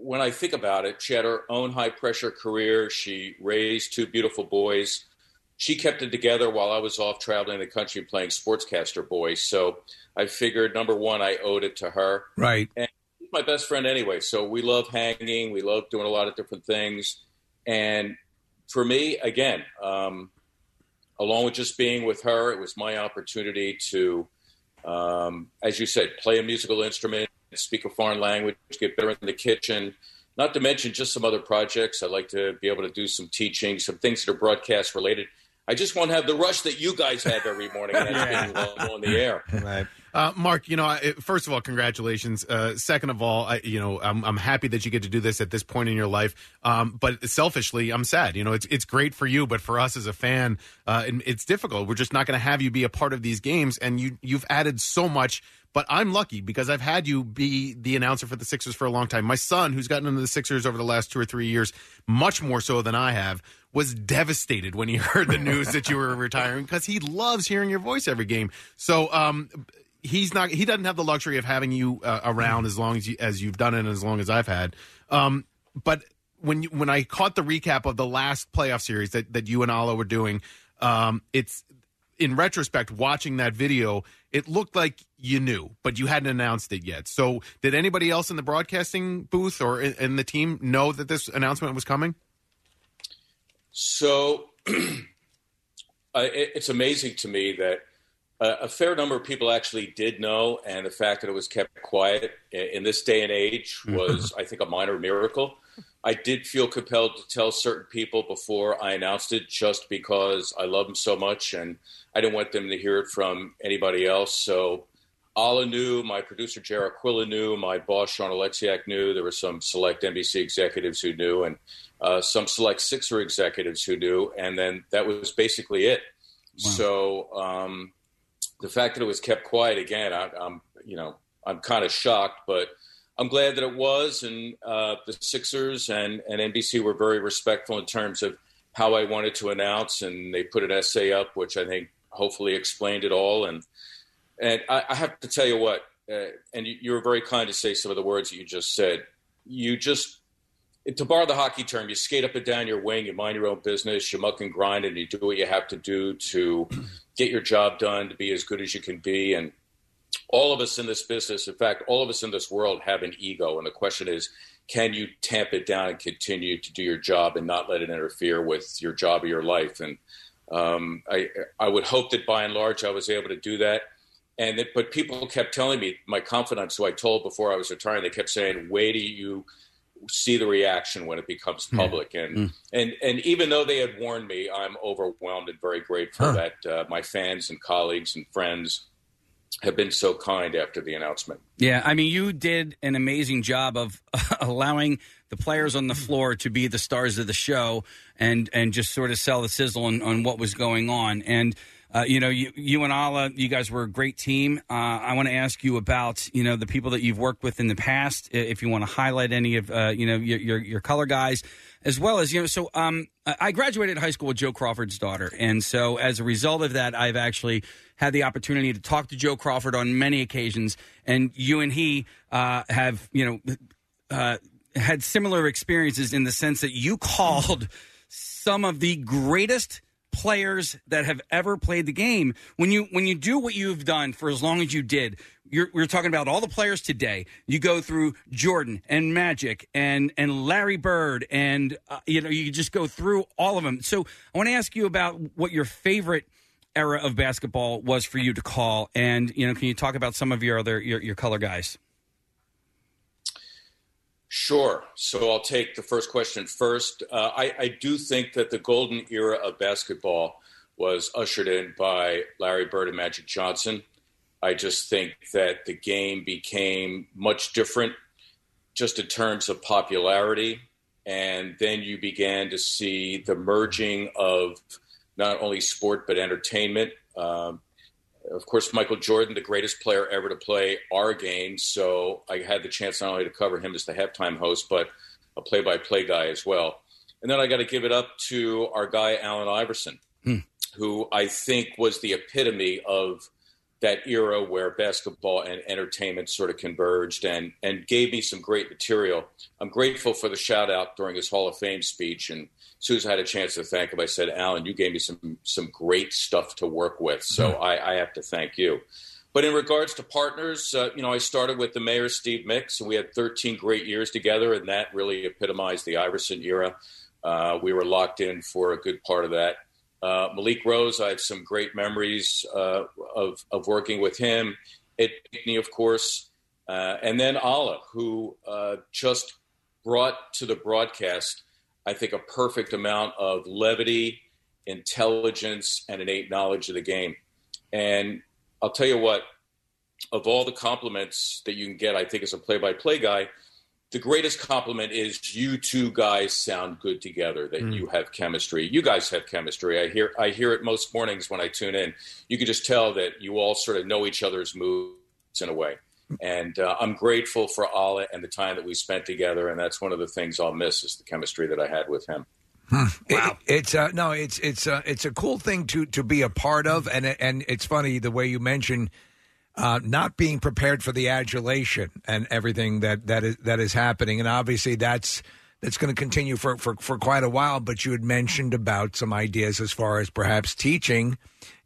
S24: when I think about it, she had her own high pressure career. She raised two beautiful boys. She kept it together while I was off traveling the country and playing sportscaster boys. So I figured, number one, I owed it to her.
S4: Right.
S24: And she's my best friend anyway. So we love hanging. We love doing a lot of different things. And for me, again, um, along with just being with her, it was my opportunity to, um, as you said, play a musical instrument, speak a foreign language, get better in the kitchen. Not to mention just some other projects. I'd like to be able to do some teaching, some things that are broadcast related. I just won't have the rush that you guys have every morning. and That's being live on the air.
S7: Uh, Mark, you know, I, first of all, congratulations. Uh, second of all, I, you know, I'm, I'm happy that you get to do this at this point in your life. Um, but selfishly, I'm sad. You know, it's it's great for you, but for us as a fan, uh, and it's difficult. We're just not going to have you be a part of these games, and you you've added so much. But I'm lucky because I've had you be the announcer for the Sixers for a long time. My son, who's gotten into the Sixers over the last two or three years, much more so than I have, was devastated when he heard the news that you were retiring because he loves hearing your voice every game. So um, he's not he doesn't have the luxury of having you uh, around as long as you, as you've done it and as long as I've had. Um, but when you, when I caught the recap of the last playoff series that that you and Ala were doing, um, it's in retrospect watching that video, it looked like you knew, but you hadn't announced it yet. So did anybody else in the broadcasting booth or in, in the team know that this announcement was coming?
S24: So I- it, it's amazing to me that uh, a fair number of people actually did know, and the fact that it was kept quiet in, in this day and age was, I think, a minor miracle. I did feel compelled to tell certain people before I announced it just because I love them so much and I didn't want them to hear it from anybody else. So Ala knew, my producer Jared Quilla knew, my boss Sean Alexiak knew. There were some select NBC executives who knew, and uh, some select Sixer executives who knew, and then that was basically it. So um, the fact that it was kept quiet again, I, I'm you know I'm kind of shocked, but I'm glad that it was. And uh, the Sixers and and NBC were very respectful in terms of how I wanted to announce, and they put an essay up, which I think hopefully explained it all. And and I, I have to tell you what, uh, and you, you were very kind to say some of the words that you just said. You just, to borrow the hockey term, you skate up and down your wing, you mind your own business, you muck and grind, and you do what you have to do to get your job done, to be as good as you can be. And all of us in this business, in fact, all of us in this world have an ego. And the question is, can you tamp it down and continue to do your job and not let it interfere with your job or your life? And um, I, I would hope that by and large I was able to do that. And that, but people kept telling me, my confidants who I told before I was retiring, they kept saying, "Wait till you see the reaction when it becomes public." And and and even though they had warned me, I'm overwhelmed and very grateful that uh, my fans and colleagues and friends have been so kind after the announcement.
S5: Yeah, I mean, you did an amazing job of allowing the players on the floor to be the stars of the show and and just sort of sell the sizzle on, on what was going on. And uh, you know, you, you and Ala, you guys were a great team. Uh, I want to ask you about you know the people that you've worked with in the past, i- if you want to highlight any of uh, you know your, your your color guys, as well as you know. So um, I I graduated high school with Joe Crawford's daughter, and so as a result of that, I've actually had the opportunity to talk to Joe Crawford on many occasions, and you and he uh, have, you know, uh, had similar experiences in the sense that you called some of the greatest players that have ever played the game. When you when you do what you've done for as long as you did, you're, we're talking about all the players today. You go through Jordan and Magic and and Larry Bird and uh, you know you just go through all of them. So I want to ask you about what your favorite era of basketball was for you to call? And you know, can you talk about some of your other your, your color guys?
S24: Sure. So I'll take the first question first. Uh, I, I do think that the golden era of basketball was ushered in by Larry Bird and Magic Johnson. I just think that the game became much different just in terms of popularity. And then you began to see the merging of not only sport but entertainment. Um, of course, Michael Jordan, the greatest player ever to play our game. So I had the chance not only to cover him as the halftime host, but a play by play guy as well. And then I got to give it up to our guy, Allen Iverson,
S5: Hmm.
S24: who I think was the epitome of that era where basketball and entertainment sort of converged and, and gave me some great material. I'm grateful for the shout out during his Hall of Fame speech. And as soon as I had a chance to thank him, I said, Alan, you gave me some, some great stuff to work with. So I, I have to thank you. But in regards to partners, uh, you know, I started with the mayor, Steve Mix, and we had 13 great years together, and that really epitomized the Iverson era. Uh, we were locked in for a good part of that. Uh, Malik Rose, I have some great memories uh, of, of working with him. Ed Pinkney, of course, uh, and then Olive, who uh, just brought to the broadcast, I think, a perfect amount of levity, intelligence, and innate knowledge of the game. And I'll tell you what, of all the compliments that you can get, I think as a play by play guy, the greatest compliment is you two guys sound good together, that you have chemistry. You guys have chemistry. I hear I hear it most mornings when I tune in. You can just tell that you all sort of know each other's moves in a way. And uh, I'm grateful for Ala and the time that we spent together. And that's one of the things I'll miss is the chemistry that I had with him.
S4: Wow. it's uh, no, it's it's uh, it's a cool thing to to be a part of, and and it's funny the way you mentioned uh, not being prepared for the adulation and everything that that is that is happening, and obviously that's that's going to continue for, for for quite a while. But you had mentioned about some ideas as far as perhaps teaching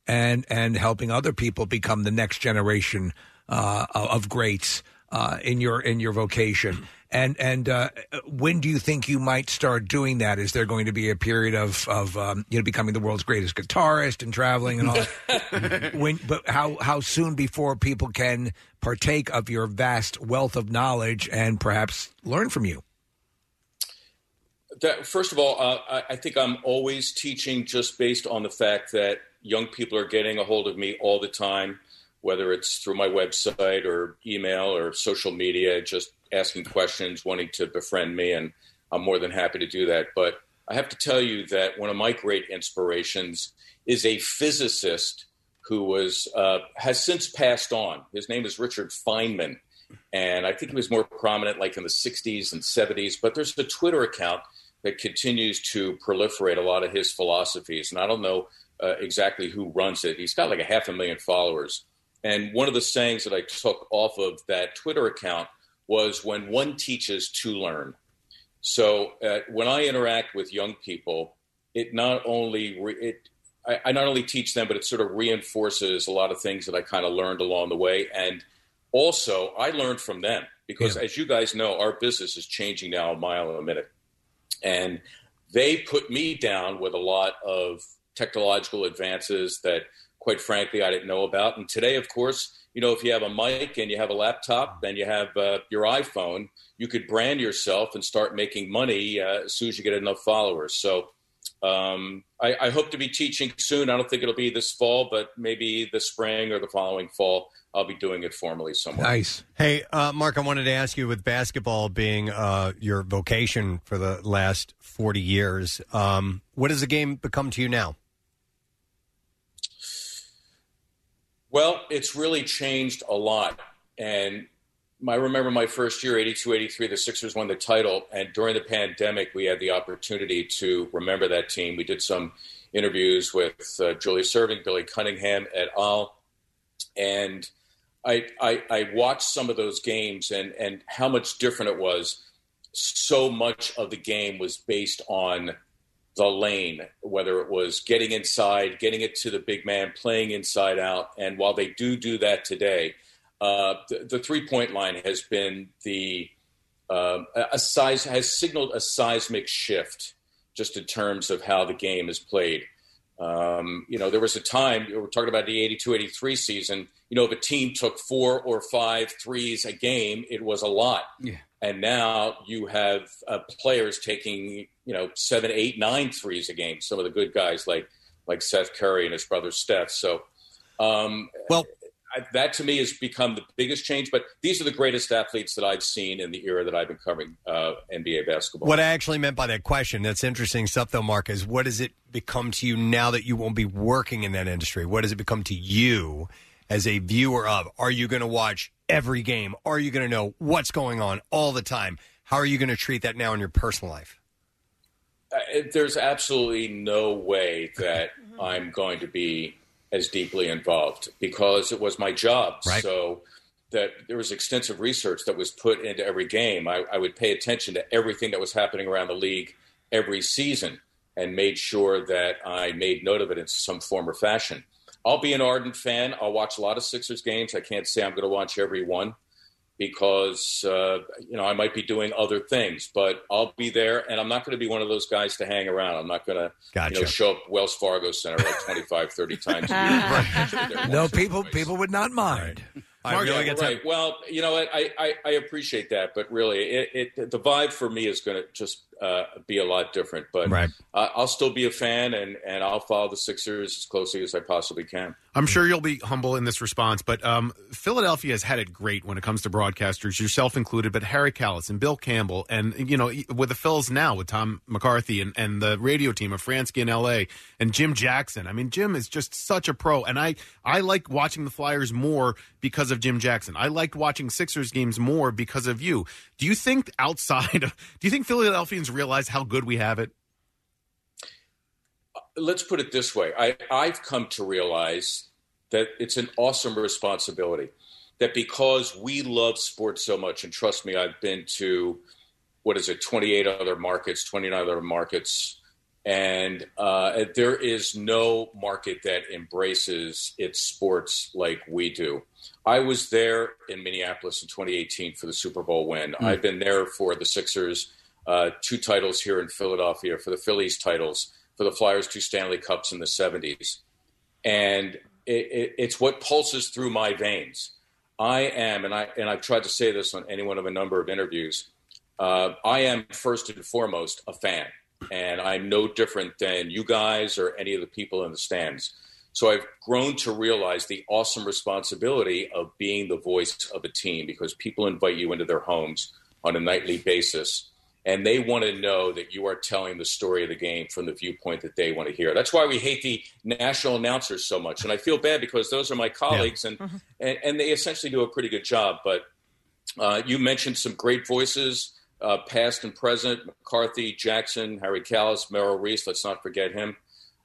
S4: and and helping other people become the next generation uh, of greats uh, in your in your vocation. And and uh, when do you think you might start doing that? Is there going to be a period of of um, you know becoming the world's greatest guitarist and traveling and all? that? when but how how soon before people can partake of your vast wealth of knowledge and perhaps learn from you?
S24: that, first of all, uh, I, I think I'm always teaching just based on the fact that young people are getting a hold of me all the time, whether it's through my website or email or social media, just asking questions, wanting to befriend me, and I'm more than happy to do that. But I have to tell you that one of my great inspirations is a physicist who was uh, has since passed on. His name is Richard Feynman and I think he was more prominent like in the 60s and 70s. But there's a Twitter account that continues to proliferate a lot of his philosophies, and I don't know uh, exactly who runs it. He's got like a half a million followers. And one of the sayings that I took off of that Twitter account was when one teaches to learn. So uh, when I interact with young people, it not only re- it I, I not only teach them, but it sort of reinforces a lot of things that I kind of learned along the way. And also, I learned from them because, as you guys know, our business is changing now a mile a minute, and they put me down with a lot of technological advances that, quite frankly, I didn't know about. And today, of course, you know, if you have a mic and you have a laptop and you have uh, your iPhone, you could brand yourself and start making money uh, as soon as you get enough followers. So. Um, I, I hope to be teaching soon. I don't think it'll be this fall, but maybe the spring or the following fall, I'll be doing it formally somewhere.
S4: Nice.
S2: Hey, uh, Mark, I wanted to ask you with basketball being uh, your vocation for the last 40 years, um, what has the game become to you now?
S24: Well, it's really changed a lot. And I remember my first year, 82 83, the Sixers won the title. And during the pandemic, we had the opportunity to remember that team. We did some interviews with uh, Julia Serving, Billy Cunningham, et al. And I, I, I watched some of those games and, and how much different it was. So much of the game was based on the lane, whether it was getting inside, getting it to the big man, playing inside out. And while they do do that today, uh, the, the three point line has been the um, a a size has signaled a seismic shift just in terms of how the game is played. Um, you know, there was a time, we're talking about the 82 83 season, you know, if a team took four or five threes a game, it was a lot.
S5: Yeah.
S24: And now you have uh, players taking, you know, seven, eight, nine threes a game. Some of the good guys like like Seth Curry and his brother Steph. So, um,
S2: well,
S24: I, that to me has become the biggest change. But these are the greatest athletes that I've seen in the era that I've been covering uh, NBA basketball.
S2: What I actually meant by that question, that's interesting stuff though, Mark, is what does it become to you now that you won't be working in that industry? What does it become to you as a viewer of? Are you going to watch every game? Are you going to know what's going on all the time? How are you going to treat that now in your personal life?
S24: Uh, it- there's absolutely no way that I'm going to be as deeply involved because it was my job.
S2: Right.
S24: So that there was extensive research that was put into every game. I, I would pay attention to everything that was happening around the league every season and made sure that I made note of it in some form or fashion. I'll be an ardent fan. I'll watch a lot of Sixers games. I can't say I'm going to watch every one because uh, you know I might be doing other things, but I'll be there, and I'm not going to be one of those guys to hang around. I'm not going to you know,
S4: Gotcha.
S24: show up Wells Fargo Center like 25, 30 times. a year.
S4: no, people people would not mind.
S24: Mark, yeah, right. Well, you know what? I, I, I appreciate that, but really, it, it the vibe for me is going to just uh, be a lot different. But
S2: Right.
S24: uh, I'll still be a fan, and, and I'll follow the Sixers as closely as I possibly can.
S7: I'm sure you'll be humble in this response, but um, Philadelphia has had it great when it comes to broadcasters, yourself included, but Harry Callis and Bill Campbell, and you know, e, with the Phils now with Tom McCarthy and, and the radio team of Fransky in L.A. and Jim Jackson. I mean, Jim is just such a pro, and I I like watching the Flyers more because of Jim Jackson. I liked watching Sixers games more because of you. Do you think outside of do you think Philadelphians realize how good we have it?
S24: let's put it this way I, I've come to realize that it's an awesome responsibility. That because we love sports so much, and trust me, I've been to what is it, 28 other markets, 29 other markets, and uh, there is no market that embraces its sports like we do. I was there in Minneapolis in 2018 for the Super Bowl win.
S12: Mm.
S24: I've been there for the Sixers, uh, two titles here in Philadelphia, for the Phillies titles, for the Flyers, two Stanley Cups in the 70s. And it, it, it's what pulses through my veins. I am, and I and I've tried to say this on any one of a number of interviews. Uh, I am first and foremost a fan, and I'm no different than you guys or any of the people in the stands. So I've grown to realize the awesome responsibility of being the voice of a team because people invite you into their homes on a nightly basis, and they want to know that you are telling the story of the game from the viewpoint that they want to hear. That's why we hate the national announcers so much, and I feel bad because those are my colleagues, and
S23: Mm-hmm.
S24: and, and they essentially do a pretty good job. But uh, you mentioned some great voices, uh, past and present: McCarthy, Jackson, Harry Callis, Merrill Reese. Let's not forget him.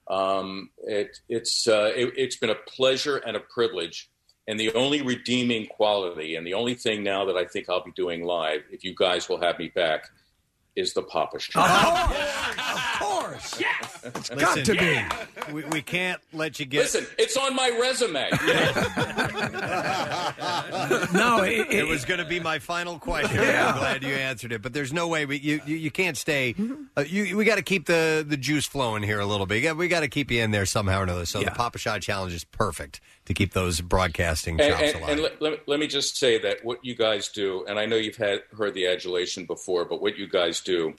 S24: Um, it, it's uh, it, it's been a pleasure and a privilege. And the only redeeming quality, and the only thing now that I think I'll be doing live, if you guys will have me back, is the Papa Show.
S2: Of course. Yes. It's
S24: got to be.
S2: be. We, we can't let you get.
S24: Listen, it's on my resume.
S2: no, it, was going to be my final question.
S24: Yeah.
S2: I'm glad you answered it, but there's no way we, you, you you can't stay. Uh, you we got to keep the the juice flowing here a little bit. We got to keep you in there somehow or another. So the Papa Shot challenge is perfect to keep those broadcasting chops alive.
S24: And, and, and let, let, me- let me just say that what you guys do, and I know you've had heard the adulation before, but what you guys do,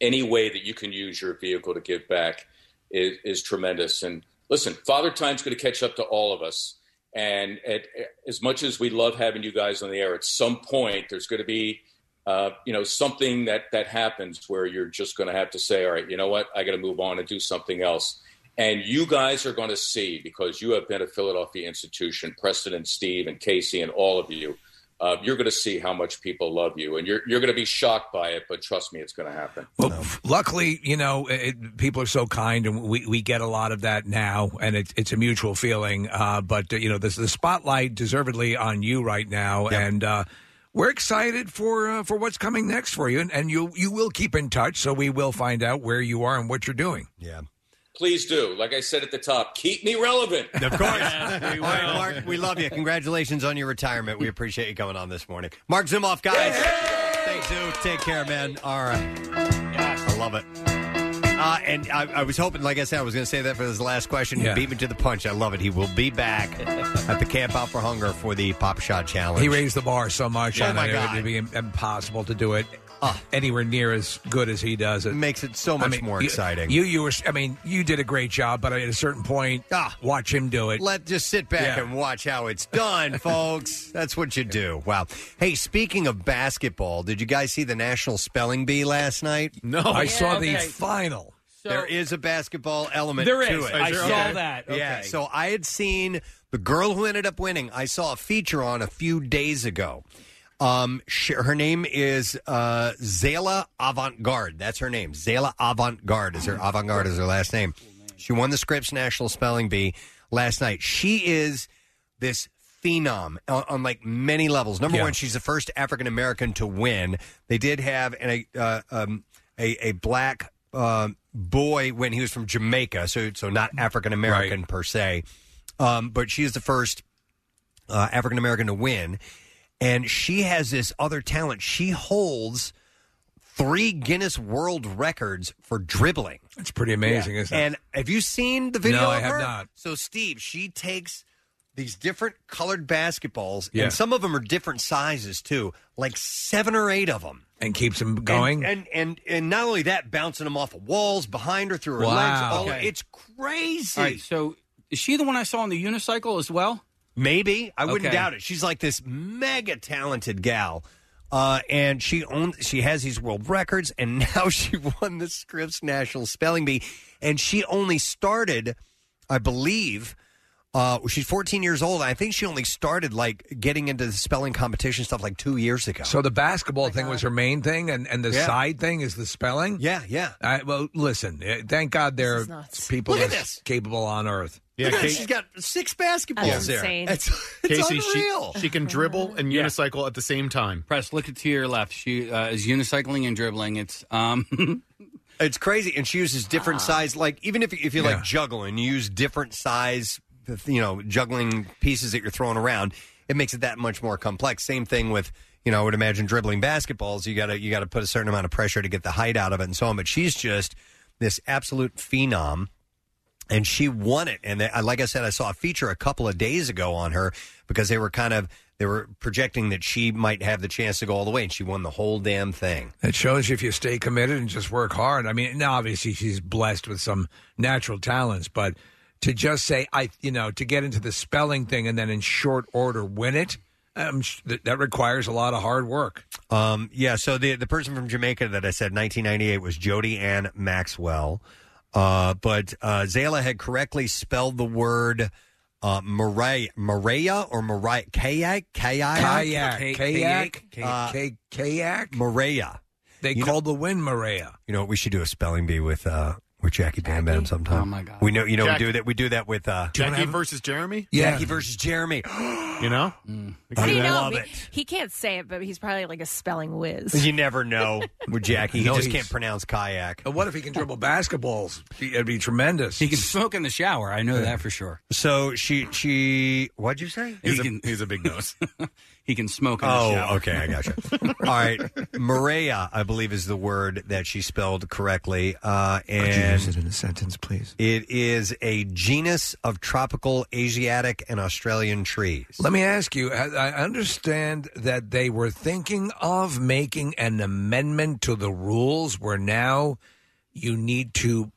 S24: any way that you can use your vehicle to give back, is, is tremendous. And listen, Father Time's going to catch up to all of us. And at, as much as we love having you guys on the air, at some point there's going to be, uh, you know, something that that happens where you're just going to have to say, all right, you know what, I got to move on and do something else. And you guys are going to see because you have been a Philadelphia institution, Preston and Steve and Casey and all of you. Uh, you're going to see how much people love you, and you're you're going to be shocked by it. But trust me, it's going to happen.
S4: Well, f- luckily, you know, it, it- people are so kind, and we, we get a lot of that now, and it's it's a mutual feeling. Uh, but uh, you know, this the spotlight deservedly on you right now, and uh, we're excited for uh, for what's coming next for you, and, and you you will keep in touch, so we will find out where you are and what you're doing.
S2: Yeah,
S24: Please do. Like I said at the top, keep me relevant.
S2: Of course. we All right, Mark, we love you. Congratulations on your retirement. We appreciate you coming on this morning. Mark Zimoff, guys. Thanks, dude. Take care, man. All right. I love it. Uh, and I, I was hoping, like I said, I was going to say that for this last question. He
S4: Yeah.
S2: beat me to the punch. I love it. He will be back at the Camp Out for Hunger for the Pop Shot Challenge.
S4: He raised the bar so much.
S2: Oh,
S4: on
S2: my
S4: it,
S2: God.
S4: It'd be im- impossible to do it uh, anywhere near as good as he does. It
S2: makes it so much more exciting.
S4: You, you were. I mean, you did a great job, but at a certain point, watch him do it.
S2: Ah. Let just sit back
S4: Yeah.
S2: and watch how it's done, folks. That's what you do. Wow. Hey, speaking of basketball, did you guys see the National Spelling Bee last night?
S4: No. I Yeah, saw the okay. final.
S2: there is a basketball element
S5: There
S2: to
S5: is.
S2: it.
S5: I Is there? saw Okay. that.
S2: Yeah.
S5: Okay.
S2: So I had seen the girl who ended up winning. I saw a feature on a few days ago. Um, sh her name is uh, Zayla Avant Garde. That's her name. Zayla Avant Garde is her avant garde is her last name. She won the Scripps National Spelling Bee last night. She is this phenom on, on like many levels. Number one, she's the first African American to win. They did have an, a uh, um, a, a black uh, boy when he was from Jamaica, so so not African American per se. Um, but she is the first uh, African American to win, and she has this other talent. She holds three Guinness World Records for dribbling.
S4: It's pretty amazing, isn't it?
S2: And have you seen the video?
S4: No,
S2: of
S4: I have
S2: her?
S4: not.
S2: So, Steve, she takes these different colored basketballs,
S4: Yeah.
S2: and some of them are different sizes too, like seven or eight of them.
S4: and keeps him going.
S2: and and and, and not only that, bouncing them off of walls, behind her, through her legs.
S4: Wow.
S2: All,
S5: Okay.
S2: It's crazy.
S5: All right, so is she the one I saw on the unicycle as well?
S2: Maybe I wouldn't
S5: Okay.
S2: doubt it. She's like this mega talented gal, uh, and she owns she has these world records, and now she won the Scripps National Spelling Bee, and she only started, I believe. Uh, she's 14 years old. I think she only started like getting into the spelling competition stuff like two years ago.
S4: So the basketball thing was her main thing, and, and the
S2: Yeah.
S4: side thing is the spelling.
S2: Yeah, yeah.
S4: well, listen. uh, Thank God there
S2: is
S4: are
S2: nuts.
S4: people
S2: Look at
S4: that's
S2: this.
S4: capable on Earth.
S2: Yeah, Look at that, she's got six basketballs
S7: That's
S2: there.
S7: insane.
S2: It's, it's
S7: Casey,
S2: unreal.
S7: She, she can dribble and unicycle at the same time.
S5: Press, look at to your left. She uh, is unicycling and dribbling. It's um,
S2: It's crazy, and she uses different size. Like even if if you like juggle and you use different size, you know, juggling pieces that you're throwing around, it makes it that much more complex. Same thing with you know, I would imagine dribbling basketballs. You gotta you gotta put a certain amount of pressure to get the height out of it and so on. But she's just this absolute phenom. And she won it, and they, I- like I said, I saw a feature a couple of days ago on her because they were kind of they were projecting that she might have the chance to go all the way, and she won the whole damn thing.
S4: It shows you if you stay committed and just work hard. I mean, now obviously she's blessed with some natural talents, but to just say I, you know, to get into the spelling thing and then in short order win it, um, sh- that that requires a lot of hard work.
S2: Um, yeah, so the the person from Jamaica that I said 1998 was Jody Ann Maxwell, uh, but uh, Zayla had correctly spelled the word uh, Maria, Maria or Maria kayak kayak
S4: Kayak, kayak,
S2: Uh,
S4: kayak, kayak.
S2: Maria.
S4: They called the wind Maria.
S2: You know what? We should do a spelling bee with uh, with Jackie Bam Bam sometime. Oh my god! We know you know
S7: Jack-
S2: we do that. We do that with uh,
S7: Jackie versus Jeremy?
S2: Yeah. Jackie versus Jeremy.
S7: you know?
S2: I
S3: See, no,
S2: love
S3: he,
S2: it.
S3: he can't say it, but he's probably like a spelling whiz.
S2: You never know with Jackie. He
S4: No,
S2: just
S4: he's-
S2: can't pronounce kayak.
S4: And what if he can dribble basketballs? It'd be tremendous. He
S5: can smoke in the shower. I know that for sure.
S2: So she she what'd you say?
S5: He's, a,
S7: he's a big nose.
S5: he can smoke in
S2: Oh,
S5: the shower.
S2: okay, I gotcha. All right, Maria, I believe is the word that she spelled correctly, uh,
S4: Could you use
S2: and
S4: it in a sentence, please?
S2: it is a genus of tropical Asiatic and Australian trees.
S4: Let me ask you. I I understand that they were thinking of making an amendment to the rules where now you need to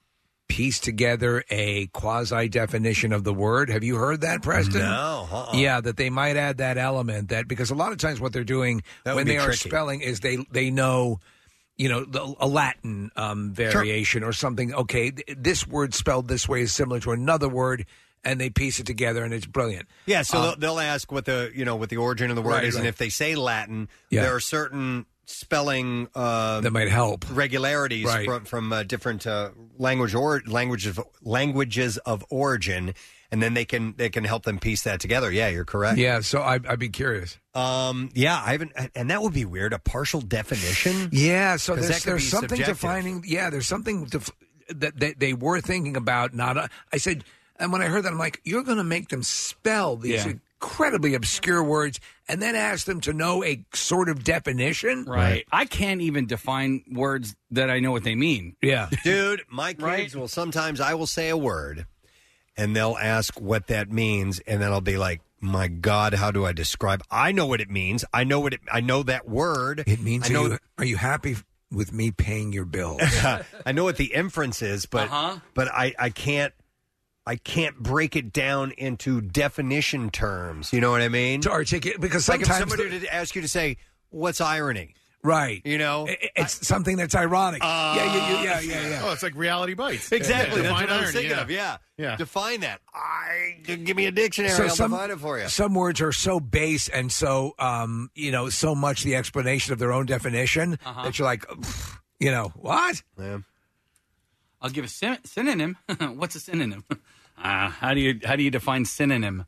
S4: piece together a quasi definition of the word. Have you heard that, Preston?
S2: No, uh-uh.
S4: Yeah, that they might add that element that because a lot of times what they're doing
S2: That would
S4: when
S2: be
S4: they are
S2: tricky.
S4: spelling is they they know you know the, a Latin um, variation or something. Okay, th- this word spelled this way is similar to another word, and they piece it together, and it's brilliant.
S2: Yeah, so
S4: Um,
S2: they'll, they'll ask what the you know what the origin of the word
S4: Right,
S2: is, and
S4: right.
S2: if they say Latin,
S4: Yeah.
S2: there are certain spelling uh,
S4: That might help.
S2: regularities
S4: Right.
S2: from, from uh, different uh, language or languages languages of origin, and then they can they can help them piece that together. Yeah, you're correct.
S4: Yeah, so I, I'd be curious.
S2: Um, yeah, I haven't, and that would be weird. A partial definition.
S4: Yeah, so
S2: 'Cause
S4: there's,
S2: that could
S4: there's
S2: be
S4: something
S2: subjective.
S4: defining. Yeah, there's something def- that they, they were thinking about. Not, a, I said, and when I heard that, I'm like, you're going to make them spell these
S5: Yeah.
S4: incredibly obscure words and then ask them to know a sort of definition.
S5: Right. I can't even define words that I know what they mean.
S4: Yeah.
S2: Dude, my kids will sometimes I will say a word and they'll ask what that means and then I'll be like, "My god, how do I describe? I know what it means. I know what it I know that word. It
S4: means
S2: I know
S4: are, you, are you happy with me paying your bills?
S2: I know what the inference is, but
S4: Uh-huh.
S2: but I I can't I can't break it down into definition terms. You know what I mean? To
S4: articulate because
S2: like if
S4: sometimes
S2: somebody were to ask you to say, "What's irony?"
S4: Right.
S2: You know, Uh,
S4: it's something that's ironic. yeah, yeah, yeah, yeah, yeah.
S7: Oh, it's like reality bites.
S2: Exactly. That's
S7: Define
S2: what I was
S7: irony,
S2: thinking of. Yeah. Define that. I give me a dictionary. I'll define it for you.
S4: Some words are so base and so um, you know, so much the explanation of their own definition
S5: Uh-huh.
S4: that you're like, "Pfft, you know, what?
S5: I'll give a syn- synonym. What's a synonym? Uh, how do you how do you define synonym?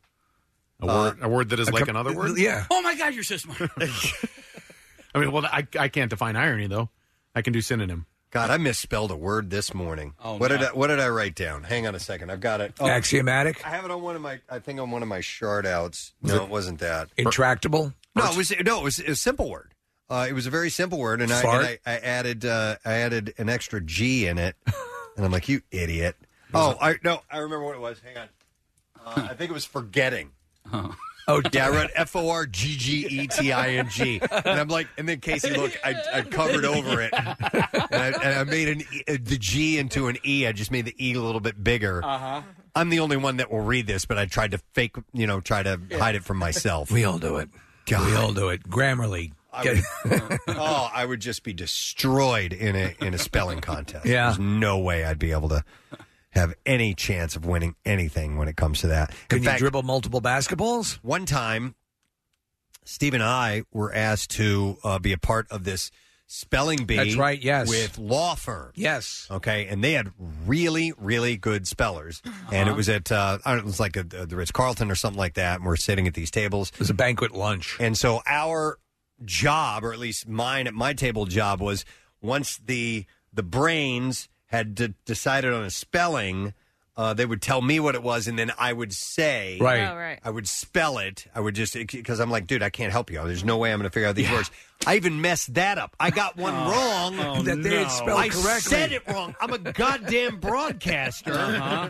S7: A word,
S2: Uh,
S7: a word that is
S5: a
S7: like
S5: com-
S7: another word.
S5: Oh my God, you're so smart.
S7: I mean, well, I, I can't define irony though. I can do synonym.
S2: God, I misspelled a word this morning. what did I, what did I write down? Hang on a second. I've got it. Oh,
S4: Axiomatic?
S2: I have it on one of my. I think on one of my shard outs. No, it, wasn't that.
S4: Intractable?
S2: No, it was no. It was a simple word. Uh, it was a very simple word, and I,
S4: Fart?
S2: and I, I added uh, I added an extra G in it, and I'm like, you idiot. Oh, I no, I remember what it was. Hang on. Uh, I think it was forgetting.
S5: Oh.
S2: yeah, I read F O R G G E T I N G, and I'm like, and then Casey, look, I, I covered over it, and I, and I made an e, uh, the G into an E. I just made the E a little bit bigger.
S5: Uh-huh.
S2: I'm the only one that will read this, but I tried to fake, you know, try to hide it from myself.
S4: We all do it. We all do it. Grammarly. Get-
S2: oh, I would just be destroyed in a in a spelling contest.
S4: Yeah.
S2: There's no way I'd be able to have any chance of winning anything when it comes to that.
S4: Can
S2: in
S4: you
S2: fact,
S4: dribble multiple basketballs?
S2: One time, Steve and I were asked to uh, be a part of this spelling bee.
S4: That's right, yes.
S2: With law firms.
S4: Yes.
S2: Okay. And they had really, really good spellers.
S4: Uh-huh.
S2: And it was at, uh, I don't know, it was like a, the Ritz Carlton or something like that. And we're sitting at these tables. It
S4: was a banquet lunch.
S2: And so our job, or at least mine at my table job, was once the the brains had de- decided on a spelling, uh, they would tell me what it was, and then I would say,
S4: Right. Oh, right.
S2: I would spell it. I would just because I'm like, dude, I can't help you. There's no way I'm going to figure out these words. I even messed that up. I got one
S4: Oh.
S2: wrong
S4: Oh, That they had no. spelled
S2: I
S4: correctly.
S2: said it wrong. I'm a goddamn broadcaster,
S17: Uh-huh.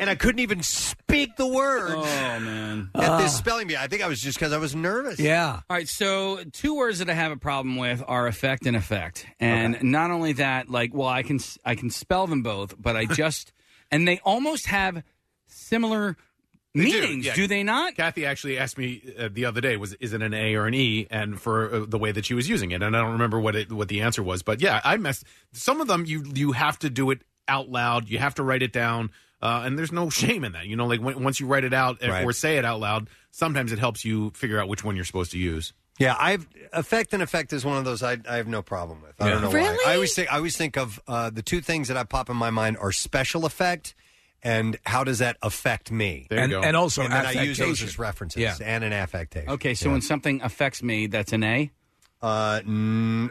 S2: and I couldn't even speak the words. Oh
S5: man!
S2: At this
S5: Ah.
S2: spelling bee, I think I was just because I was nervous.
S5: All right. So, two words that I have a problem with are effect and effect, and not only that, like, well, I can s- I can spell them both, but I just and they almost have similar meanings.
S7: yeah.
S5: do they not?
S7: Kathy actually asked me uh, the other day, "Was is it an A or an E?" And for uh, the way that she was using it, and I don't remember what it, what the answer was, but yeah, I messed. Some of them you you have to do it out loud. You have to write it down, uh, and there's no shame in that. You know, like when, once you write it out eh,
S2: Right.
S7: or say it out loud, sometimes it helps you figure out which one you're supposed to use.
S2: Yeah, I've effect and effect is one of those I, I have no problem with. I don't know
S7: Really?
S2: why. I always think I always think of uh, the two things that I pop in my mind are special effect and how does that affect me?
S5: There you And- go. and also
S2: and then I use those
S5: affectation.
S2: as references
S5: Yeah.
S2: and an affectation.
S5: Okay. So
S2: Yeah.
S5: when something affects me, that's an A.
S2: Uh, n-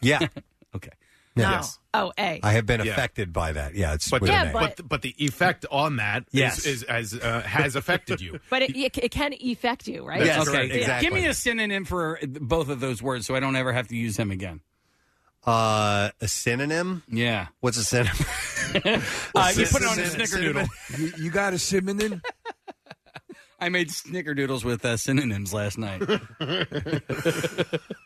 S2: yeah.
S5: okay.
S3: No. Oh, A.
S2: I have been
S7: Yeah.
S2: affected by that. Yeah, it's
S7: But
S2: with
S7: the,
S2: an A.
S7: but, but, the effect on that is
S2: Yes.
S7: is, as uh, has affected you.
S3: But it, it, it can affect you, right?
S2: Yes,
S5: okay.
S2: correct, exactly.
S5: Give me a synonym for both of those words, so I don't ever have to use them again.
S2: uh, a synonym?
S5: Yeah.
S2: What's a synonym?
S5: Uh, you put it on a snickerdoodle.
S4: You, you got a synonym?
S5: I made snickerdoodles with uh, synonyms last night.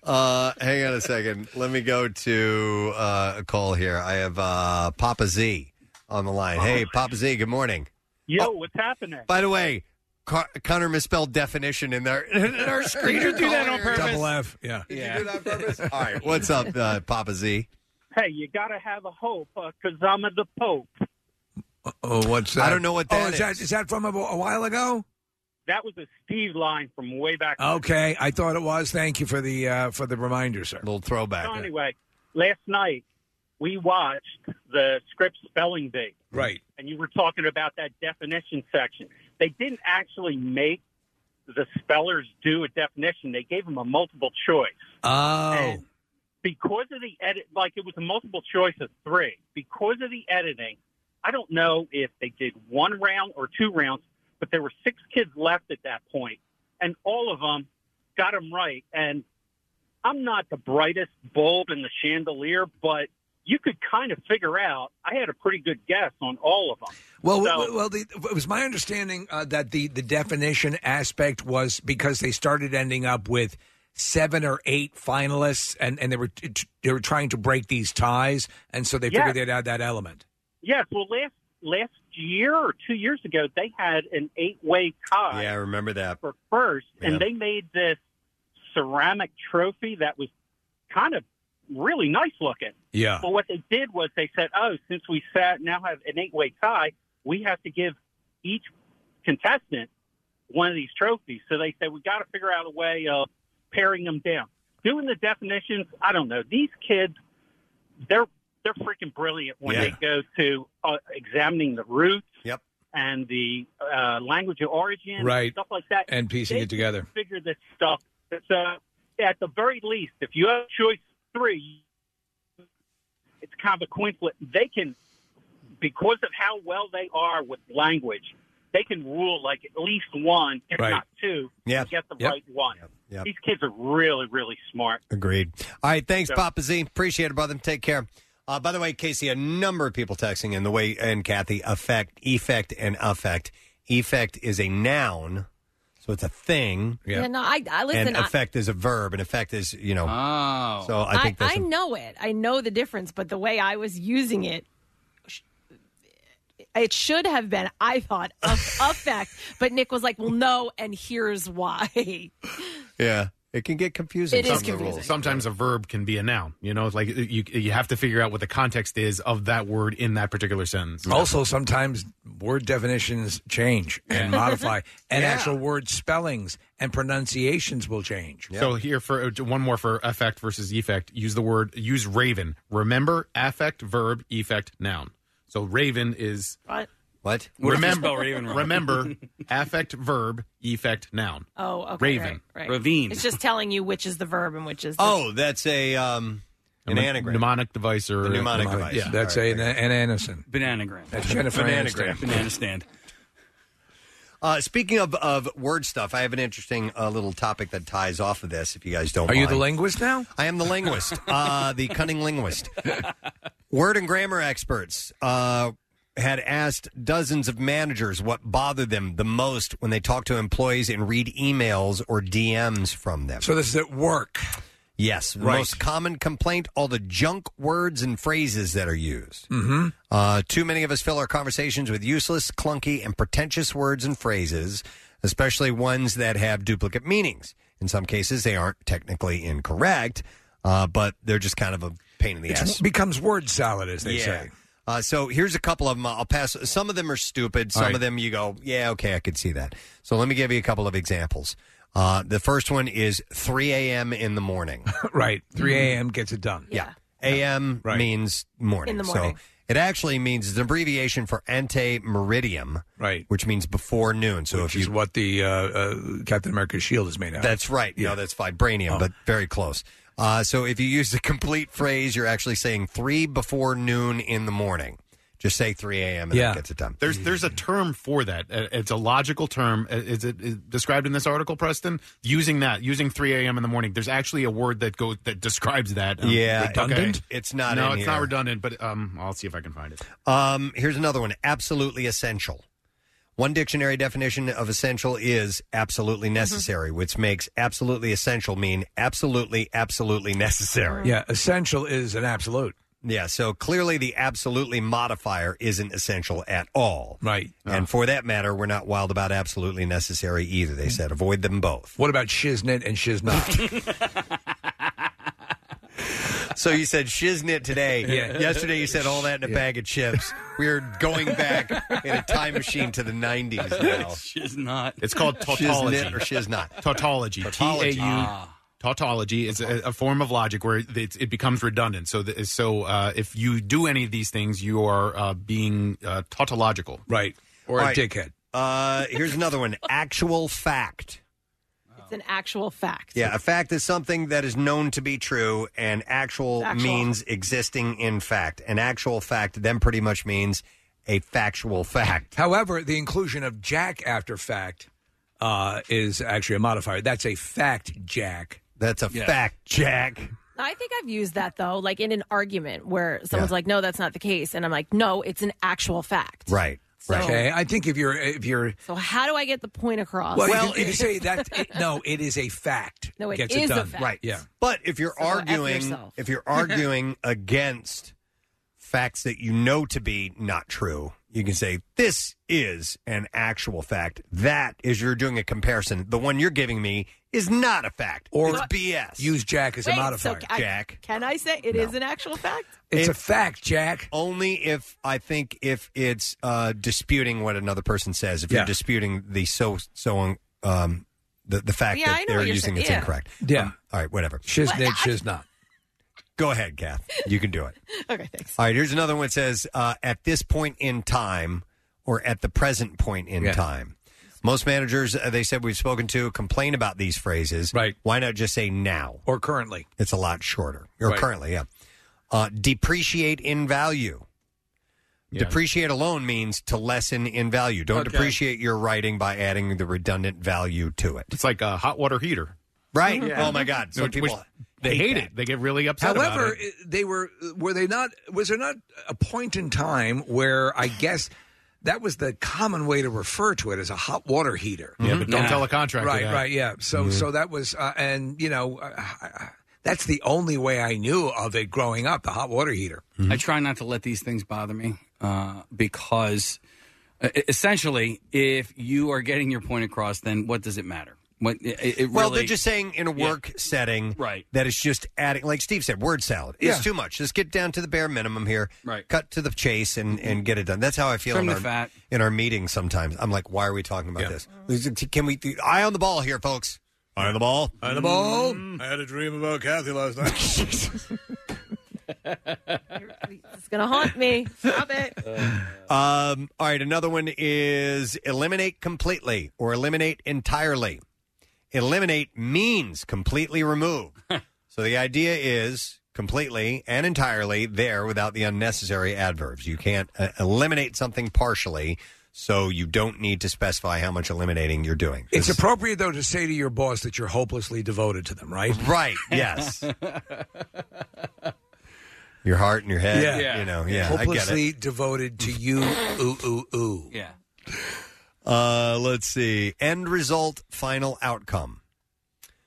S2: Uh, hang on a second. Let me go to uh, a call here. I have uh, Papa Z on the line. Hey, Papa Z, good morning. Oh,
S12: Yo, what's happening?
S2: By the way, Car- Connor misspelled definition in there. in our screen.
S12: Did you do that on purpose?
S4: Double F. Yeah.
S12: Oh, Yeah.
S2: All right, what's up, uh, Papa Z?
S12: Hey, you gotta have a hope, because I'm a the Pope.
S4: Oh, what's that?
S12: I don't know what
S4: oh,
S12: that
S4: is. That,
S12: is.
S4: is that from a, a while ago?
S12: That was a Steve line from way back.
S4: Okay, I thought it was. Thank you for the uh, for the reminder, sir.
S2: Little throwback.
S12: So anyway, last night we watched the script spelling bee.
S4: Right.
S12: And you were talking about that definition section. They didn't actually make the spellers do a definition. They gave them a multiple choice.
S4: Oh,
S12: And because of the edit, like it was a multiple choice of three. Because of the editing, I don't know if they did one round or two rounds,
S21: but there were six kids left at that point, and all of them got them right. And I'm not the brightest bulb in the chandelier, but you could kind of figure out. I had a pretty good guess on all of them.
S4: Well,
S21: So-
S4: well, well the, it was my understanding uh, that the the definition aspect was because they started ending up with seven or eight finalists, and, and they were t- t- they were trying to break these ties, and so they
S21: Yes.
S4: figured they'd add that element.
S21: Yes, well, last last year or two years ago, they had an eight way tie
S2: Yeah, I remember that.
S21: for first,
S2: Yeah.
S21: and they made this ceramic trophy that was kind of really nice looking.
S4: Yeah.
S21: But what they did was they said, "Oh, since we sat now have an eight way tie, we have to give each contestant one of these trophies." So they said, "We got to figure out a way of paring them down." Doing the definitions, I don't know. These kids, they're they're freaking brilliant when they go to uh, examining the roots
S2: yep.
S21: and the uh, language of origin,
S4: Right.
S21: stuff like that,
S4: And piecing
S21: They
S4: it together.
S21: Figure this stuff. So, at the very least, if you have choice three, it's kind of a quintlet. They can, because of how well they are with language, they can rule like at least one, if
S2: Right.
S21: not two,
S2: Yeah.
S21: to get the
S2: Yep.
S21: right one.
S2: Yep.
S21: These kids are really, really smart.
S2: Agreed. All right, thanks,
S21: Yeah.
S2: Papa Z. Appreciate it, brother. Take care. Uh, by the way, Casey, a number of people texting in the way and Kathy affect, effect, and affect. Effect is a noun, so it's a thing.
S3: Yeah, no, I, I listen.
S2: and
S3: I-
S2: affect is a verb, and effect is you know.
S5: Oh,
S2: so I think
S3: I,
S2: that's a-
S3: know it. I know the difference, but the way I was using it, sh- it should have been, I thought, of effect. But Nick was like, well, no, and here's why.
S2: yeah, it can get confusing.
S3: It is
S7: Some of the rules. Sometimes a verb can be a noun. You know, it's like you you have to figure out what the context is of that word in that particular sentence.
S4: Also, sometimes word definitions change and
S7: Yeah.
S4: modify, and
S7: Yeah.
S4: actual word spellings and pronunciations will change.
S7: So here for uh, one more for affect versus effect, use the word use raven. Remember affect verb effect noun. So raven is
S3: What?
S2: What?
S5: What if you
S7: Remember
S5: spell raven wrong?
S7: remember affect verb effect noun.
S3: Oh, okay.
S7: Raven.
S3: Right, right.
S7: Ravine.
S3: It's just telling you which is the verb and which is the.
S2: Oh, that's a um, an
S7: Mnem-
S2: anagram.
S7: mnemonic device or
S2: A mnemonic device.
S7: Yeah.
S4: That's a, an Anderson.
S5: Bananagram.
S4: That's Jennifer
S2: Bananagram.
S4: Aniston.
S5: Banana stand.
S2: Uh, speaking of, of word stuff, I have an interesting uh, little topic that ties off of this. If you guys don't,
S4: Are you the
S2: mind.
S4: linguist now?
S2: I am the linguist, uh, the cunning linguist. Word and grammar experts uh, had asked dozens of managers what bothered them the most when they talk to employees and read emails or DMs from them.
S4: So this is at work.
S2: Yes, the
S4: Right.
S2: most common complaint: all the junk words and phrases that are used.
S4: Mm-hmm.
S2: Uh, too many of us fill our conversations with useless, clunky, and pretentious words and phrases, especially ones that have duplicate meanings. In some cases, they aren't technically incorrect, uh, but they're just kind of a pain in the ass.
S4: It becomes word salad, as they
S2: Yeah.
S4: say.
S2: Uh, so here's a couple of them. I'll pass. Some of them are stupid. Some
S4: All right.
S2: of them you go, yeah, okay, I could see that. So let me give you a couple of examples. Uh, the first one is 3 a.m. in the morning.
S4: right. 3
S2: "Hmm."
S4: a.m. gets it done.
S2: Yeah. A.m. means morning.
S4: In the morning.
S2: So it actually means it's an abbreviation for ante meridium,
S4: right?
S2: Which means before noon. So
S4: Which is what the uh, uh, Captain America's shield is made out. of. Oh.
S2: That's right. No, that's vibranium, but very close. Uh, so if you use the complete phrase, you're actually saying three before noon in the morning. Just say 3 a.m. and that gets it done.
S7: There's there's a term for that. Uh, It's a logical term. Uh, Is it is described in this article, Preston? Using that, using 3 a.m. in the morning. There's actually a word that goes that describes that. Um,
S2: Yeah,
S7: okay.
S2: redundant? It's not
S7: No,
S2: in
S7: it's not
S2: here.
S7: redundant. But um, I'll see if I can find it.
S2: Um, here's another one absolutely essential. One dictionary definition of essential is absolutely necessary, which makes absolutely essential mean absolutely, absolutely necessary.
S4: Yeah, essential is an absolute.
S2: Yeah, so clearly the absolutely modifier isn't essential at all.
S4: Right.
S2: And for that matter, we're not wild about absolutely necessary either. They said avoid them both.
S4: What about shiznit and shiznot?
S2: So you said shiznit today.
S4: Yeah.
S2: Yesterday you said all that in a
S4: Yeah.
S2: bag of chips. We're going back in a time machine to the 90s now.
S5: Shiznot.
S7: It's called tautology
S2: Shiznit or shiznot.
S7: Tautology. T A U.
S4: Ah.
S7: Tautology is a, a form of logic where it, it becomes redundant. So, the, so uh, if you do any of these things, you are uh, being uh, tautological,
S4: right?
S3: Or
S4: a dickhead.
S2: Uh, here's another one: actual fact.
S3: It's an actual fact.
S2: Yeah, a fact is something that is known to be true, and actual,
S3: Factual.
S2: means existing in fact. An actual fact then pretty much means a factual fact.
S4: However, the inclusion of Jack after fact uh, is actually a modifier. That's a fact, Jack.
S2: That's a fact, Jack.
S3: I think I've used that though, like in an argument where someone's like, "No, that's not the case," and I'm like, "No, it's an actual fact."
S2: Right.
S3: So-
S4: Okay. I think if you're if you're
S3: So how do I get the point across?
S4: well, if, you, if you say that it, no, it is a fact.
S3: No, it
S4: gets
S3: is a
S4: Oh, it done.
S3: fact.
S2: Right.
S4: Yeah.
S2: But if you're
S3: So F
S2: arguing,
S3: yourself.
S2: if you're arguing against facts that you know to be not true, you can say this is an actual fact. That is you're doing a comparison. The one you're giving me is not a fact
S4: Or-
S2: it's BS.
S4: Use Jack as a
S3: Wait,
S4: modifier.
S3: so I-
S2: Jack.
S3: Can I say it is an actual fact?
S4: It's a fact, Jack.
S2: Only if I think if it's uh, disputing what another person says. If
S4: Yeah.
S2: you're disputing the so so um, the the fact
S4: Yeah, I know
S2: that they're
S4: what you're
S2: using
S4: saying.
S2: it's
S4: Yeah.
S2: incorrect.
S4: Yeah.
S2: Um, all right. Whatever.
S4: Shiznit, shiznot.
S2: Go ahead, Kath. You can do it.
S3: okay, thanks.
S2: All right, here's another one. It says, uh, at this point in time, or at the present point in time. Most managers, uh, they said we've spoken to, complain about these phrases. Right. Why not just say now?
S4: Or currently.
S2: It's a lot shorter. Or
S4: Right.
S2: currently, yeah. Uh, depreciate in value. Depreciate alone means to lessen in value. Don't
S7: Okay.
S2: depreciate your writing by adding the redundant value to it.
S7: It's like a hot water heater.
S2: Right. Oh, my God.
S7: Mm-hmm.
S2: Some
S7: Which-
S2: people
S7: which- they
S2: hate
S7: hate,
S2: that.
S7: it. They get really upset.
S4: However,
S7: about it.
S4: it- they were were they not was there not a point in time where I guess that was the common way to refer to it as a hot water heater.
S7: Yeah, but don't tell a contractor
S4: Right,
S7: that.
S4: right, yeah. So
S2: Mm-hmm.
S7: Mhm.
S4: so that was uh, and you know uh, that's the only way I knew of it growing up, the hot water heater.
S5: I try not to let these things bother me uh, because uh, essentially, if you are getting your point across, then what does it matter? What it, it really,
S2: well, they're just saying in a
S5: Yeah.
S2: work setting
S5: Right.
S2: that it's just adding, like Steve said, word salad. It's
S5: Yeah.
S2: too much. Just get down to the bare minimum here.
S5: Right.
S2: Cut to the chase and, and get it done. That's how I feel
S5: Trim
S2: in
S5: the
S2: our,
S5: fat.
S2: in our meetings sometimes. I'm like, why are we talking about this? Can we, eye on the ball here, folks. Eye on the ball.
S17: Eye on the ball. I had a dream about Kathy last night.
S3: It's gonna haunt me. Stop it.
S2: Um, all right, another one is eliminate completely or eliminate entirely. Eliminate means completely remove. so the idea is completely and entirely there without the unnecessary adverbs. You can't uh, eliminate something partially, so you don't need to specify how much eliminating you're doing.
S4: It's appropriate though to say to your boss that you're hopelessly devoted to them, right?
S2: Right. Yes. Your heart and your head,
S4: Yeah.
S2: you know, yeah, I get it.
S4: Hopelessly devoted to you. ooh, ooh, ooh.
S5: Yeah.
S2: Uh, let's see. End result, final outcome.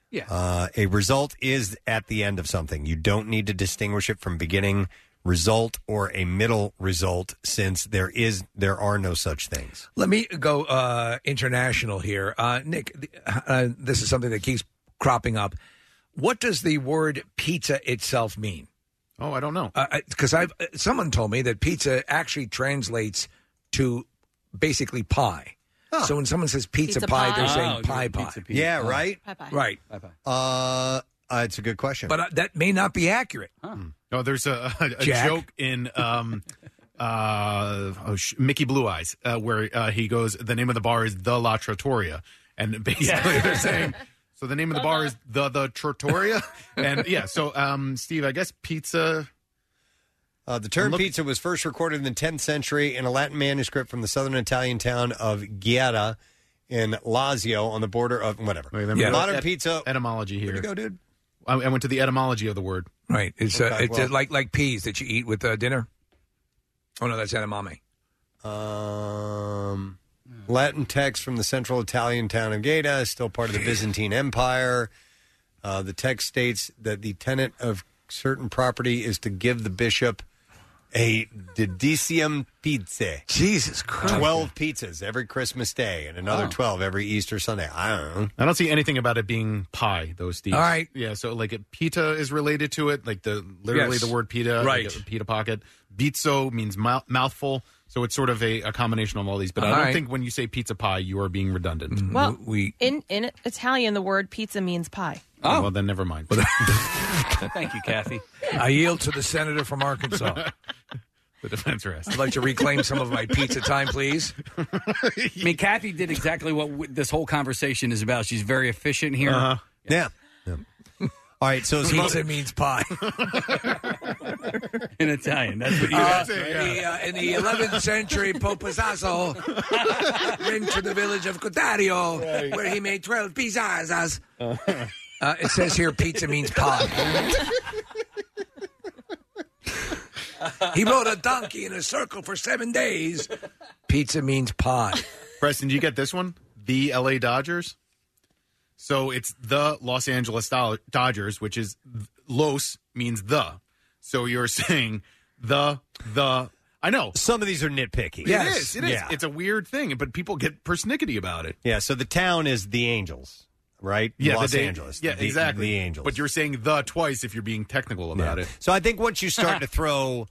S5: Yeah.
S2: Uh, a result is at the end of something. You don't need to distinguish it from beginning result or a middle result, since there is there are no such things.
S4: Let me go uh, international here, uh, Nick. th- Uh, this is something that keeps cropping up. What does the word pizza itself mean?
S7: Oh, I don't know.
S4: Because I've uh, someone told me that pizza actually translates to basically pie. So when someone says pizza,
S2: Pizza
S4: pie,
S2: pie.
S4: they're
S2: Oh,
S4: saying
S2: okay,
S4: pie pie.
S2: pizza, pizza. Yeah, Oh. right? Pie pie.
S4: Right.
S2: Uh, uh, it's a good question,
S4: but uh, that may not be accurate.
S7: No, Hmm. Oh, there's a, a, a
S4: Jack?
S7: joke in um, uh, oh, sh- Mickey Blue Eyes uh, where uh, he goes, the name of the bar is the La Trattoria. And basically they're saying, so the name of the bar is the the Trattoria. and yeah, so um, Steve, I guess pizza.
S2: Uh, the term pizza was first recorded in the 10th century in a Latin manuscript from the southern Italian town of Gieta in Lazio on the border of whatever. Modern pizza.
S7: etymology here.
S2: Where'd you go, dude?
S7: I, I went to the etymology of the word.
S4: Right. It's, uh, it's uh, like like peas that you eat with uh, dinner. Oh no, that's edamame.
S2: Um, Latin text from the central Italian town of Gaeta is still part of the Byzantine Empire. Uh, the text states that the tenant of certain property is to give the bishop a didicium pizza.
S4: Jesus Christ.
S2: 12 pizzas every Christmas day and another
S7: Wow.
S2: 12 every Easter Sunday. I don't know.
S7: I don't see anything about it being pie, though, Steve.
S2: All right.
S7: Yeah, so like it, pita is related to it, like the literally
S2: Yes.
S7: the word pita, like
S2: Right.
S7: a pita pocket. Bizzo means mou- mouthful, so it's sort of a, a combination of all these. But I
S4: All
S7: don't
S4: right.
S7: think when you say pizza pie, you are being redundant.
S3: Well,
S4: we.
S3: In in Italian, the word pizza means pie.
S7: Oh. Well, then never mind.
S5: Thank you, Kathy.
S4: I yield to the senator from Arkansas.
S7: the defense rest.
S4: I'd like to reclaim some of my pizza time, please.
S5: I mean, Kathy did exactly what w- this whole conversation is about. She's very efficient here.
S2: Uh-huh. Yeah. All right, so
S4: pizza means pie.
S5: in Italian. That's what you
S4: Uh,
S5: asked.
S4: the, uh, in the 11th century, Pope Pizzazo went to the village of Cotario,
S17: Right.
S4: where he made 12 pizzas.
S5: Uh-huh.
S4: Uh, it says here pizza means pie. he rode a donkey in a circle for seven days. Pizza means pie.
S7: Preston, do you get this one? The LA Dodgers. So it's the Los Angeles Do- Dodgers, which is th- Los means the. So you're saying the the. I know
S2: some of these are nitpicky.
S7: It
S2: Yes.
S7: is. It is.
S2: Yeah.
S7: It's a weird thing, but people get persnickety about it.
S2: Yeah, so the town is the Angels, right?
S7: Yeah, the
S2: Los
S7: day-
S2: Angeles.
S7: Yeah,
S2: the,
S7: exactly.
S2: The Angels.
S7: But you're saying the twice if you're being technical about it.
S2: So I think once you start to throw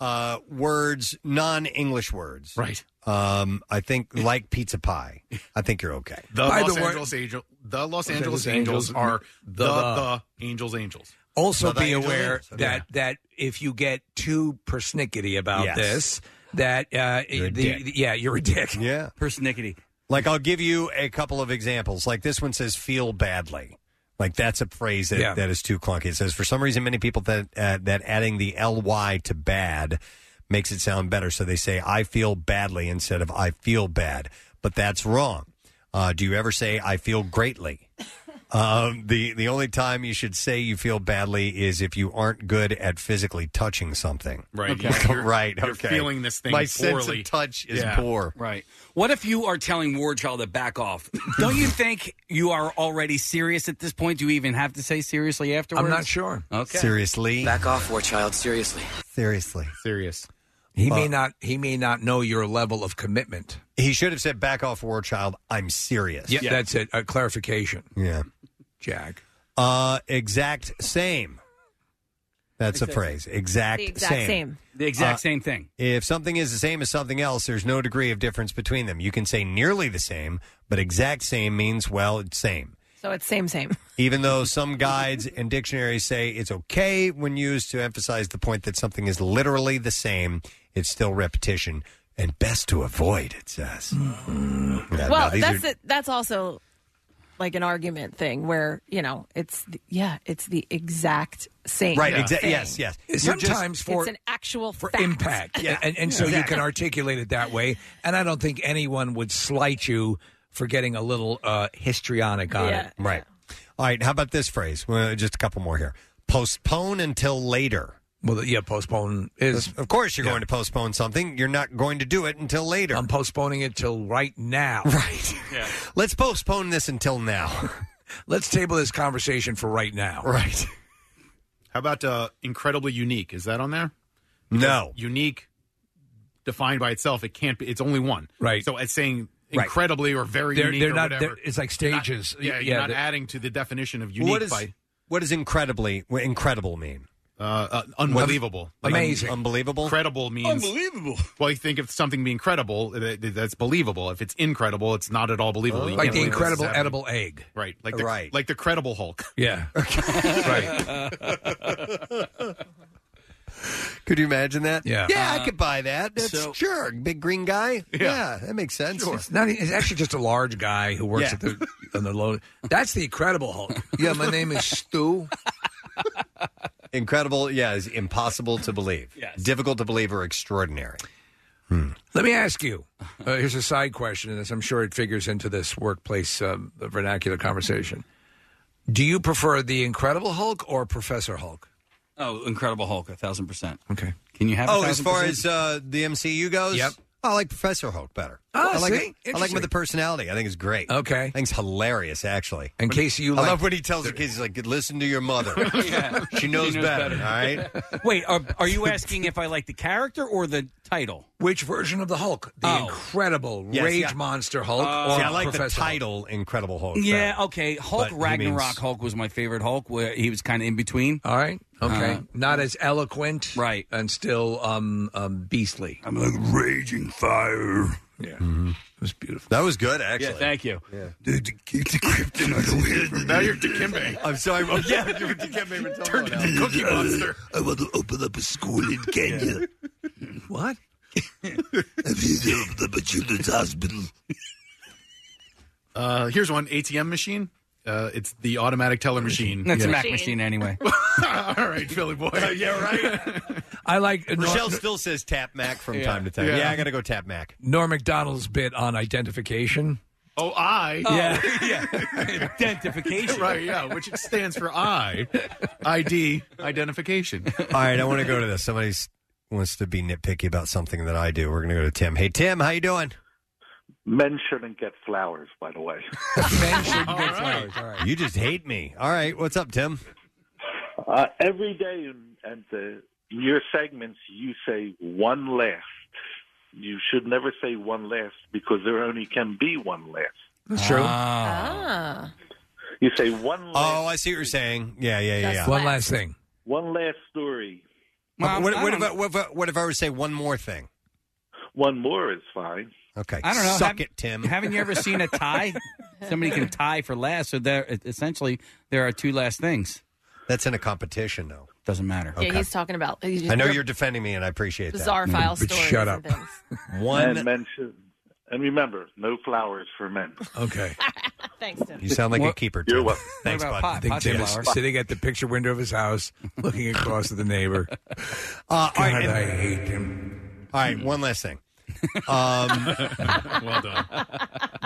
S2: uh, words, non-English words,
S7: right?
S2: Um, I think like pizza pie. I think you're okay.
S7: The Los Angeles Angel, the Los Angeles Angels are the the Angels Angels.
S4: Also,
S7: The- the
S4: be
S7: Angels
S4: aware
S7: Angels.
S4: that that if you get too persnickety about
S2: Yes.
S4: this, that uh,
S2: You're a
S4: the-
S2: dick.
S4: yeah, you're a dick.
S2: Yeah,
S5: persnickety.
S2: Like I'll give you a couple of examples. Like this one says "feel badly." Like that's a phrase that,
S4: Yeah.
S2: that is too clunky. It says for some reason many people that uh, that adding the ly to bad makes it sound better. So they say "I feel badly" instead of "I feel bad," but that's wrong. Uh, do you ever say "I feel greatly"? Um, the the only time you should say you feel badly is if you aren't good at physically touching something.
S7: Right.
S5: You're-
S2: right.
S5: you're
S2: okay.
S5: feeling this thing
S2: My sense
S5: poorly.
S2: of touch is
S5: Yeah.
S2: poor.
S5: Right. What if you are telling Wardchild to back off? Don't you think you are already serious at this point? Do you even have to say seriously afterwards?
S4: not sure.
S5: Okay.
S2: Seriously.
S5: Back off, Wardchild. Seriously.
S2: Seriously.
S7: Serious.
S4: He may
S2: Uh,
S4: not. He may not know your level of commitment.
S2: He should have said, "Back off, war child. I'm serious."
S4: Yeah, that's it. Uh, A clarification,
S2: Yeah.
S4: Jack.
S2: Uh, exact same. That's a
S5: Exact-
S2: phrase. Exact,
S5: The exact
S2: Uh,
S5: same thing.
S2: If something is the same as something else, there's no degree of difference between them. You can say nearly the same, but exact same means well, it's same.
S3: So it's same, same.
S2: Even though some guides and dictionaries say it's okay when used to emphasize the point that something is literally the same, it's still repetition and best to avoid. It says. Yeah,
S3: Mm-hmm. well,
S2: no, these
S3: that's
S2: are-
S3: it that's also like an argument thing where you know it's the, yeah, it's the exact same.
S4: Right, exa-
S3: thing.
S4: yes, yes. You're just- Sometimes for-
S3: it's an actual
S4: for
S3: fact.
S4: impact. and, and so you can articulate it that way. And I don't think anyone would slight you for getting a little uh, histrionic on
S2: Yeah.
S4: it.
S2: Right. All right. How about this phrase? Well, just a couple more here. Postpone until later.
S4: Well, yeah, postpone is.
S2: Of course, you're going to postpone something. You're not going to do it until later. I'm
S4: postponing it till right now.
S2: Right.
S5: Yeah.
S2: Let's postpone this until now.
S4: Let's table this conversation for right now.
S2: Right.
S7: How about uh, incredibly unique? Is that on there?
S2: No.
S7: Unique, defined by itself, it can't be. It's only one.
S4: Right.
S7: So it's saying
S4: Right.
S7: incredibly or very
S4: They're-
S7: unique
S4: they're
S7: or
S4: not-
S7: whatever.
S4: they're- it's like
S7: You're not-
S4: stages.
S7: yeah, you're
S4: Yeah,
S7: not
S4: they're-
S7: adding to the definition of unique
S2: what is
S7: by
S2: what is incredibly what incredible mean?
S7: Uh, uh, unbelievable. Like,
S2: unbelievable.
S7: Credible means
S5: unbelievable.
S7: Well, you think if something being credible, uh, that, that's believable. If it's incredible, it's not at all believable. You
S4: like
S7: can't
S4: the
S7: believe this is
S4: incredible
S7: happening.
S4: edible egg.
S7: right? Like the,
S4: Right.
S7: like the credible Hulk.
S4: Yeah.
S2: Could you imagine that?
S4: Yeah.
S2: Yeah,
S4: Uh,
S2: I could buy that. That's
S4: so-
S2: sure. Big green guy. Yeah, that makes sense.
S4: It's, not, e, it's actually just a large guy who works
S2: Yeah.
S4: at the on the low. That's the Incredible Hulk. Yeah, my name is Stu.
S2: Incredible. Yeah, is impossible to believe. Yes. Difficult to believe or extraordinary.
S4: Hmm. Let me ask you. Uh, here's a side question, and this I'm sure it figures into this workplace um, vernacular conversation. Do you prefer the Incredible Hulk or Professor Hulk?
S5: Oh, Incredible Hulk, a thousand percent.
S4: Okay.
S5: Can you have?
S2: oh, as
S5: a thousand
S2: far
S5: percent?
S2: as uh, the MCU goes, yep. I like Professor Hulk better.
S5: Ah,
S2: I like
S5: see?
S2: it- I like him with
S5: Interesting.
S2: the personality. I think it's great.
S4: Oh, Okay,
S2: I think it's hilarious actually.
S4: In case you
S2: I
S4: like-
S2: love when he tells the kids, he's like, "Listen to your mother. uh, she, knows better, All right.
S5: Wait, are, are you asking if I like the character or the title?
S4: Which version of the Hulk? The
S5: Oh.
S4: Incredible
S5: Yes,
S4: Rage
S5: yeah.
S4: Monster Hulk
S5: Uh,
S4: or
S5: See, I like the
S4: Professor Hulk?
S2: Title Incredible Hulk.
S5: yeah,
S2: better.
S5: okay. Hulk
S2: But he
S5: Ragnarok
S2: means-
S5: Hulk was my favorite Hulk, where he was kind of in between.
S4: All right. Okay.
S2: Uh,
S4: Not as eloquent. Right. And still um, um, beastly. I'm like raging fire. Yeah. It was beautiful.
S2: Mm-hmm. That was good, actually.
S5: Yeah, thank you.
S7: now you're Dikembe.
S2: I'm sorry. Well, yeah, you're Dikembe. Turned into
S7: Cookie Monster.
S17: Uh, I want to open up a school in Kenya.
S4: What?
S17: Have you opened up a children's hospital?
S7: Uh, here's one ATM machine. Uh, it's the automatic teller machine.
S5: That's a Mac machine anyway.
S7: All right, Philly boy. yeah, right.
S4: I like
S2: Rochelle still says tap Mac from
S4: Yeah.
S2: time to time. Yeah,
S4: Yeah.
S2: I got to go tap Mac.
S4: Norm McDonald's bit on identification.
S7: Oh, I.
S4: Yeah.
S7: yeah.
S5: Identification.
S7: right, yeah, which it stands for I. ID, identification.
S2: All right, I want to go to this. Somebody wants to be nitpicky about something that I do. We're going to go to Tim. Hey, Tim, how you doing?
S13: Men shouldn't get flowers, by the way.
S2: You just hate me. All right, what's up, Tim?
S13: Uh, every day in, and the, in your segments, you say one last. You should never say one last because there only can be one last.
S2: That's true.
S13: Ah. You say one last.
S2: Oh, I see what you're saying. Yeah, yeah, yeah.
S13: Just
S2: yeah.
S13: One last
S4: thing.
S13: One last story.
S2: what, what, if I, what, if I, what if I were to say one more thing?
S13: One more is fine.
S2: Okay.
S5: I don't know.
S2: Suck
S5: Haven't-
S2: it, Tim.
S5: Haven't you ever seen a tie? Somebody can tie for last. So there, essentially, there are two last things.
S2: That's in a competition, though.
S5: Doesn't matter.
S3: Yeah, he's talking about. he's just-
S2: I know you're Mm, defending me, and I appreciate that.
S3: Bizarre file Mm. But stories shut and up.
S2: One.
S13: And, men should, and remember, no flowers for men.
S4: Okay.
S3: Thanks, Tim.
S2: You sound like a keeper. Tim.
S13: You're welcome.
S2: Thanks, bud.
S4: I think Tim is sitting at the picture window of his house, looking across at the neighbor.
S2: Uh, all right,
S4: God,
S2: and-
S4: I hate him.
S2: All right, one last thing. Um,
S7: well done.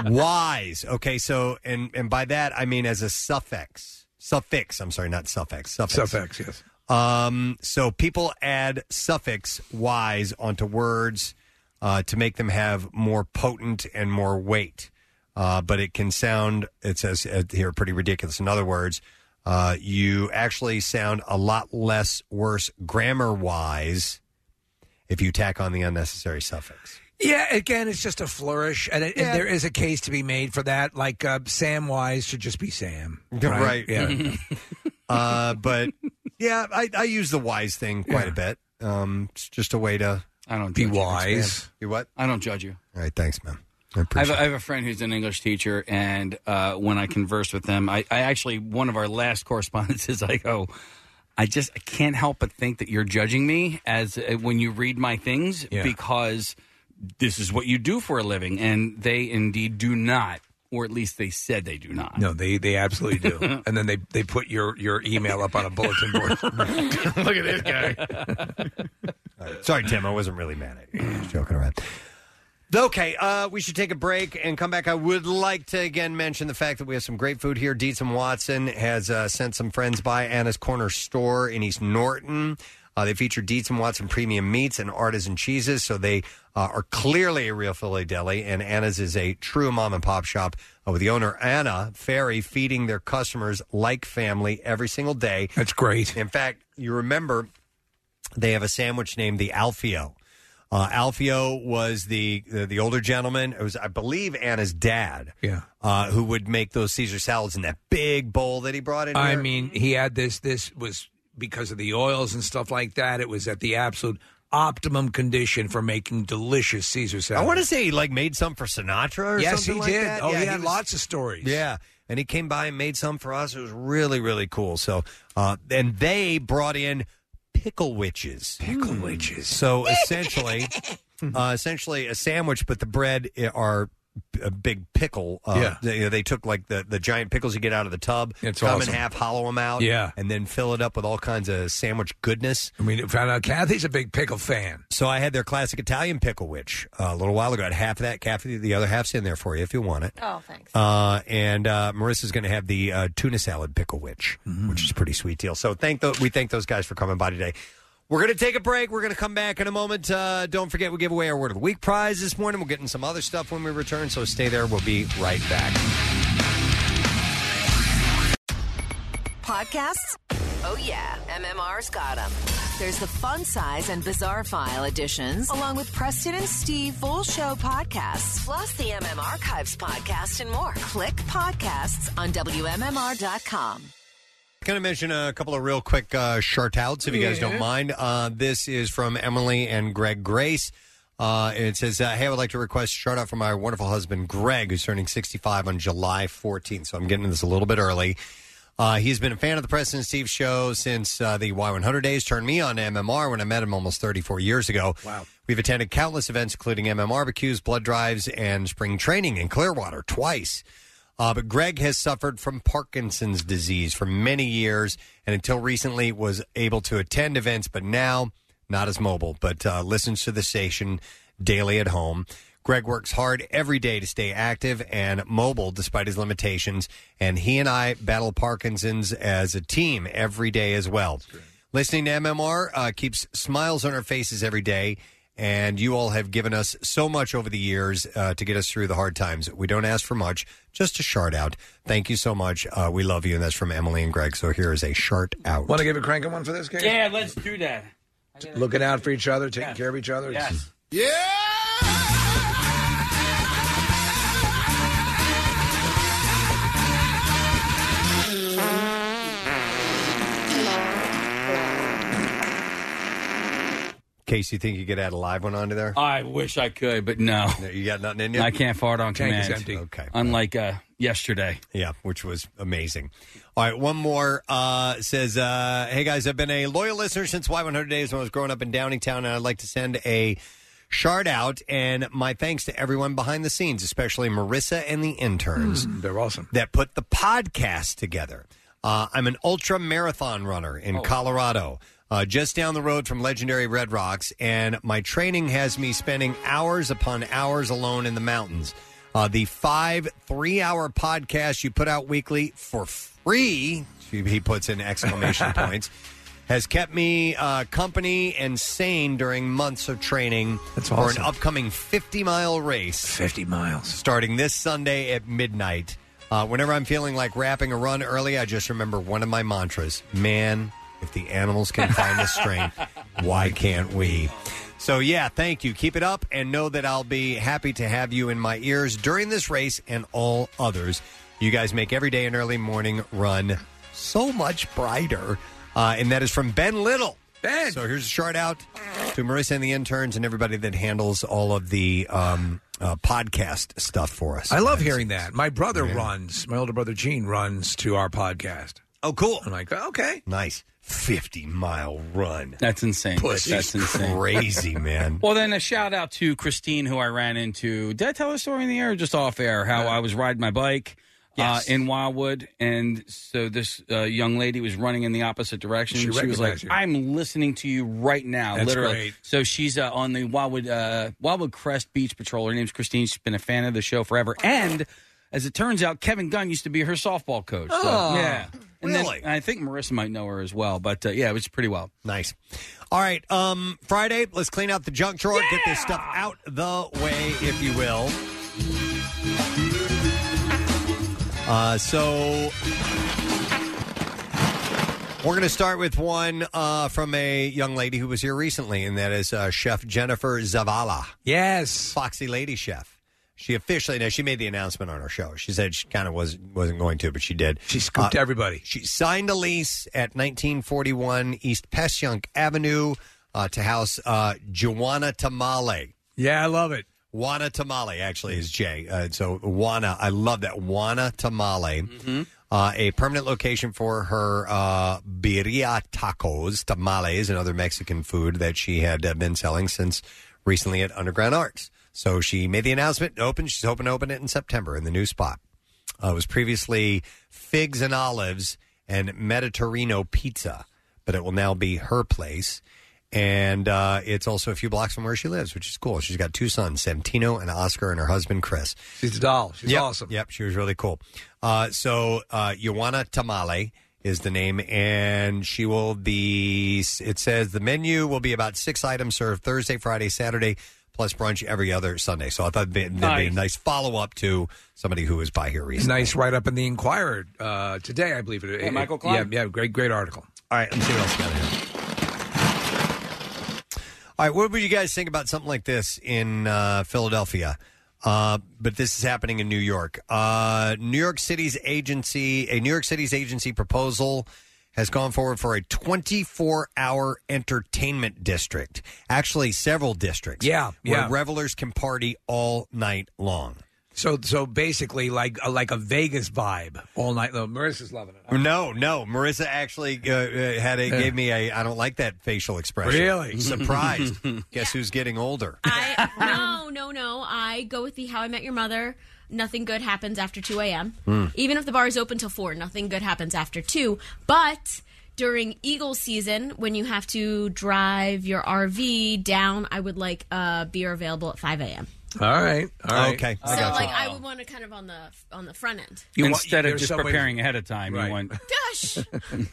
S2: wise. Okay, so and and by that I mean as a suffix. Suffix. I'm sorry, not suffix. Suffix.
S4: Suffix, yes.
S2: Um, so people add suffix "wise" onto words uh, to make them have more potent and more weight. Uh, but it can sound it says uh, here pretty ridiculous. In other words, uh, you actually sound a lot less worse grammar wise if you tack on the unnecessary suffix.
S4: Yeah, again, it's just a flourish, and, it,
S2: Yeah.
S4: and there is a case to be made for that. Like uh, Sam Wise should just be Sam,
S2: Right.
S4: Yeah.
S2: uh, but yeah, I, I use the wise thing quite a bit. Um, it's just a way to
S5: I don't
S2: be
S5: wise.
S2: You what?
S5: I don't judge you.
S2: All right, thanks, man.
S5: I have, a, I have a friend who's an English teacher, and uh, when I converse with them, I, I actually one of our last correspondences, I go, I just I can't help but think that you're judging me as uh, when you read my things
S4: Yeah.
S5: because this is what you do for a living, and they indeed do not, or at least they said they do not.
S4: No, they they absolutely do, and then they they put your your email up on a bulletin board.
S7: Look at this guy.
S2: Sorry, Tim, I wasn't really mad at you. Just joking around. Okay, uh, we should take a break and come back. I would like to again mention the fact that we have some great food here. Dietz and Watson has uh, sent some friends by Anna's Corner Store in East Norton. Uh, they feature Dietz and Watson premium meats and artisan cheeses, so they uh, are clearly a real Philly deli. And Anna's is a true mom and pop shop uh, with the owner Anna Ferry feeding their customers like family every single day.
S4: That's great.
S2: In fact, you remember they have a sandwich named the Alfio. Uh, Alfio was the, the the older gentleman. It was, I believe, Anna's dad.
S4: Yeah.
S2: uh, who would make those Caesar salads in that big bowl that he brought in?
S4: I
S2: here.
S4: mean, he had this. This was because of the oils and stuff like that. It was at the absolute optimum condition for making delicious Caesar salad.
S2: I want to say he like made some for Sinatra or
S4: Yes, he
S2: something like
S4: did.
S2: that.
S4: Oh, he had
S2: was-
S4: lots of stories.
S2: Yeah, and he came by and made some for us. It was really really cool. So, uh, and they brought in pickle witches. Pickle
S4: witches.
S2: So essentially, uh, essentially a sandwich, but the bread i- are a big pickle. Uh,
S4: Yeah.
S2: they, they took like the, the giant pickles you get out of the tub,
S4: It's
S2: cut 'em
S4: awesome.
S2: in half, hollow them out,
S4: Yeah.
S2: and then fill it up with all kinds of sandwich goodness.
S4: I mean, found out Uh, Kathy's a big pickle fan.
S2: So I had their classic Italian pickle witch uh, a little while ago. I had half of that, Kathy. The other half's in there for you if you want it.
S3: Oh, thanks.
S2: Uh, and uh, Marissa's going to have the uh, tuna salad pickle witch, which is a pretty sweet deal. So thank the, we thank those guys for coming by today. We're going to take a break. We're going to come back in a moment. Uh, don't forget, we give away our Word of the Week prize this morning. We'll get in some other stuff when we return. So stay there. We'll be right back.
S14: Podcasts? Oh, yeah. MMR's got them. There's the Fun Size and Bizarre File editions, along with Preston and Steve full show podcasts, plus the MM Archives podcast and more. Click podcasts on WMMR.com.
S2: Going to mention a couple of real quick uh, short outs, if you guys
S14: Yeah.
S2: don't mind. Uh, this is from Emily and Greg Grace. Uh, and it says, uh, "Hey, I would like to request a shout out from my wonderful husband Greg, who's turning 65 on July 14th. So I'm getting this a little bit early. Uh, he's been a fan of the President Steve show since uh, the Y100 days. Turned me on to MMR when I met him almost 34 years ago. Wow. We've attended countless events, including MM barbecues, blood drives, and spring training in Clearwater twice. Uh, but Greg has suffered from Parkinson's disease for many years, and until recently was able to attend events, but now not as mobile, but uh, listens to the station daily at home. Greg works hard every day to stay active and mobile despite his limitations, and he and I battle Parkinson's as a team every day as well. Listening to MMR uh, keeps smiles on our faces every day, and you all have given us so much over the years uh, to get us through the hard times. We don't ask for much, just a shout out. Thank you so much. Uh, we love you, and that's from Emily and Greg. So here is a shout out.
S4: Want to give a cranking one for this game?
S5: Yeah, let's do that.
S4: Looking out for each other, taking care of each other. Yes.
S17: Yeah!
S2: Case, you think you could add a live one onto there?
S5: I wish I could, but no.
S2: You got nothing in you?
S5: Uh, I can't fart on
S2: Tank is
S5: command.
S2: empty. Okay.
S5: Unlike uh, yesterday.
S2: Yeah, which was amazing. All right, one more uh, says, uh, "Hey guys, I've been a loyal listener since Y100 days when I was growing up in Downingtown, and I'd like to send a shout out and my thanks to everyone behind the scenes, especially Marissa and the interns.
S4: They're awesome
S2: that put the podcast together. Uh, I'm an ultra marathon runner in
S4: Oh.
S2: Colorado." Uh, just down the road from legendary Red Rocks, and my training has me spending hours upon hours alone in the mountains. Uh, the five three hour podcast you put out weekly for free, he he puts in exclamation points, has kept me uh, company and sane during months of training for an
S4: awesome.
S2: upcoming 50 mile race.
S4: 50 miles.
S2: Starting this Sunday at midnight. Uh, whenever I'm feeling like wrapping a run early, I just remember one of my mantras man, if the animals can find the strength, why can't we? So, yeah, thank you. Keep it up and know that I'll be happy to have you in my ears during this race and all others. You guys make every day an early morning run so much brighter. Uh, and that is from Ben Little. Ben. So here's a shout out to Marissa and the interns and everybody that handles all of the um, uh, podcast stuff for us.
S4: I love hearing that. My brother
S2: Yeah.
S4: runs, my older brother Gene runs to our podcast.
S2: Oh, cool.
S4: I'm like, okay.
S2: Nice. 50 mile run.
S5: That's insane.
S2: Pussy's
S5: That's insane.
S2: crazy, man.
S5: Well, then a shout out to Christine, who I ran into. Did I tell a story in the air or just off air? How I was riding my bike
S9: Yes.
S5: uh, in Wildwood, and so this uh, young lady was running in the opposite direction.
S9: She
S5: was like,
S9: recognized you.
S5: "I'm listening to you right now,
S9: That's
S5: literally."
S9: great.
S5: So she's uh, on the Wildwood uh, Wildwood Crest Beach Patrol. Her name's Christine. She's been a fan of the show forever, and as it turns out, Kevin Gunn used to be her softball coach. So,
S2: Oh,
S5: yeah. And then-
S2: really?
S5: and I think Marissa might know her as well, but uh, yeah, it was pretty well.
S2: Nice. All right, um, Friday, let's clean out the junk drawer, get this stuff out the way, if you will. Uh, so we're going to start with one uh, from a young lady who was here recently, and that is uh, Chef Jennifer Zavala.
S4: Yes,
S2: Foxy Lady Chef. She officially now she made the announcement on our show. She said she kind of was wasn't going to, but she did. Uh, She
S4: scooped everybody.
S2: She signed a lease at 1941 East Pesyunk Avenue uh, to house uh, Juana Tamale.
S4: Yeah, I love it.
S2: Juana Tamale actually is Jay. Uh, so Juana, I love that Juana Tamale.
S4: Mm-hmm.
S2: Uh, a permanent location for her uh, birria tacos, tamales, and other Mexican food that she had uh, been selling since recently at Underground Arts. So she made the announcement. Open. She's hoping to open it in September in the new spot. Uh, it was previously Figs and Olives and Mediterrino Pizza, but it will now be her place. And uh, it's also a few blocks from where she lives, which is cool. She's got two sons, Santino and Oscar, and her husband, Chris.
S4: She's a doll. She's
S2: yep.
S4: awesome.
S2: Yep, she was really cool. Uh, so, uh, Ioana Tamale is the name, and she will be, it says the menu will be about six items served Thursday, Friday, Saturday, plus brunch every other Sunday. So I thought that'd be, that'd be a
S4: Nice.
S2: nice follow up to somebody who was by here recently.
S4: It's nice write up in the Inquirer uh, today, I believe it.
S2: Yeah,
S4: it-
S2: Michael
S4: it-
S2: Klein?
S4: Yeah, yeah, great, great article.
S2: All right, let's see what else we got here. All right, what would you guys think about something like this in uh, Philadelphia? Uh, but this is happening in New York. Uh, New York City's agency, a New York City's agency proposal has gone forward for a 24 hour entertainment district. Actually, several districts.
S4: Yeah,
S2: Where
S4: yeah.
S2: revelers can party all night long.
S4: So, so basically, like uh, like a Vegas vibe all night long. Marissa's loving it.
S2: No, no. Marissa actually uh, uh, had a, gave me a I don't like that facial expression.
S4: Really?
S2: Surprised. Guess who's getting older?
S15: no, no, no. I go with the How I Met Your Mother. nothing good happens after 2 a.m.
S9: Hmm.
S15: Even if the bar is open till 4, nothing good happens after 2. But during Eagle season, when you have to drive your RV down, I would like uh, beer available at 5 a.m.
S4: All right. All right.
S2: Okay.
S15: So like I would want it kind of on the on the front end.
S5: Instead of
S4: there's
S5: just
S4: some ways-
S5: preparing ahead of time, you want
S15: Gosh.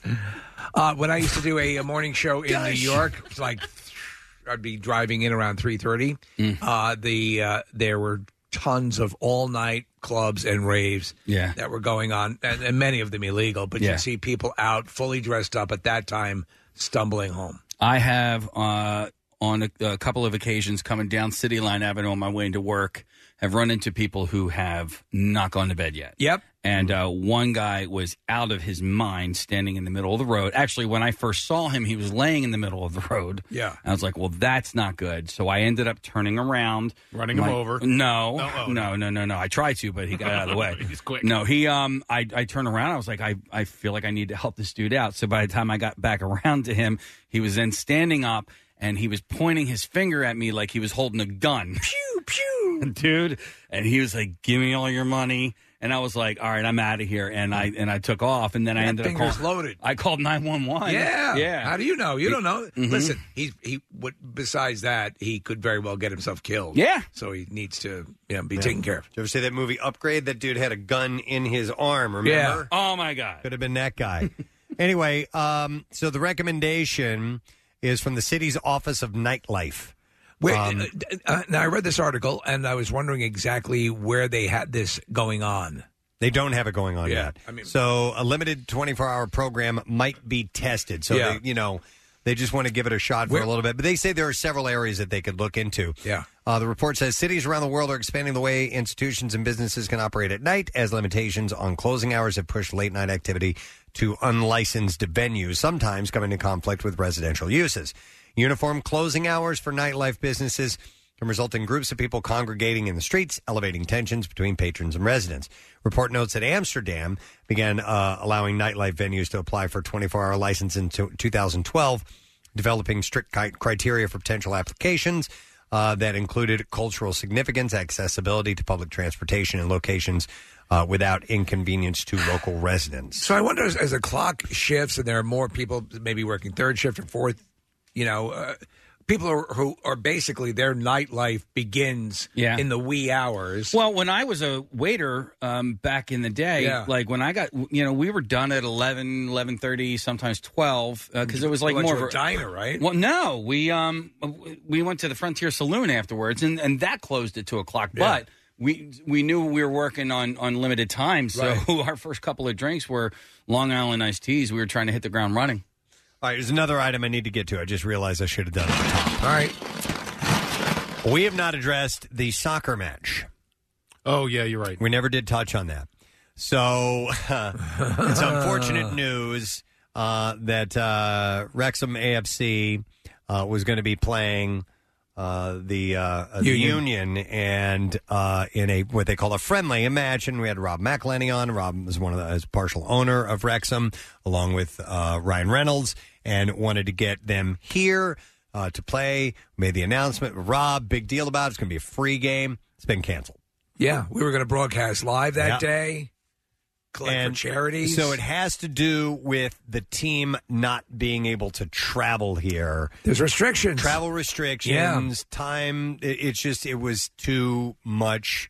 S4: Uh, when I used to do a, a morning show in New
S5: Gosh.
S4: York, it's like I'd be driving in around three thirty.
S5: Mm.
S4: Uh, the uh, there were tons of all night clubs and raves
S5: Yeah.
S4: that were going on, and, and many of them illegal. But
S5: Yeah.
S4: you'd see people out fully dressed up at that time, stumbling home.
S5: I have uh, on a, a couple of occasions coming down City Line Avenue on my way into work, have run into people who have not gone to bed yet.
S4: Yep.
S5: And uh, one guy was out of his mind standing in the middle of the road. Actually, when I first saw him, he was laying in the middle of the road.
S4: Yeah.
S5: I was like, well, that's not good. So I ended up turning around,
S7: Running him
S5: My-
S7: over.
S5: No,
S7: No, oh,
S5: no, no, no, no. I tried to, but he got out of the way.
S7: He's quick.
S5: No, he. Um, I, I turned around. I was like, I, I feel like I need to help this dude out. So by the time I got back around to him, he was then standing up and he was pointing his finger at me like he was holding a gun. Pew pew, dude. And he was like, "Give me all your money." And I was like, "All right, I'm out of here." And I and I took off. And then I
S4: That
S5: ended up
S4: finger's
S5: calling, loaded. I called nine one one.
S4: Yeah,
S5: yeah.
S4: How do you know? Oh, You don't know.
S5: Mhm.
S4: Listen, he's he. What besides that, he could very well get himself killed.
S5: Yeah.
S4: So he needs to you know, be taken care of.
S2: Did you ever see that movie Upgrade? That dude had a gun in his arm, remember?
S5: Oh my god.
S2: Could have been that guy. anyway, um, so the recommendation is from the city's Office of Nightlife.
S4: Wait,
S2: Um,
S4: uh, now I read this article and I was wondering exactly where they had this going on.
S2: They don't have it going on
S4: Yeah,
S2: yet.
S4: I mean-
S2: so a limited 24 hour program might be tested. So,
S4: Yeah.
S2: they, you know, they just want to give it a shot for a little bit. But they say there are several areas that they could look into.
S4: Yeah.
S2: Uh, the report says cities around the world are expanding the way institutions and businesses can operate at night as limitations on closing hours have pushed late night activity to unlicensed venues, sometimes coming into conflict with residential uses. Uniform closing hours for nightlife businesses can result in groups of people congregating in the streets, elevating tensions between patrons and residents. Report notes that Amsterdam began uh, allowing nightlife venues to apply for 24 hour license in to- 2012 developing strict ki- criteria for potential applications uh, that included cultural significance, accessibility to public transportation, and locations uh, without inconvenience to local residents.
S4: So I wonder as, as the clock shifts and there are more people maybe working third shift or fourth, you know, uh, people are, who are basically their nightlife begins
S5: Yeah.
S4: in the wee hours.
S5: Well, when I was a waiter um, back in the day,
S4: Yeah.
S5: like when I got, you know, we were done at 11, 11.30, sometimes 12, because it was like
S4: Well,
S5: more
S4: to
S5: of
S4: a diner, right?
S5: Well, no, we um we went to the Frontier Saloon afterwards, and, and that closed at two o'clock. But we we knew we were working on on limited time, so our first couple of drinks were Long Island iced teas. We were trying to hit the ground running.
S2: All right, there's another item I need to get to. I just realized I should have done it. at the top.
S4: All right.
S2: We have not addressed the soccer match.
S7: Oh, yeah, you're right.
S2: We never did touch on that. So it's unfortunate news uh, that uh, Wrexham AFC uh, was going to be playing uh, the, uh, uh, the
S4: Union.
S2: Union and uh, in a what they call a friendly a match. And we had Rob McElhenney on. Rob was one of the is partial owner of Wrexham, along with uh, Ryan Reynolds, and wanted to get them here uh, to play. Made the announcement. Rob, big deal about it. It's going to be a free game. It's been canceled.
S4: Yeah, we were going to broadcast live that
S2: Yeah.
S4: day, collect
S2: And
S4: for charities.
S2: So it has to do with the team not being able to travel here.
S4: There's restrictions.
S2: Travel restrictions, time. It, it's just, it was too much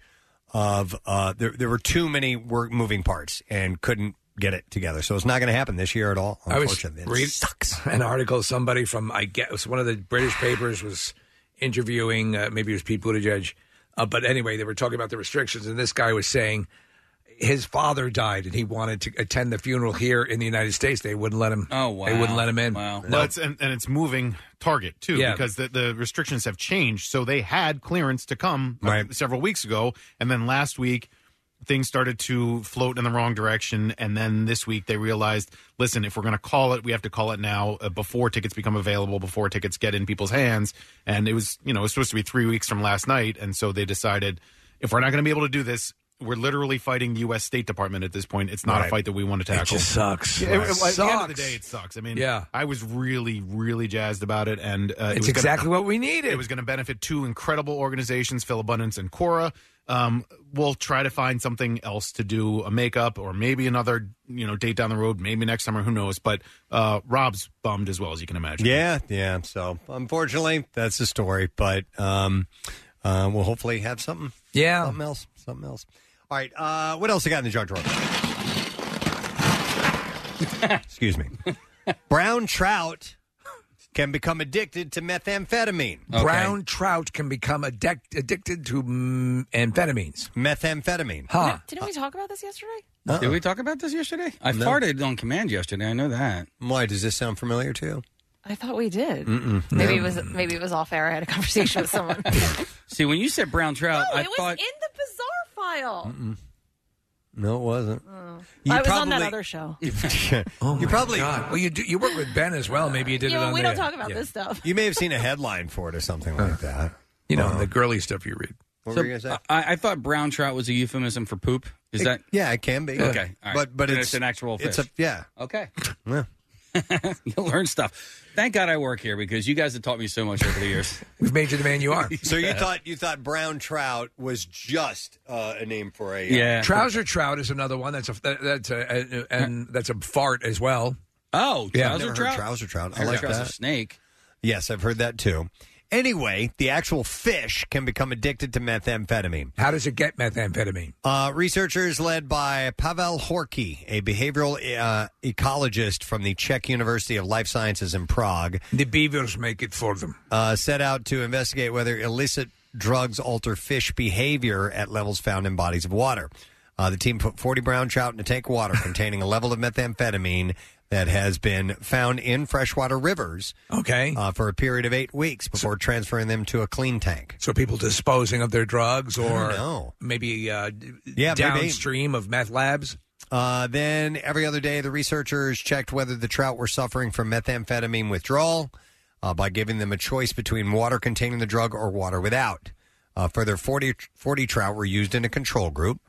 S2: of, uh, there, there were too many work moving parts and couldn't get it together. So it's not going to happen this year at all,
S4: I was
S2: unfortunately. It
S4: read
S2: sucks.
S4: An article somebody from I guess one of the British papers was interviewing uh, maybe it was Pete Buttigieg, uh, but anyway they were talking about the restrictions and this guy was saying his father died and he wanted to attend the funeral here in the United States. They wouldn't let him. Oh They wouldn't let him in.
S7: Well,
S4: No.
S7: it's, and, and it's moving Target too
S4: Yeah.
S7: because the, the restrictions have changed. So they had clearance to come uh, several weeks ago, and then last week things started to float in the wrong direction. And then this week they realized, listen, if we're going to call it, we have to call it now uh, before tickets become available, before tickets get in people's hands. And it was you know it was supposed to be three weeks from last night, and so they decided if we're not going to be able to do this we're literally fighting the U.S. State Department at this point. It's not
S4: Right.
S7: a fight that we want to
S4: It
S7: tackle.
S4: just sucks.
S7: Yeah, it-
S4: Right.
S7: at the end of the
S4: Sucks.
S7: day, it sucks. I mean,
S4: Yeah.
S7: I was really, really jazzed about it, and uh, it was
S4: It's
S7: gonna-
S4: exactly what we needed.
S7: It was going to benefit two incredible organizations, Phil Abundance and Cora. Um, we'll try to find something else to do a makeup, or maybe another you know date down the road, maybe next summer. Who knows? But uh, Rob's bummed as well as you can imagine.
S2: Yeah, yeah. So unfortunately, that's the story. But um, uh, we'll hopefully have something.
S4: Yeah.
S2: something else. Something else. All right. Uh, what else you got in the junk drawer? Excuse me. Brown trout can become addicted to methamphetamine.
S4: Brown trout can become addic- addicted to mm, amphetamines.
S2: Methamphetamine.
S4: Huh.
S3: Didn't we talk about this yesterday?
S2: Uh-uh.
S5: Did we talk about this yesterday? I
S2: No.
S5: farted on command yesterday. I know that.
S2: Why does this sound familiar to you?
S3: I thought we did.
S2: Mm.
S5: Mm-mm.
S3: Maybe it was maybe it was off air. I had a conversation with someone.
S5: See, when you said brown trout,
S3: No,
S5: I
S3: it was
S5: thought
S3: in the bizarre file.
S2: No, it wasn't.
S3: Uh.
S4: You
S3: Mm. I was on that
S4: probably-
S3: other show.
S4: oh
S2: you probably
S4: God. well you do, you work with Ben as well. Maybe you did
S3: Yeah,
S4: it
S3: well,
S4: on
S3: we
S4: there.
S3: don't talk about this stuff.
S2: You may have seen a headline for it or something like that. Uh-huh.
S4: You know the girly stuff you read.
S2: What
S5: So,
S2: were you gonna say?
S5: I, I thought brown trout was a euphemism for poop. Is
S2: It-
S5: that
S2: yeah? It can be.
S5: Okay, all right.
S2: but but
S5: Then
S2: it's,
S5: it's an actual
S2: It's
S5: fish.
S2: a yeah.
S5: Okay.
S2: Yeah.
S5: You'll learn stuff. Thank God I work here because you guys have taught me so much over the years.
S4: We've made you the man you are.
S2: So you thought you thought brown trout was just uh, a name for a uh,
S4: Trouser trout is another one. That's a that, that's a, a, and that's a fart as well.
S5: Oh,
S2: Yeah, I've never heard trouser trout. I like that.
S5: snake.
S2: Yes, I've heard that too. Anyway, the actual fish can become addicted to methamphetamine.
S4: How does it get methamphetamine?
S2: Uh, researchers led by Pavel Horky, a behavioral uh, ecologist from the Czech University of Life Sciences in Prague,
S4: The beavers make it for them.
S2: uh, set out to investigate whether illicit drugs alter fish behavior at levels found in bodies of water. Uh, the team put 40 brown trout in a tank of water containing a level of methamphetamine that has been found in freshwater rivers.
S4: Okay.
S2: Uh, for a period of eight weeks before transferring them to a clean tank.
S4: So people disposing of their drugs,
S2: I
S4: or
S2: don't know.
S4: maybe uh, d-
S2: Yeah, maybe.
S4: downstream of meth labs.
S2: Uh, then every other day, the researchers checked whether the trout were suffering from methamphetamine withdrawal uh, by giving them a choice between water containing the drug or water without. Uh, further, 40, 40 trout were used in a control group.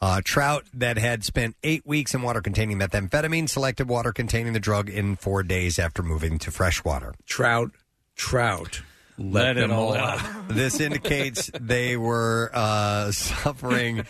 S2: Uh, trout that had spent eight weeks in water containing methamphetamine selected water containing the drug in four days after moving to freshwater.
S4: Trout, trout.
S5: Let it all out.
S2: This indicates they were uh, suffering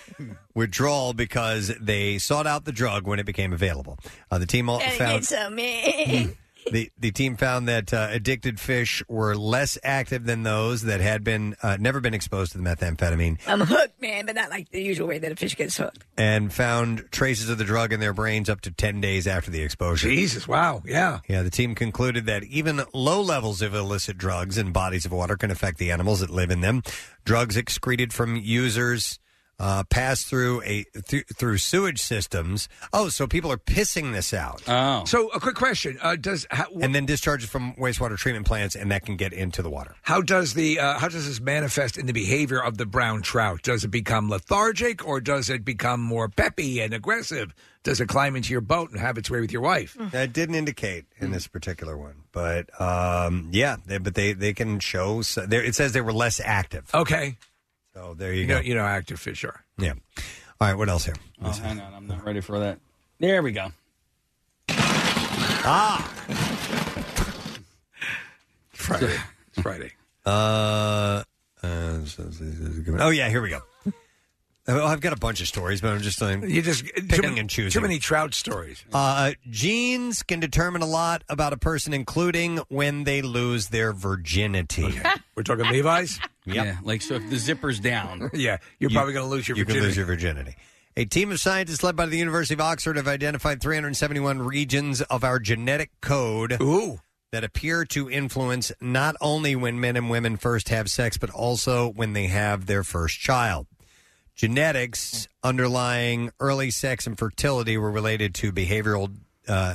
S2: withdrawal because they sought out the drug when it became available. Uh, the team all found
S11: Hmm.
S2: Hmm.
S8: me.
S2: the, the team found that uh, addicted fish were less active than those that had been uh, never been exposed to the methamphetamine,
S8: I'm hooked, man, but not like the usual way that a fish gets hooked.
S2: and found traces of the drug in their brains up to ten days after the exposure.
S4: Jesus, wow, yeah.
S2: Yeah, the team concluded that even low levels of illicit drugs in bodies of water can affect the animals that live in them. Drugs excreted from users uh, pass through a th- through sewage systems. Oh, so people are pissing this out.
S5: Oh,
S4: So a quick question: uh, Does how,
S2: and then discharges from wastewater treatment plants, and that can get into the water.
S4: how does the uh, how does this manifest in the behavior of the brown trout? Does it become lethargic, or does it become more peppy and aggressive? Does it climb into your boat and have its way with your wife?
S2: That didn't indicate in this particular one, but um, yeah, they, but they they can show. So there, it says they were less active.
S4: Okay,
S2: so there you
S4: you
S2: go.
S4: know, you know, how active fish are.
S2: Yeah. All right. What else here?
S5: Oh, hang on, I'm not ready for that. There we go.
S2: Ah,
S4: Friday. It's Friday.
S2: Uh, uh, so- so- so- oh yeah, here we go. Oh, I've got a bunch of stories, but I'm just like,
S4: You just uh, too
S2: picking
S4: many,
S2: and choosing.
S4: Too many trout stories.
S2: Uh, genes can determine a lot about a person, including when they lose their virginity.
S4: We're talking Levi's.
S5: Yeah, like so if the zipper's down,
S4: yeah, you're probably going to lose your
S2: you
S4: virginity.
S2: can lose your virginity. A team of scientists led by the University of Oxford have identified 371 regions of our genetic code that appear to influence not only when men and women first have sex, but also when they have their first child. Genetics underlying early sex and fertility were related to behavioral uh,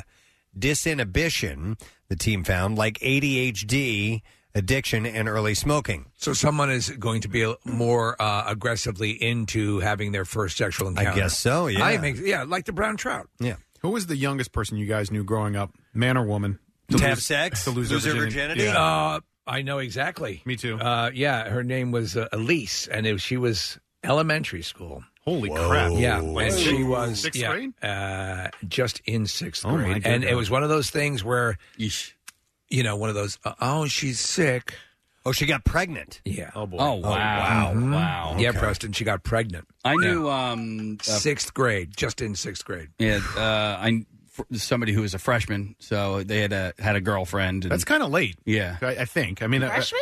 S2: disinhibition, the team found, like ADHD, addiction, and early smoking.
S4: So someone is going to be more uh, aggressively into having their first sexual encounter.
S2: guess so, yeah.
S4: I make yeah, like the brown trout.
S2: Yeah.
S7: Who was the youngest person you guys knew growing up, man or woman,
S4: To have sex?
S7: to lose,
S4: Lose
S7: their
S4: their
S7: virginity?
S4: virginity? Uh, I know exactly.
S7: Me too.
S4: Uh, yeah, her name was uh, Elise, and it, she was elementary school.
S7: Holy crap!
S4: Yeah,
S7: Like
S4: and
S7: six-
S4: she was
S7: sixth
S4: yeah,
S7: grade.
S4: uh, just in sixth
S7: Oh, my
S4: grade, and it
S7: goodness.
S4: was one of those things where, you know, one of those. Uh, oh, she's sick.
S2: Oh, she got pregnant.
S4: Yeah. Oh
S5: boy. Oh, wow.
S4: Mhm.
S5: Wow.
S4: Yeah,
S5: Okay.
S4: Preston, she got pregnant.
S5: I knew um, uh,
S4: sixth grade, just in sixth grade.
S5: Yeah, uh, I fr- somebody who was a freshman, so they had a had a girlfriend. And,
S7: That's kind of late.
S5: yeah.
S7: I, I think. I mean, uh,
S3: Freshman?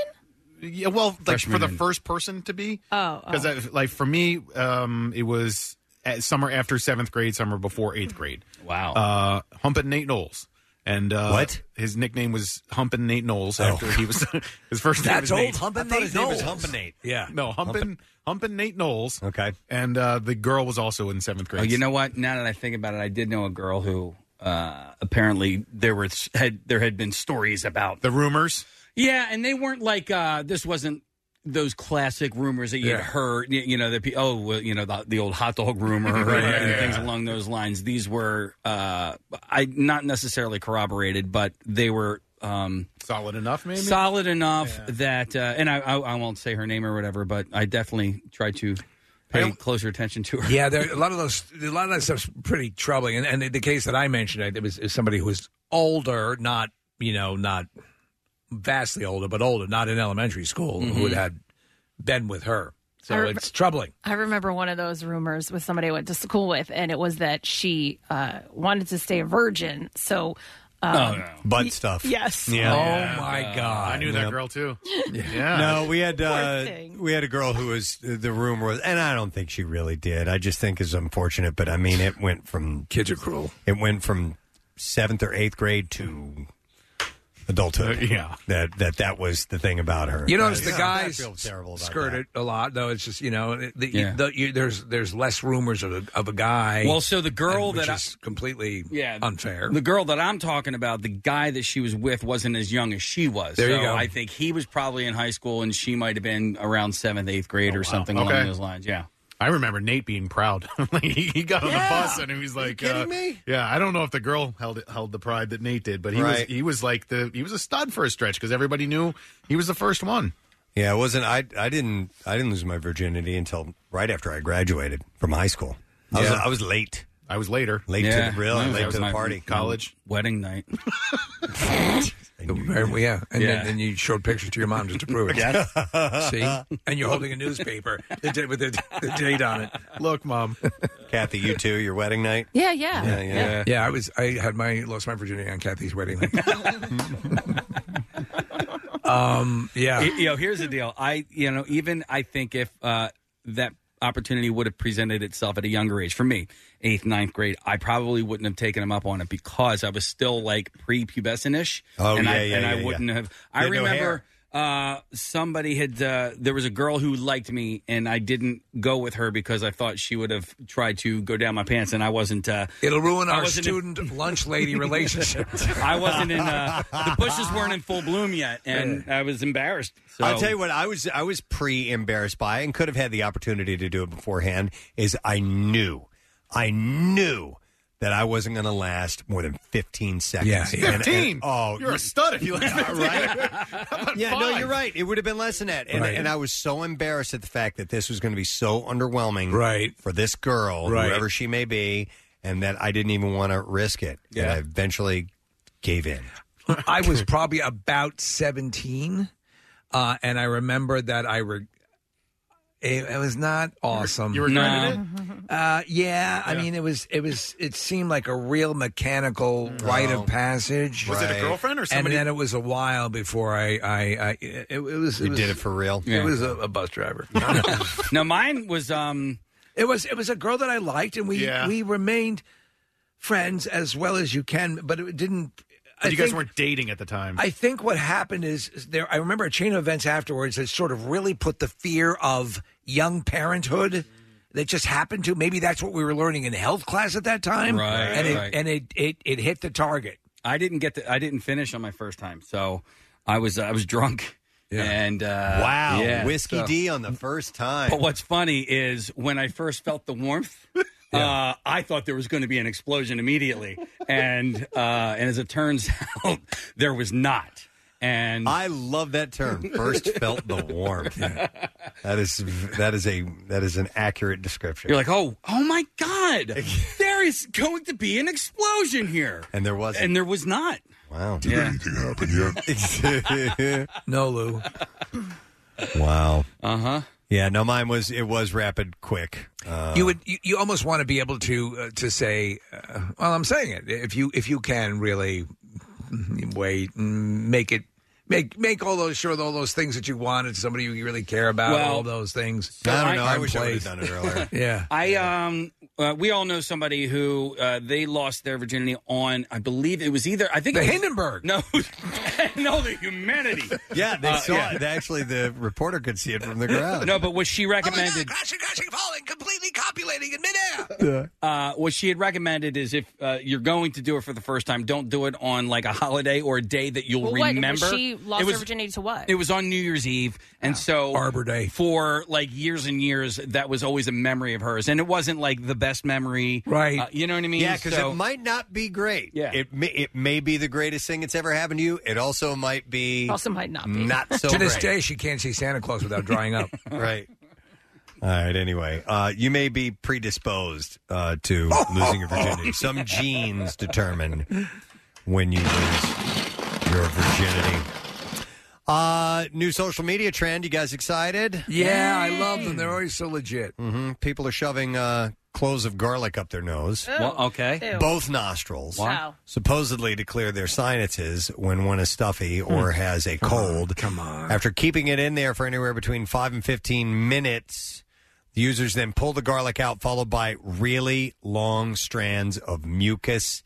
S7: yeah. Well, like
S5: Freshman
S7: for the
S5: and-
S7: first person to be.
S3: Oh, oh.
S7: because like for me um it was at summer after seventh grade summer before eighth grade
S5: wow
S7: uh humping nate knowles and uh
S2: What?
S7: his nickname was humping nate knowles after he was his first name was
S2: That's old
S7: nate.
S2: Humpin' I thought Nate his name was Knowles. Humpin' Nate.
S4: yeah
S7: no humping humping nate knowles
S2: okay
S7: and uh the girl was also in seventh grade
S5: Oh, you know what? Now that I think about it, I did know a girl who uh, apparently there were had there had been stories about
S7: the rumors.
S5: Yeah, and they weren't like uh, this wasn't those classic rumors that you'd
S17: Yeah.
S5: heard. y- You know that pe- oh well, you know the, the old hot dog rumor
S7: Uh-huh.
S5: or
S17: Right,
S5: and
S17: yeah.
S5: things along those lines. These were uh, I not necessarily corroborated, but they were. Um,
S7: solid enough, maybe
S5: solid enough that, uh, and I, I, I won't say her name or whatever, but I definitely try to pay closer attention to her.
S4: Yeah, there, a lot of those, a lot of that stuff's pretty troubling. And, and the, the case that I mentioned, I- it was is somebody who was older, not you know, not vastly older, but older, not in elementary school, who
S2: Mm-hmm.
S3: Mhm.
S4: had been with her. So
S3: I rem-
S4: it's troubling.
S3: I remember one of those rumors with somebody I went to school with, and it was that she uh, wanted to stay a virgin. So, um,
S2: Oh, Butt stuff.
S3: yes.
S2: Yeah.
S4: Oh, my God.
S7: Uh, I knew that
S2: Yep.
S7: girl too.
S2: No, we had uh, we had a girl who was uh, the rumor was, and I don't think she really did. I just think is unfortunate, but I mean, it went from
S4: kids are cruel.
S2: It went from seventh or eighth grade to adulthood.
S7: yeah,
S2: that that that was the thing about her.
S4: You notice the
S2: Yeah,
S4: guys
S2: I feel terrible about
S4: skirt
S2: that.
S4: it a lot, though. It's just you know, the,
S2: Yeah.
S4: the, you, there's there's less rumors of a, of a guy.
S5: Well, so the girl
S4: and- which
S5: that I-
S4: is completely
S5: Yeah,
S4: unfair.
S5: The girl that I'm talking about, the guy that she was with, wasn't as young as she was.
S4: There
S5: so
S4: you go.
S5: I think he was probably in high school, and she might have been around seventh, eighth grade, or something
S7: Oh, Okay.
S5: along those lines. Yeah.
S7: I remember Nate being proud. like he, he got on
S5: Yeah.
S7: the bus and he was like,
S5: kidding
S7: uh,
S5: me?
S7: "Yeah, I don't know if the girl held it, held the pride that Nate did, but he was
S2: Right.
S7: he was like the he was a stud for a stretch because everybody knew he was the first one."
S2: Yeah, it wasn't. I I didn't I didn't lose my virginity until right after I graduated from high school. I was
S7: Yeah.
S2: I was late.
S7: I was later.
S2: Late
S5: Yeah.
S2: to the really
S5: Yeah, that
S2: late
S5: was
S2: to the
S5: my
S2: party.
S5: college wedding night.
S4: Apparently, yeah. And
S5: Yeah.
S4: Then, then you showed pictures to your mom just to prove it.
S5: Yes.
S4: See? And you're holding a newspaper that did, with the, the date on it.
S7: Look, mom.
S2: Kathy, you too. Your wedding night.
S3: Yeah, yeah.
S4: yeah, yeah. I was. I had my lost my virginity on Kathy's wedding. um. Yeah.
S5: Y- You know, here's the deal. I, you know, even I think if uh, that opportunity would have presented itself at a younger age for me, eighth, ninth grade, I probably wouldn't have taken him up on it because I was still like prepubescent ish.
S2: Oh,
S5: and I,
S2: yeah, yeah,
S5: And I
S2: yeah, yeah.
S5: wouldn't have.
S2: You
S5: I
S2: had no
S5: remember. uh, somebody had uh, there was a girl who liked me, and I didn't go with her because I thought she would have tried to go down my pants, and I wasn't. Uh,
S4: It'll ruin
S5: I
S4: our
S5: wasn't in-
S4: student lunch lady relationship.
S5: I wasn't in. Uh, the bushes weren't in full bloom yet, and I was embarrassed. So.
S2: I'll tell you what I was I was pre embarrassed by and could have had the opportunity to do it beforehand is I knew I knew that I wasn't going to last more than 15 seconds.
S7: Yeah,
S2: And- and-
S7: fifteen.
S2: oh,
S7: you're a stud if you like, right?
S2: yeah, no, you're right. It would have been less than that. And,
S7: Right.
S2: and I was so embarrassed at the fact that this was going to be so underwhelming
S4: Right.
S2: for this girl,
S4: Right.
S2: whoever she may be, and that I didn't even want to risk it. And
S4: Yeah.
S2: I eventually gave in.
S4: I was probably about 17, uh, and I remember that I re- it, it was not awesome.
S17: you regretted
S4: it? Uh, yeah, I mean, it was. It was. It seemed like a real mechanical rite of passage.
S17: Mm. Oh. Was it a Right. girlfriend or somebody-
S4: And then it was a while before I. I. I it, it was.
S2: You
S4: was-
S2: did it for real?
S4: It
S5: Yeah.
S4: was a, a bus driver.
S5: no, mine was. um
S4: It was. It was a girl that I liked, and we
S5: Yeah.
S4: we remained friends as well as you can. But it didn't. I
S7: you guys
S4: think-
S7: weren't dating at the time.
S4: I think what happened is is there. I remember a chain of events afterwards that sort of really put the fear of young parenthood that just happened to. Maybe that's what we were learning in health class at that time,
S5: Right,
S4: And it,
S5: right.
S4: and it, it it hit the target.
S5: I didn't get the I didn't finish on my first time, so I was I was drunk. And uh,
S2: Wow,
S5: yeah,
S2: whiskey
S5: so-
S2: D on the first time.
S5: But what's funny is when I first felt the warmth, uh, I thought there was going to be an explosion immediately, and uh, and as it turns out, there was not. And
S2: I love that term. First felt the warmth. That is that is a that is an accurate description.
S5: You're like, oh, oh my God, there is going to be an explosion here.
S2: And there was
S5: And there was not.
S2: Wow.
S5: Did Yeah. anything
S2: happen yet?
S4: no, Lou.
S2: Wow.
S5: Uh huh.
S2: Yeah. No, mine was it was rapid, quick. Uh,
S4: you would you, you almost want to be able to uh, to say uh, well i'm saying it if you if you can really wait and make it make make all those sure all those things that you wanted somebody you really care about
S5: Well,
S4: all those things
S5: I don't know. I
S4: Time,
S5: wish I
S4: place.
S5: would've done it earlier.
S4: yeah
S5: I um, uh, we all know somebody who uh, they lost their virginity on. I believe it was either I think
S4: The
S5: it was-
S4: Hindenburg.
S5: No, no, the humanity.
S2: yeah, they
S5: Uh,
S2: saw
S5: yeah.
S2: it. Actually, the reporter could see it from the ground.
S5: No, but what she recommended,
S4: crashing crashing falling completely copulating in midair
S5: uh, what she had recommended is if uh, you're going to do it for the first time, don't do it on like a holiday or a day that you'll
S3: Well, what?
S5: remember.
S3: Was she lost
S5: it
S3: her
S5: was
S3: virginity to what?
S5: It was on New Year's Eve, and so Arbor Day for like years and years. That was always a memory of hers, and it wasn't like the best memory,
S2: Right.
S5: Uh, you know what I mean?
S2: Yeah, because
S5: So-
S2: it might not be great.
S5: Yeah.
S2: It may, it may be the greatest thing that's ever happened to you. It also might be.
S3: Also might not be.
S2: Not so
S4: to this
S2: great.
S4: day she can't see santa claus without drying up
S2: right All right. Anyway, uh, you may be predisposed uh, to losing your virginity. Some genes determine when you lose your virginity. Uh, new social media trend. You guys excited?
S4: yeah i love them they're always so legit
S2: hmm People are shoving uh, cloves of garlic up their nose.
S5: Well, okay. Ew.
S2: Both nostrils.
S5: What? Wow.
S2: Supposedly to clear their sinuses when one is stuffy
S4: Hmm.
S2: or has a cold. come on. After keeping it in there for anywhere between 5 and 15 minutes, the users then pull the garlic out, followed by really long strands of mucus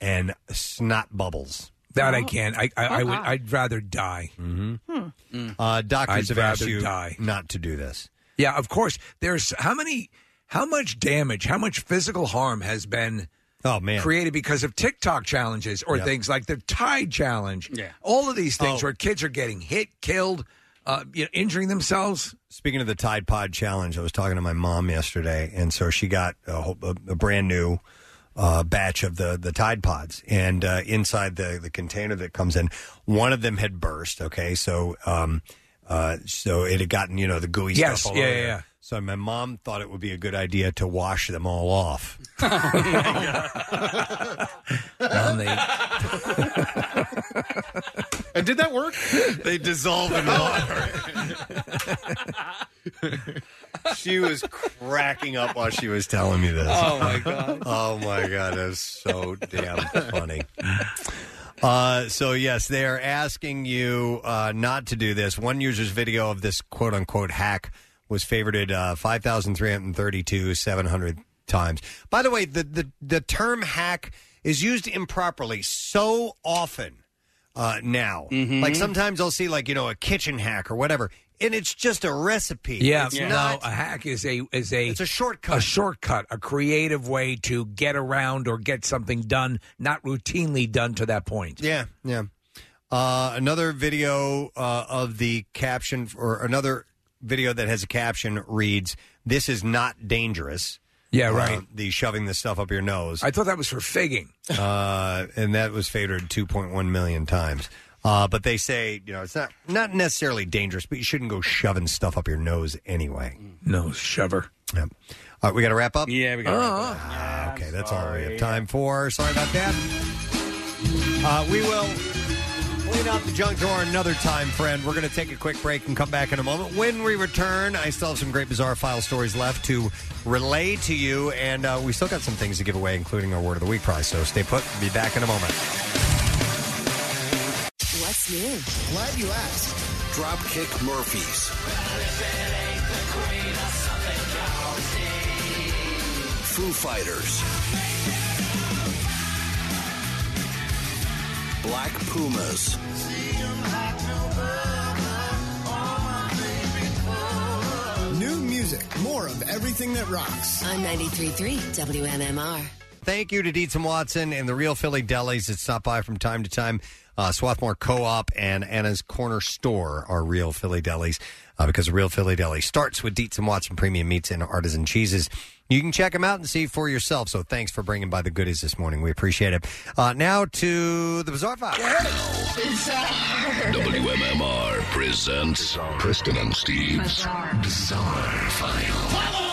S2: and snot bubbles.
S4: that i can't i i, I would
S2: Uh-uh.
S4: i'd rather die
S2: Mm-hmm.
S5: Mm.
S2: Uh, doctors
S4: I'd
S2: have asked
S4: rather
S2: you
S4: die.
S2: not to do this.
S4: Yeah, of course. There's how many, how much damage, how much physical harm has been
S2: oh man
S4: created because of TikTok challenges or
S2: Yep. Oh.
S4: things like the Tide challenge. Yeah, all of these things where kids are getting hit, killed, uh, you know, injuring themselves.
S2: Speaking of the Tide Pod Challenge, I was talking to my mom yesterday, and so she got a, whole, a, a brand new uh, batch of the the Tide Pods, and uh, inside the the container that comes in, one of them had burst. Okay, so um, uh, so it had gotten you know the gooey
S4: Yes,
S2: stuff. All
S4: yeah,
S2: over
S4: yeah,
S2: it.
S4: yeah.
S2: So my mom thought it would be a good idea to wash them all off.
S4: And they-
S7: And did that work?
S2: they dissolve in water. she was cracking up while she was telling me this.
S5: Oh, my God.
S2: oh my god, that's so damn funny. Uh, so yes, they are asking you uh, not to do this. One user's video of this quote unquote hack was favorited uh, five thousand three hundred thirty-two seven hundred times. By the way, the, the the term hack is used improperly so often uh, now.
S4: Mm-hmm.
S2: Like sometimes I'll see like you know a kitchen hack or whatever, and it's just a recipe.
S4: Yeah,
S2: it's
S4: no,
S2: not
S4: a hack is a is a it's a
S2: shortcut,
S4: a shortcut, a creative way to get around or get something done, not routinely done to that point.
S2: Yeah, yeah. Uh, another video uh, of the caption, or another video that has a caption reads, "This is not dangerous."
S4: Yeah,
S2: Uh,
S4: right.
S2: the shoving the stuff up your nose,
S4: I thought that was for figging.
S2: uh, and that was favored 2.1 million times. Uh, but they say, you know, it's not not necessarily dangerous, but you shouldn't go shoving stuff up your nose anyway.
S4: Nose shover.
S2: Yep. All right, we got to wrap up.
S5: Yeah, we gotta wrap up.
S2: Ah, okay, that's all we have time for. Sorry about that. Uh, we will clean out the junk drawer another time, friend. We're going to take a quick break and come back in a moment. When we return, I still have some great bizarre file stories left to relay to you, and uh, we still got some things to give away, including our word of the week prize. So stay put. Be back in a moment.
S14: What's new?
S22: Glad you asked. Dropkick Murphys. Foo Fighters. Black Pumas.
S14: New music, more of everything that rocks. On 93.3 WMMR.
S2: Thank you to Dietz and Watson and the Real Philly Delis that stop by from time to time. Uh, Swarthmore Co-op and Anna's Corner Store are Real Philly Delis uh, because Real Philly Deli starts with Dietz and Watson premium meats and artisan cheeses. You can check them out and see for yourself. So thanks for bringing by the goodies this morning. We appreciate it. Uh, now to the Bizarre File.
S22: WMMR presents Preston and Steve's Bizarre File.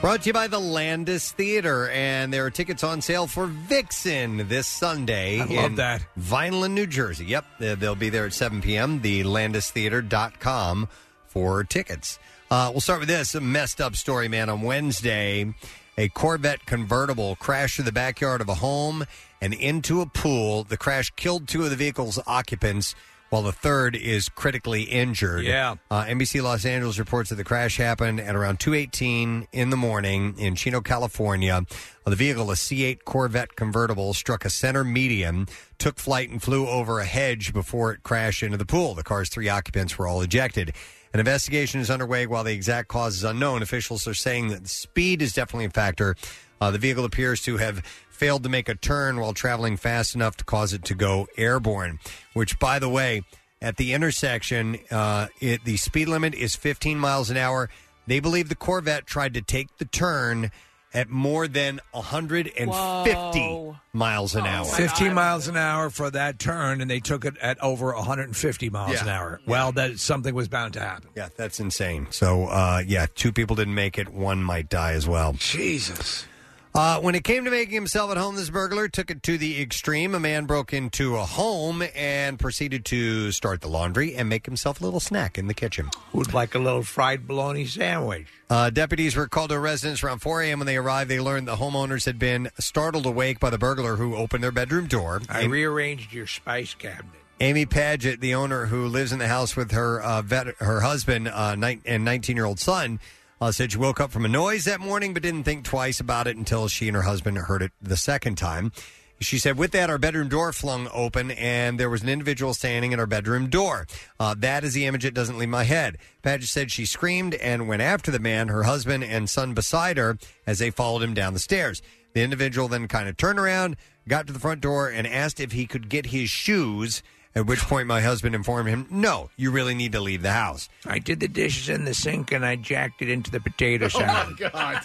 S2: Brought to you by the Landis Theater, and there are tickets on sale for Vixen this Sunday. I
S4: love that.
S2: Vineland, New Jersey. Yep, they- they'll be there at 7 p.m. TheLandisTheater.com for tickets. Uh, we'll start with this a messed up story, man. On Wednesday, a Corvette convertible crashed through the backyard of a home and into a pool. The crash killed two of the vehicle's occupants, while the third is critically injured.
S4: Yeah.
S2: Uh, NBC Los Angeles reports that the crash happened at around 2:18 in the morning in Chino, California. Uh, the vehicle, a C8 Corvette convertible, struck a center median, took flight, and flew over a hedge before it crashed into the pool. The car's three occupants were all ejected. An investigation is underway while the exact cause is unknown. Officials are saying that speed is definitely a factor. Uh, the vehicle appears to have failed to make a turn while traveling fast enough to cause it to go airborne, which, by the way, at the intersection, uh, it, the speed limit is 15 miles an hour. They believe the Corvette tried to take the turn at more than 150
S4: Whoa.
S2: miles an hour.
S4: 15 miles an hour for that turn, and they took it at over 150 miles
S2: Yeah.
S4: an hour. Well, that something was bound to happen.
S2: Yeah, that's insane. So, uh, yeah, two people didn't make it. One might die as well.
S4: Jesus.
S2: Uh, when it came to making himself at home, this burglar took it to the extreme. A man broke into a home and proceeded to start the laundry and make himself a little snack in the kitchen.
S4: Would like a little fried bologna sandwich.
S2: Uh, deputies were called to a residence around 4 a.m. When they arrived, they learned the homeowners had been startled awake by the burglar who opened their bedroom door.
S4: I
S2: Am-
S4: rearranged your spice cabinet.
S2: Amy Paget, the owner who lives in the house with her uh, vet- her husband uh, nine- and 19 year old son, uh, said she woke up from a noise that morning but didn't think twice about it until she and her husband heard it the second time. She said, with that, our bedroom door flung open and there was an individual standing at our bedroom door. Uh, that is the image that doesn't leave my head. Paget said she screamed and went after the man, her husband, and son beside her as they followed him down the stairs. The individual then kind of turned around, got to the front door, and asked if he could get his shoes. At which point, my husband informed him, "No, you really need to leave the house."
S4: I did the dishes in the sink and I jacked it into the potato salad.
S7: God.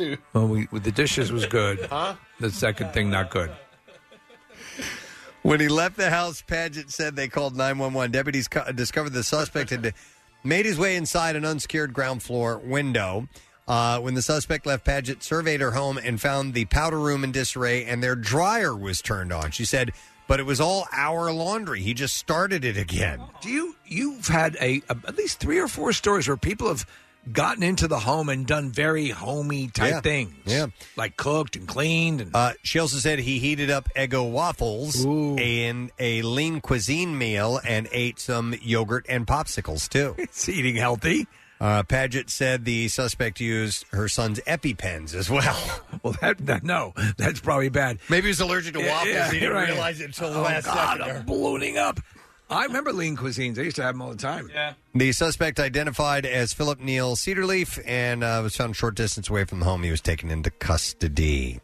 S4: Oh, well, we, the dishes was good. Huh? The second thing, not good.
S2: When he left the house, Paget said they called 911. Deputies co- discovered the suspect had made his way inside an unsecured ground floor window. Uh, when the suspect left, Paget surveyed her home and found the powder room in disarray and their dryer was turned on. She said, but it was all our laundry. He just started it again.
S4: Do you? You've had a, a at least three or four stories where people have gotten into the home and done very homey type
S2: Yeah.
S4: things. Yeah, like cooked and cleaned. And
S2: Uh, she also said he heated up Eggo waffles and a lean cuisine meal and ate some yogurt and popsicles, too.
S4: It's eating healthy.
S2: Uh, Paget said the suspect used her son's EpiPens as well.
S4: well, that, that- no, that's probably bad.
S2: Maybe he was allergic to waffles. He didn't
S4: right.
S2: realize it until the
S4: oh,
S2: last
S4: God,
S2: second there.
S4: I'm ballooning up. I remember lean cuisines. I used to have them all the time. Yeah.
S2: The suspect identified as Philip Neal Cedarleaf and uh, was found a short distance away from the home. He was taken into custody.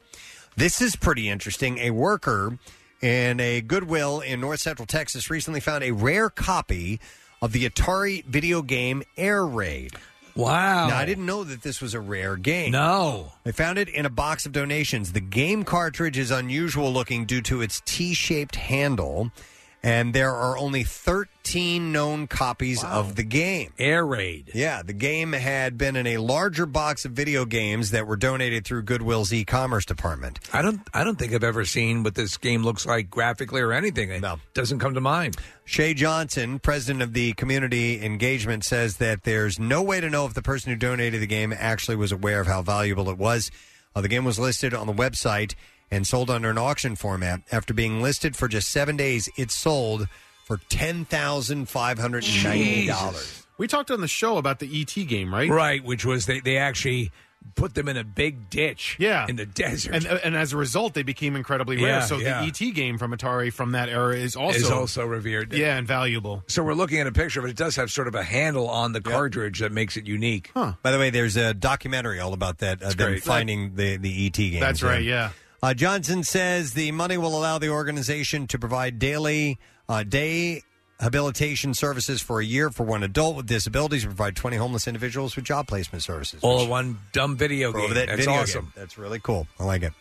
S2: This is pretty interesting. A worker in a Goodwill in North Central Texas recently found a rare copy of the Atari video game Air Raid.
S4: Wow.
S2: Now, I didn't know that this was a rare game.
S4: No.
S2: They found it in a box of donations. The game cartridge is unusual looking due to its T shaped handle, and there are only 13 known copies of the game.
S4: Air Raid.
S2: Yeah, the game had been in a larger box of video games that were donated through Goodwill's e commerce department.
S4: I don't. I don't think I've ever seen what this game looks like graphically or anything. It doesn't come to mind.
S2: Shay Johnson, president of the community engagement, says that there's no way to know if the person who donated the game actually was aware of how valuable it was. Uh, the game was listed on the website and sold under an auction format. After being listed for just seven days, it sold for ten thousand five hundred ninety dollars.
S7: We talked on the show about the ET game, right?
S4: Right, which was they, they actually put them in a big ditch.
S7: Yeah.
S4: in the desert.
S7: And, and as a result, they became incredibly rare.
S4: Yeah,
S7: so
S4: yeah.
S7: the ET game from Atari from that era is also
S4: Is also revered.
S7: Yeah, and valuable.
S4: So we're looking at a picture, but it does have sort of a handle on the cartridge that makes it unique.
S2: By the way, there's a documentary all about that. Uh, them
S4: great.
S2: finding the E the ET game.
S4: That's right, yeah.
S2: Uh, Johnson says the money will allow the organization to provide daily uh, day habilitation services for a year for one adult with disabilities, and provide 20 homeless individuals with job placement services.
S4: All in one dumb video
S2: For
S4: game.
S2: that
S4: That's
S2: video game.
S4: awesome.
S2: That's really cool. I like it.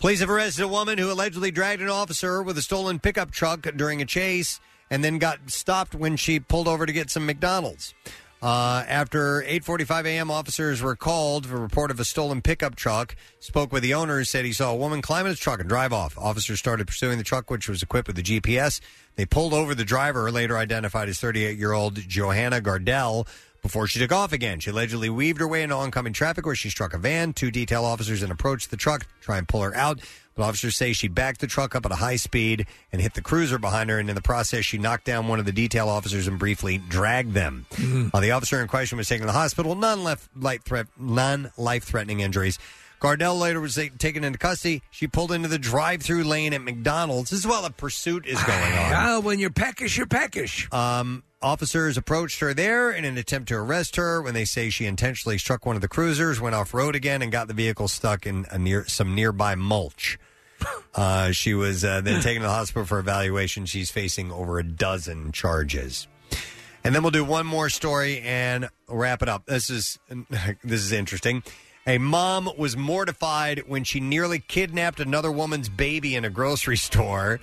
S2: Police have arrested a woman who allegedly dragged an officer with a stolen pickup truck during a chase and then got stopped when she pulled over to get some McDonald's. Uh, after 8:45 a.m., officers were called for a report of a stolen pickup truck. Spoke with the owner, who said he saw a woman climb in his truck and drive off. Officers started pursuing the truck, which was equipped with a GPS. They pulled over the driver, later identified as 38-year-old Johanna Gardell before she took off again. She allegedly weaved her way into oncoming traffic where she struck a van. Two detail officers then approached the truck to try and pull her out. But officers say she backed the truck up at a high speed and hit the cruiser behind her. And in the process, she knocked down one of the detail officers and briefly dragged them.
S4: Mm-hmm.
S2: Uh, the officer in question was taken to the hospital, non life threat, non life threatening injuries. Gardell later was ta- taken into custody. She pulled into the drive-through lane at McDonald's. This is while a pursuit is going on.
S4: Ah, when you're peckish, you're peckish.
S2: Um, officers approached her there in an attempt to arrest her when they say she intentionally struck one of the cruisers, went off road again, and got the vehicle stuck in a near some nearby mulch. Uh, she was uh, then taken to the hospital for evaluation. She's facing over a dozen charges. And then we'll do one more story and wrap it up. This is this is interesting. A mom was mortified when she nearly kidnapped another woman's baby in a grocery store.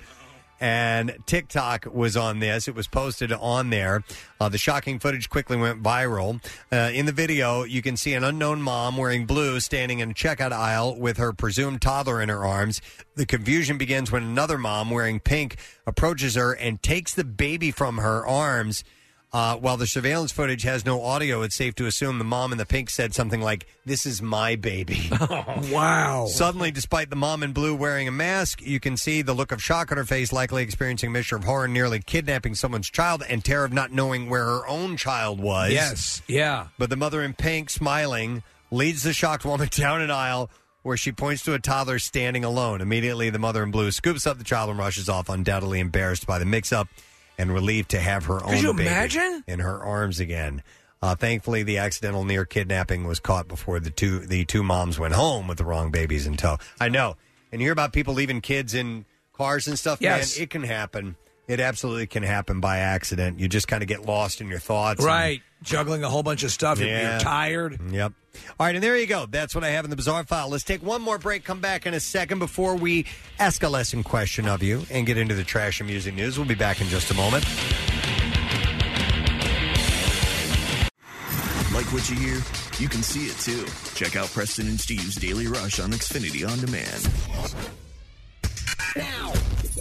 S2: And TikTok was on this. It was posted on there. Uh, the shocking footage quickly went viral. Uh, in the video, you can see an unknown mom wearing blue standing in a checkout aisle with her presumed toddler in her arms. The confusion begins when another mom wearing pink approaches her and takes the baby from her arms. Uh, while the surveillance footage has no audio, it's safe to assume the mom in the pink said something like, This is my baby.
S4: Oh, wow.
S2: Suddenly, despite the mom in blue wearing a mask, you can see the look of shock on her face, likely experiencing a mixture of horror, nearly kidnapping someone's child, and terror of not knowing where her own child was.
S4: Yes. Yeah.
S2: But the mother in pink, smiling, leads the shocked woman down an aisle where she points to a toddler standing alone. Immediately, the mother in blue scoops up the child and rushes off, undoubtedly embarrassed by the mix up and relieved to have her own
S4: Could you
S2: baby
S4: imagine?
S2: in her arms again. Uh, thankfully, the accidental near kidnapping was caught before the two the two moms went home with the wrong babies in tow. I know, and you hear about people leaving kids in cars and stuff.
S4: Yes.
S2: man, it can happen. It absolutely can happen by accident. You just kind of get lost in your thoughts, and-
S4: Right. Juggling a whole bunch of stuff. You're-
S2: Yeah.
S4: You're tired.
S2: Yep. All right, and there you go. That's what I have in the bizarre file. Let's take one more break, come back in a second before we ask a lesson question of you and get into the trash and music news. We'll be back in just a moment.
S6: Like what you hear? You can see it too. Check out Preston and Steve's Daily Rush on Xfinity On Demand.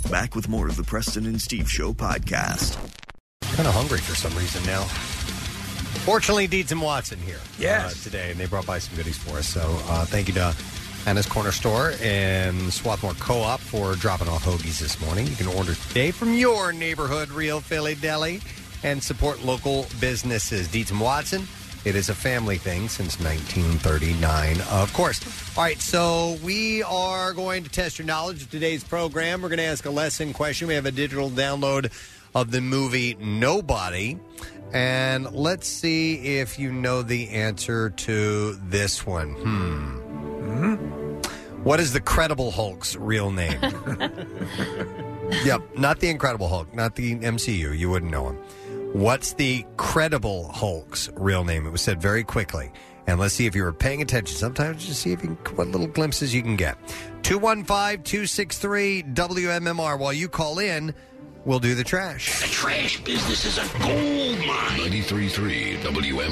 S6: Back with more of the Preston and Steve Show podcast.
S2: Kind of hungry for some reason now. Fortunately, Deeds and Watson here yes. uh, today, and they brought by some goodies for us. So uh, thank you to Anna's Corner Store and Swarthmore Co op for dropping off hoagies this morning. You can order today from your neighborhood Real Philly Deli and support local businesses. Deeds and Watson, it is a family thing since 1939, of course. All right, so we are going to test your knowledge of today's program. We're going to ask a lesson question. We have a digital download of the movie Nobody. And let's see if you know the answer to this one. Hmm. What is the Credible Hulk's real name? yep, not the Incredible Hulk, not the MCU. You wouldn't know him. What's the Credible Hulk's real name? It was said very quickly. And let's see if you were paying attention. Sometimes just see if you can, what little glimpses you can get. 215 263 WMMR. While you call in, we'll do the trash.
S22: Trash business is a gold mine. 93.3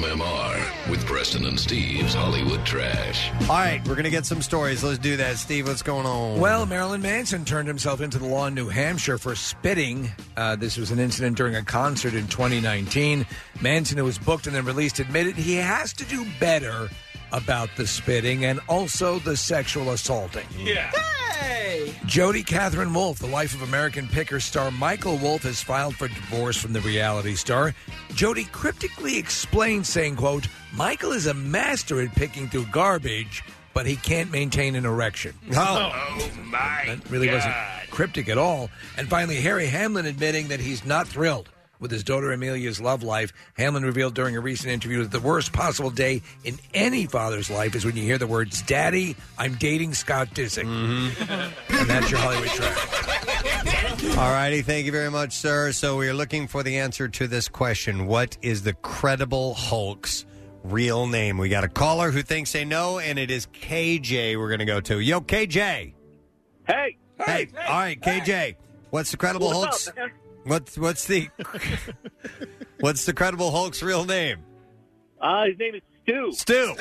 S22: WMMR with Preston and Steve's Hollywood Trash.
S2: All right, we're going to get some stories. Let's do that. Steve, what's going on?
S4: Well, Marilyn Manson turned himself into the law in New Hampshire for spitting. Uh, this was an incident during a concert in 2019. Manson, who was booked and then released, admitted he has to do better about the spitting and also the sexual assaulting.
S5: Yeah. Hey!
S24: Absolutely.
S4: Jody Catherine Wolf, the life of American Picker star Michael Wolf, has filed for divorce from the reality star. Jody cryptically explained, saying, quote, Michael is a master at picking through garbage, but he can't maintain an erection.
S22: Oh.
S2: Oh,
S22: my!
S4: That really wasn't cryptic at all. And finally, Harry Hamlin admitting that he's not thrilled with his daughter Amelia's love life. Hamlin revealed during a recent interview that the worst possible day in any father's life is when you hear the words, Daddy, I'm dating Scott Disick.
S5: Mm-hmm.
S4: and that's your Hollywood track.
S2: All righty, thank you very much, sir. So we are looking for the answer to this question: What is the credible Hulk's real name? We got a caller who thinks they know, and it is KJ. We're going to go to yo, KJ.
S21: Hey,
S2: hey, all right, KJ. What's the credible
S21: What's
S2: Hulk's?
S21: up, man?
S2: what's what's the what's the credible Hulk's real name?
S21: Uh, his name is Stu.
S2: Stu.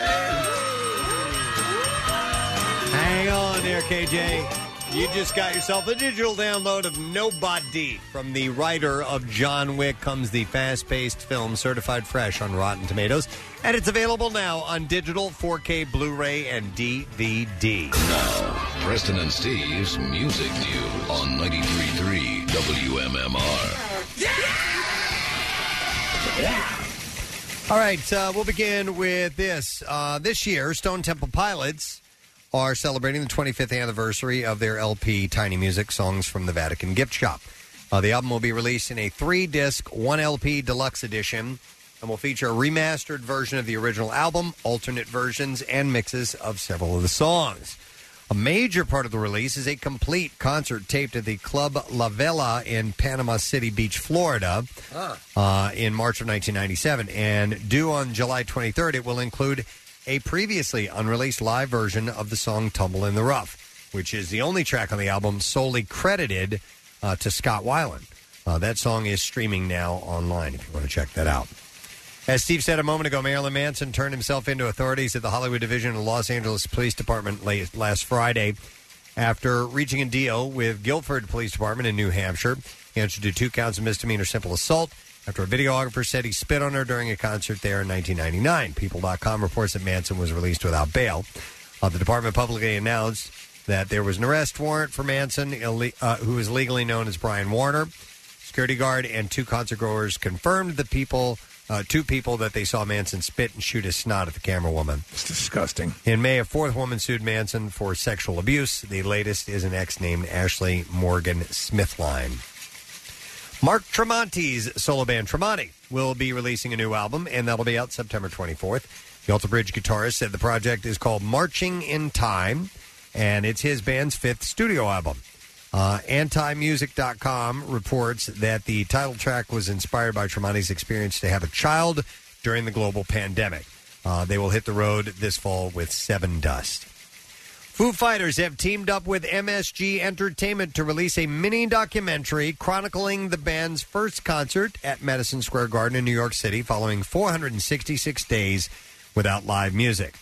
S2: Hang on there, KJ. You just got yourself a digital download of Nobody from the writer of John Wick comes the fast-paced film certified fresh on Rotten Tomatoes and it's available now on digital 4K Blu-ray and DVD.
S22: Preston and Steve's Music News on 93.3 WMMR.
S2: All right, uh, we'll begin with this. Uh, this year, Stone Temple Pilots are celebrating the 25th anniversary of their LP, Tiny Music Songs from the Vatican Gift Shop. Uh, the album will be released in a three disc, one LP deluxe edition and will feature a remastered version of the original album, alternate versions, and mixes of several of the songs. A major part of the release is a complete concert taped at the Club La Vela in Panama City Beach, Florida uh, in March of 1997. And due on July 23rd, it will include a previously unreleased live version of the song Tumble in the Rough, which is the only track on the album solely credited uh, to Scott Weiland. Uh, that song is streaming now online if you want to check that out. As Steve said a moment ago, Marilyn Manson turned himself into authorities at the Hollywood Division of the Los Angeles Police Department late, last Friday after reaching a deal with Guilford Police Department in New Hampshire. He answered to two counts of misdemeanor simple assault after a videographer said he spit on her during a concert there in 1999. People.com reports that Manson was released without bail. Uh, the department publicly announced that there was an arrest warrant for Manson, ille- uh, who is legally known as Brian Warner. Security guard and two concert goers confirmed the people, uh, two people that they saw Manson spit and shoot his snot at the camera woman.
S4: It's disgusting.
S2: In May, a fourth woman sued Manson for sexual abuse. The latest is an ex named Ashley Morgan Smithline. Mark Tremonti's solo band Tremonti will be releasing a new album, and that'll be out September 24th. The Alter Bridge guitarist said the project is called Marching in Time, and it's his band's fifth studio album. Uh, AntiMusic.com reports that the title track was inspired by Tremonti's experience to have a child during the global pandemic. Uh, they will hit the road this fall with Seven Dust. Foo Fighters have teamed up with MSG Entertainment to release a mini documentary chronicling the band's first concert at Madison Square Garden in New York City following 466 days without live music.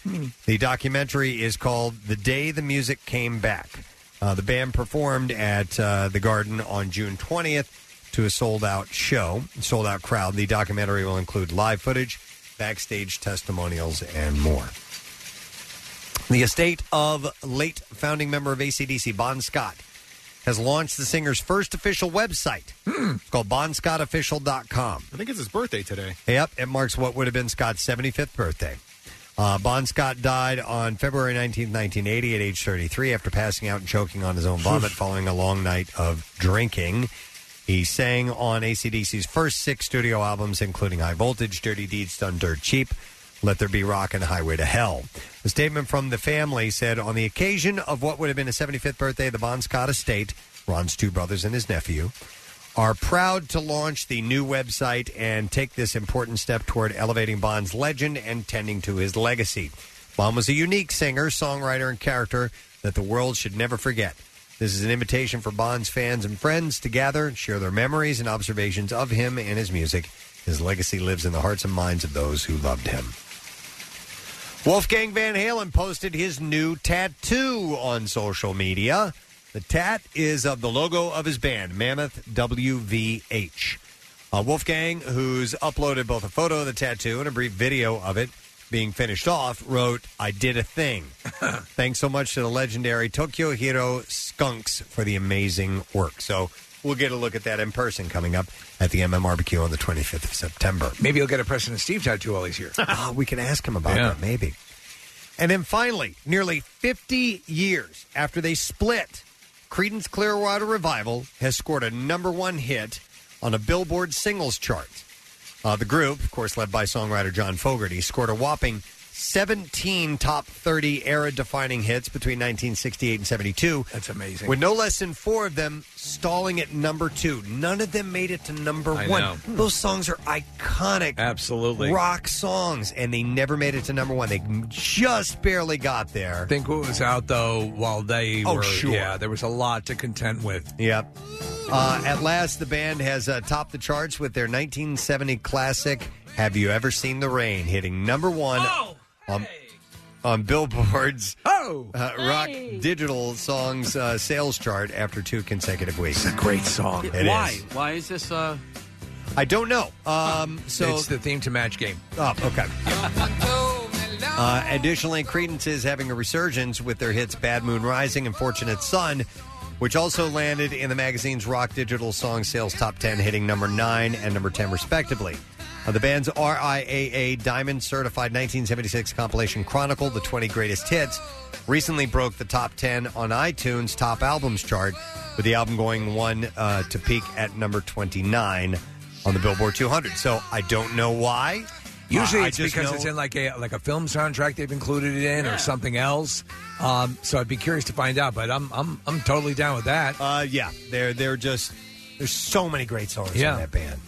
S2: The documentary is called The Day the Music Came Back. Uh, the band performed at uh, the Garden on June 20th to a sold out show, sold out crowd. The documentary will include live footage, backstage testimonials, and more. The estate of late founding member of ACDC, Bon Scott, has launched the singer's first official website.
S4: Hmm.
S2: It's called bonscottofficial.com.
S7: I think it's his birthday today.
S2: Yep, it marks what would have been Scott's 75th birthday. Uh, bon Scott died on February 19, 1980, at age 33, after passing out and choking on his own vomit following a long night of drinking. He sang on ACDC's first six studio albums, including High Voltage, Dirty Deeds Done Dirt Cheap, Let There Be Rock, and Highway to Hell. A statement from the family said On the occasion of what would have been his 75th birthday, the Bon Scott estate, Ron's two brothers and his nephew, are proud to launch the new website and take this important step toward elevating Bond's legend and tending to his legacy. Bond was a unique singer, songwriter, and character that the world should never forget. This is an invitation for Bond's fans and friends to gather and share their memories and observations of him and his music. His legacy lives in the hearts and minds of those who loved him. Wolfgang Van Halen posted his new tattoo on social media. The tat is of the logo of his band, Mammoth WVH. Uh, Wolfgang, who's uploaded both a photo of the tattoo and a brief video of it, being finished off, wrote, I did a thing. Thanks so much to the legendary Tokyo Hero Skunks for the amazing work. So we'll get a look at that in person coming up at the MMRBQ on the 25th of September.
S4: Maybe you'll get a President Steve tattoo while he's here.
S2: Ah, we can ask him about that, maybe. And then finally, nearly 50 years after they split, Creedence Clearwater Revival has scored a number one hit on a Billboard singles chart. Uh, the group, of course, led by songwriter John Fogerty, scored a whopping 17 top 30 era defining hits between 1968 and 72.
S4: That's amazing.
S2: With no less than four of them stalling at number two. None of them made it to number
S4: I
S2: one.
S4: know.
S2: Those songs are iconic.
S4: Absolutely.
S2: Rock songs, and they never made it to number one. They just barely got there.
S4: Think what was out though while they
S2: Oh,
S4: were
S2: sure.
S4: yeah there was a lot to contend with.
S2: Yep. Uh, at last, the band has uh, topped the charts with their 1970 classic "Have You Ever Seen the Rain," hitting number one on, on Billboard's
S4: Oh,
S2: uh, Rock Digital Songs uh, sales chart after two consecutive weeks. It's a
S4: great song.
S5: Why? Why is this? Uh,
S2: I don't know. Um, so
S4: it's the theme to Match Game.
S2: Oh, okay. Uh, additionally, Credence is having a resurgence with their hits Bad Moon Rising and Fortunate Son, which also landed in the magazine's Rock Digital Song Sales Top 10, hitting number 9 and number 10, respectively. Uh, the band's RIAA Diamond Certified 1976 compilation Chronicle, the 20 Greatest Hits, recently broke the top 10 on iTunes Top Albums chart, with the album going one uh, to peak at number 29 on the Billboard 200. So I don't know why.
S4: Usually
S2: Uh, I
S4: it's
S2: just
S4: because
S2: know-
S4: it's in like a like a film soundtrack they've included it in or something else. Um, so I'd be curious to find out, but I'm I'm I'm totally down with that.
S2: Uh, yeah, they're they're just there's so many great songs
S4: Yeah.
S2: in that band.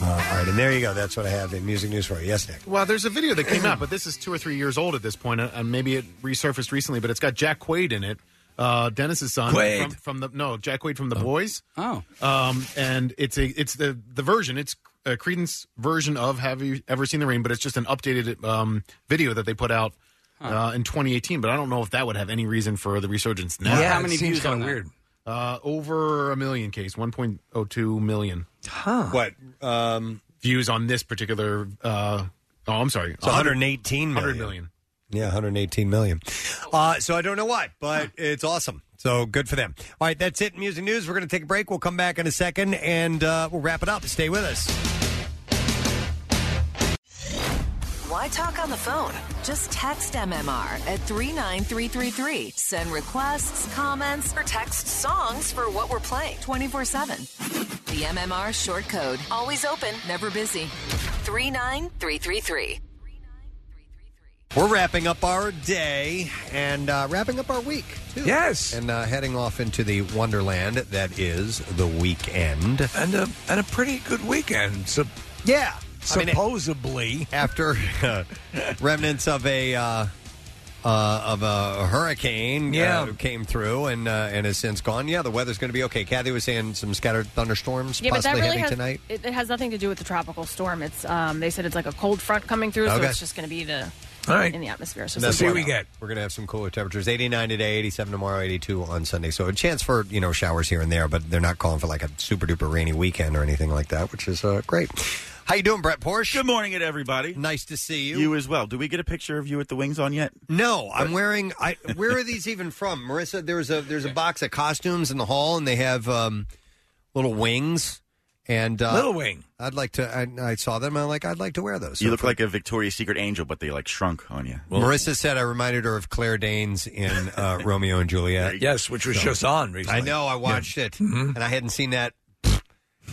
S2: Uh, all right, and there you go. That's what I have in music news for you. Yes, Nick.
S7: Well, there's a video that came out, but this is two or three years old at this point, uh, and maybe it resurfaced recently. But it's got Jack Quaid in it, uh, Dennis's son
S4: Quaid.
S7: From, from the no Jack Quaid from the Boys.
S5: Oh,
S7: um, and it's a it's the the version. It's uh, Creedence version of Have You Ever Seen the Rain? But it's just an updated um, video that they put out. Uh, in 2018, but I don't know if that would have any reason for the resurgence now.
S4: Yeah, How it many seems views kinda on that? weird.
S7: Uh, over a million, case 1.02 million.
S4: Huh.
S2: What um,
S7: views on this particular? Uh, oh, I'm sorry,
S2: It's 118 million.
S7: 100 million.
S2: Yeah, 118 million. Uh, so I don't know why, but it's awesome. So good for them. All right, that's it. Music news. We're going to take a break. We'll come back in a second, and uh, we'll wrap it up. Stay with us.
S14: Why talk on the phone? Just text MMR at 39333. Send requests, comments, or text songs for what we're playing 24 7. The MMR short code. Always open, never busy. 39333.
S2: We're wrapping up our day and uh, wrapping up our week, too.
S4: Yes.
S2: And uh, heading off into the wonderland that is the weekend.
S4: And a, and a pretty good weekend. So,
S2: yeah.
S4: Supposedly.
S2: after uh, remnants of a. Uh, uh, of a hurricane uh,
S4: Yeah.
S2: came through and uh, and has since gone. Yeah, the weather's going to be okay. Kathy was saying some scattered thunderstorms
S3: Yeah, but that
S2: possibly
S3: really
S2: heavy
S3: has,
S2: tonight.
S3: It, it has nothing to do with the tropical storm. It's um, they said it's like a cold front coming through, so
S2: Okay.
S3: it's just going to be the
S2: All right.
S3: in the atmosphere. So
S2: That's
S3: it's
S2: why We're going to have some cooler temperatures. 89 today, 87 tomorrow, 82 on Sunday. So a chance for, you know, showers here and there, but they're not calling for like a super duper rainy weekend or anything like that, which is uh, great. How you doing, Brett Porsche?
S9: Good morning, everybody.
S2: Nice to see you.
S9: You as well. Do we get a picture of you with the wings on yet?
S2: No, I'm wearing. I where are these even from, Marissa? There's a there's a box of costumes in the hall, and they have um, little wings and uh,
S9: Little wing.
S2: I'd like to. I, I saw them. I'm like, I'd like to wear those.
S9: you
S2: So
S9: look like a Victoria's Secret angel, but they like shrunk on you.
S2: Marissa said I reminded her of Claire Danes in uh, Romeo and Juliet.
S4: Yes, which was just on recently. Mm-hmm.
S2: I know. I watched it, and I hadn't seen that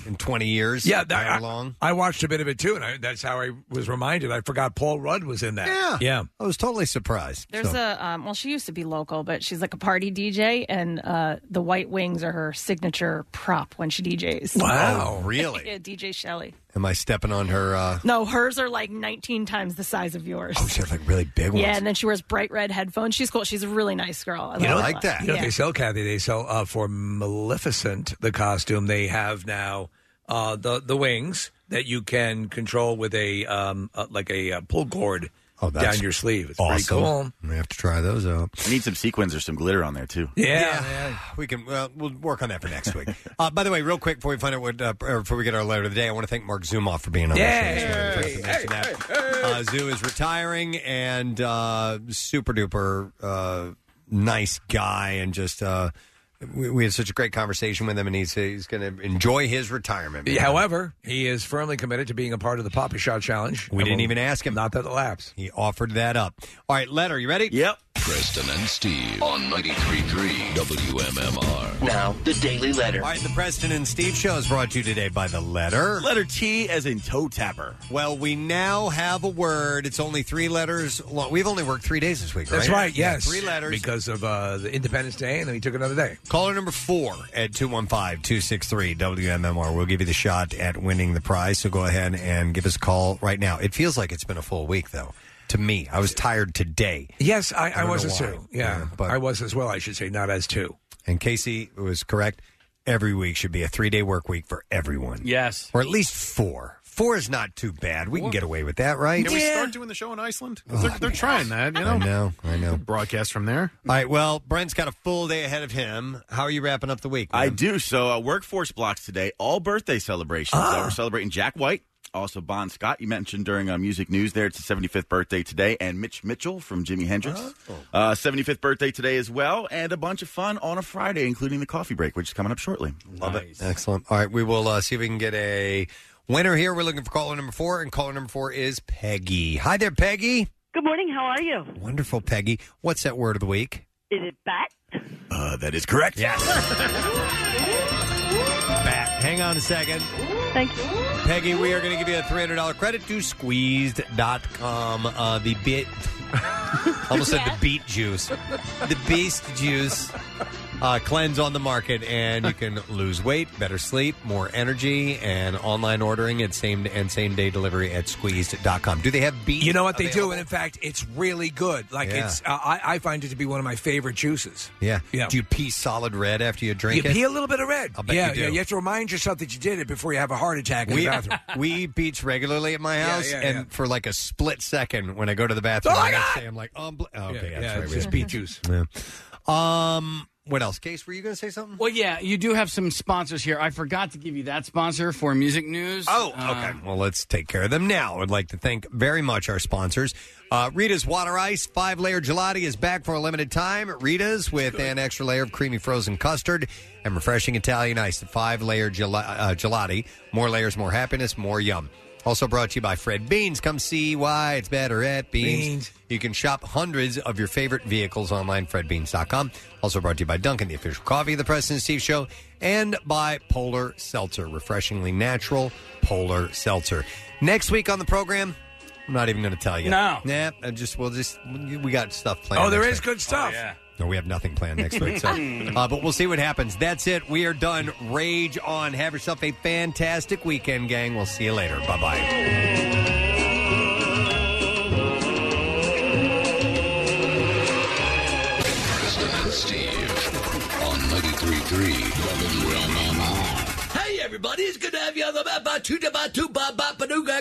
S2: in 20 years.
S4: Yeah, that,
S2: however
S4: I,
S2: long.
S4: I watched a bit of it too, and I, that's how I was reminded. I forgot Paul Rudd was in that.
S3: Yeah.
S4: yeah.
S2: I was totally surprised.
S3: There's a um, well, she used to be local, but she's like a party DJ, and uh, the White Wings are her signature prop when she DJs.
S2: Wow, Oh, really?
S3: yeah, DJ Shelley.
S2: Am I stepping on her? Uh,
S3: No, hers are like 19 times the size of yours.
S2: Oh, she has like really big ones.
S3: yeah, and then she wears bright red headphones. She's cool. She's a really nice girl. I love her a lot.
S4: You know,
S3: Yeah.
S4: they sell Kathy. They sell uh, for Maleficent the costume. They have now uh, the the wings that you can control with a um, uh, like a uh, pull cord
S2: Oh, that's
S4: down your sleeve. It's
S2: awesome.
S4: pretty cool.
S2: We have to try those out.
S9: I need some sequins or some glitter on there too.
S2: we can. Well, we'll work on that for next week. Uh, by the way, real quick before we find out what, uh, or before we get our letter of the day, I want to thank Mark Zumoff for being on.
S4: Yeah.
S2: the show. this morning. Thanks for mentioning that. Uh, Zoo is retiring and uh, super duper uh, nice guy, and just uh, we, we had such a great conversation with him, and he's he's going to enjoy his retirement. man.
S4: However, he is firmly committed to being a part of the Papa Shot Challenge.
S2: We didn't even ask him.
S4: Not that it laps.
S2: He offered that up. All right, letter. You ready?
S9: Yep.
S22: Preston and Steve on 93.3 WMMR. Now, the Daily Letter.
S2: All right, the Preston and Steve show is brought to you today by the letter.
S9: Letter T as in toe tapper.
S2: Well, we now have a word. It's only three letters long. We've only worked three days this week, right?
S4: That's right.
S2: Yeah,
S4: Yes,
S2: three letters.
S4: because of uh, the Independence Day, and then he took another day.
S2: Caller number four at 215 263 WMMR. We'll give you the shot at winning the prize. So go ahead and give us a call right now. It feels like it's been a full week, though, to me. I was tired today.
S4: Yes, I, I,
S2: don't
S4: was
S2: know
S4: as
S2: why.
S4: two. Yeah,
S2: but-
S4: I was as well. I should say, not as two.
S2: And Casey was correct. Every week should be a three day work week for everyone.
S5: Yes.
S2: Or at least four. Four is not too bad. We can get away with that, right?
S7: Can we start doing the show in Iceland? 'Cause they're, they're trying that, you know.
S2: I know, I know.
S7: Broadcast from there.
S2: All right. Well, Brent's got a full day ahead of him. How are you wrapping up the week?
S9: I do. So uh, workforce blocks today. All birthday celebrations.
S2: Ah.
S9: Uh, we're celebrating Jack White, also Bon Scott. You mentioned during uh, music news there. It's his 75th birthday today, and Mitch Mitchell from Jimi Hendrix.
S2: Oh.
S9: Uh, 75th birthday today as well, and a bunch of fun on a Friday, including the coffee break, which is coming up shortly.
S2: Love it. Excellent. All right. We will uh, see if we can get a winner here. We're looking for caller number four, and caller number four is Peggy. Hi there, Peggy.
S16: Good morning. How are you?
S2: Wonderful, Peggy. What's that word of the week?
S16: Is it bat?
S9: Uh, that is correct.
S2: Yes. Bat. Hang on a second.
S16: Thank you.
S2: Peggy, we are going to give you a $300 credit to squeezed.com. Uh, the bit. Almost said the beet juice. The beast juice. Uh, cleanse on the market, and you can lose weight, better sleep, more energy, and online ordering at same and same day delivery at squeezed.com. Do they have beet?
S4: You know what they do,
S2: available?
S4: and in fact, it's really good. Like
S2: Yeah.
S4: it's, uh, I, I find it to be one of my favorite juices.
S2: Yeah.
S4: Yeah.
S2: Do you pee solid red after you drink
S4: you
S2: it?
S4: pee a little bit of red.
S2: I'll bet
S4: yeah,
S2: you do.
S4: yeah. You have to remind yourself that you did it before you have a heart attack in
S2: we,
S4: the bathroom.
S2: we beach regularly at my
S4: Yeah,
S2: house,
S4: yeah,
S2: and
S4: yeah.
S2: for like a split second when I go to the bathroom,
S4: Oh, my
S2: the next
S4: God!
S2: day I'm like, um, bl- oh, okay,
S4: Yeah,
S2: that's
S4: yeah,
S2: right,
S4: it's
S2: we
S4: just
S2: have
S4: beet juice.
S2: Yeah. Um, what else? Case, were you going to say something?
S5: Well, yeah, you do have some sponsors here. I forgot to give you that sponsor for music news. Oh,
S2: Okay, Uh, well, let's take care of them now. I'd like to thank very much our sponsors. Uh, Rita's Water Ice Five Layer Gelati is back for a limited time. at Rita's with an extra layer of creamy frozen custard and refreshing Italian ice. The five layer gela- uh, gelati. More layers, more happiness, more yum. Also brought to you by Fred Beans. Come see why it's better at Beans.
S4: Beans.
S2: You can shop hundreds of your favorite vehicles online, fredbeans.com. Also brought to you by Duncan, the official coffee of the Preston and Steve Show, and by Polar Seltzer, refreshingly natural Polar Seltzer. Next week on the program, I'm not even going to tell you.
S5: No.
S2: Nah, I just, we'll just, we got stuff planned.
S4: oh, there
S2: next
S4: is
S2: week.
S4: good stuff. yeah.
S2: No, we have nothing planned next week. So, uh, but we'll see what happens. That's it. We are done. Rage on. Have yourself a fantastic weekend, gang. We'll see you later. Bye bye.
S22: Preston and Steve on 93.3 WMMR.
S18: Hey, everybody, it's good to have you on the map. Ba- Tuda Ba- Tu- Ba- Ba- Ba- Nuga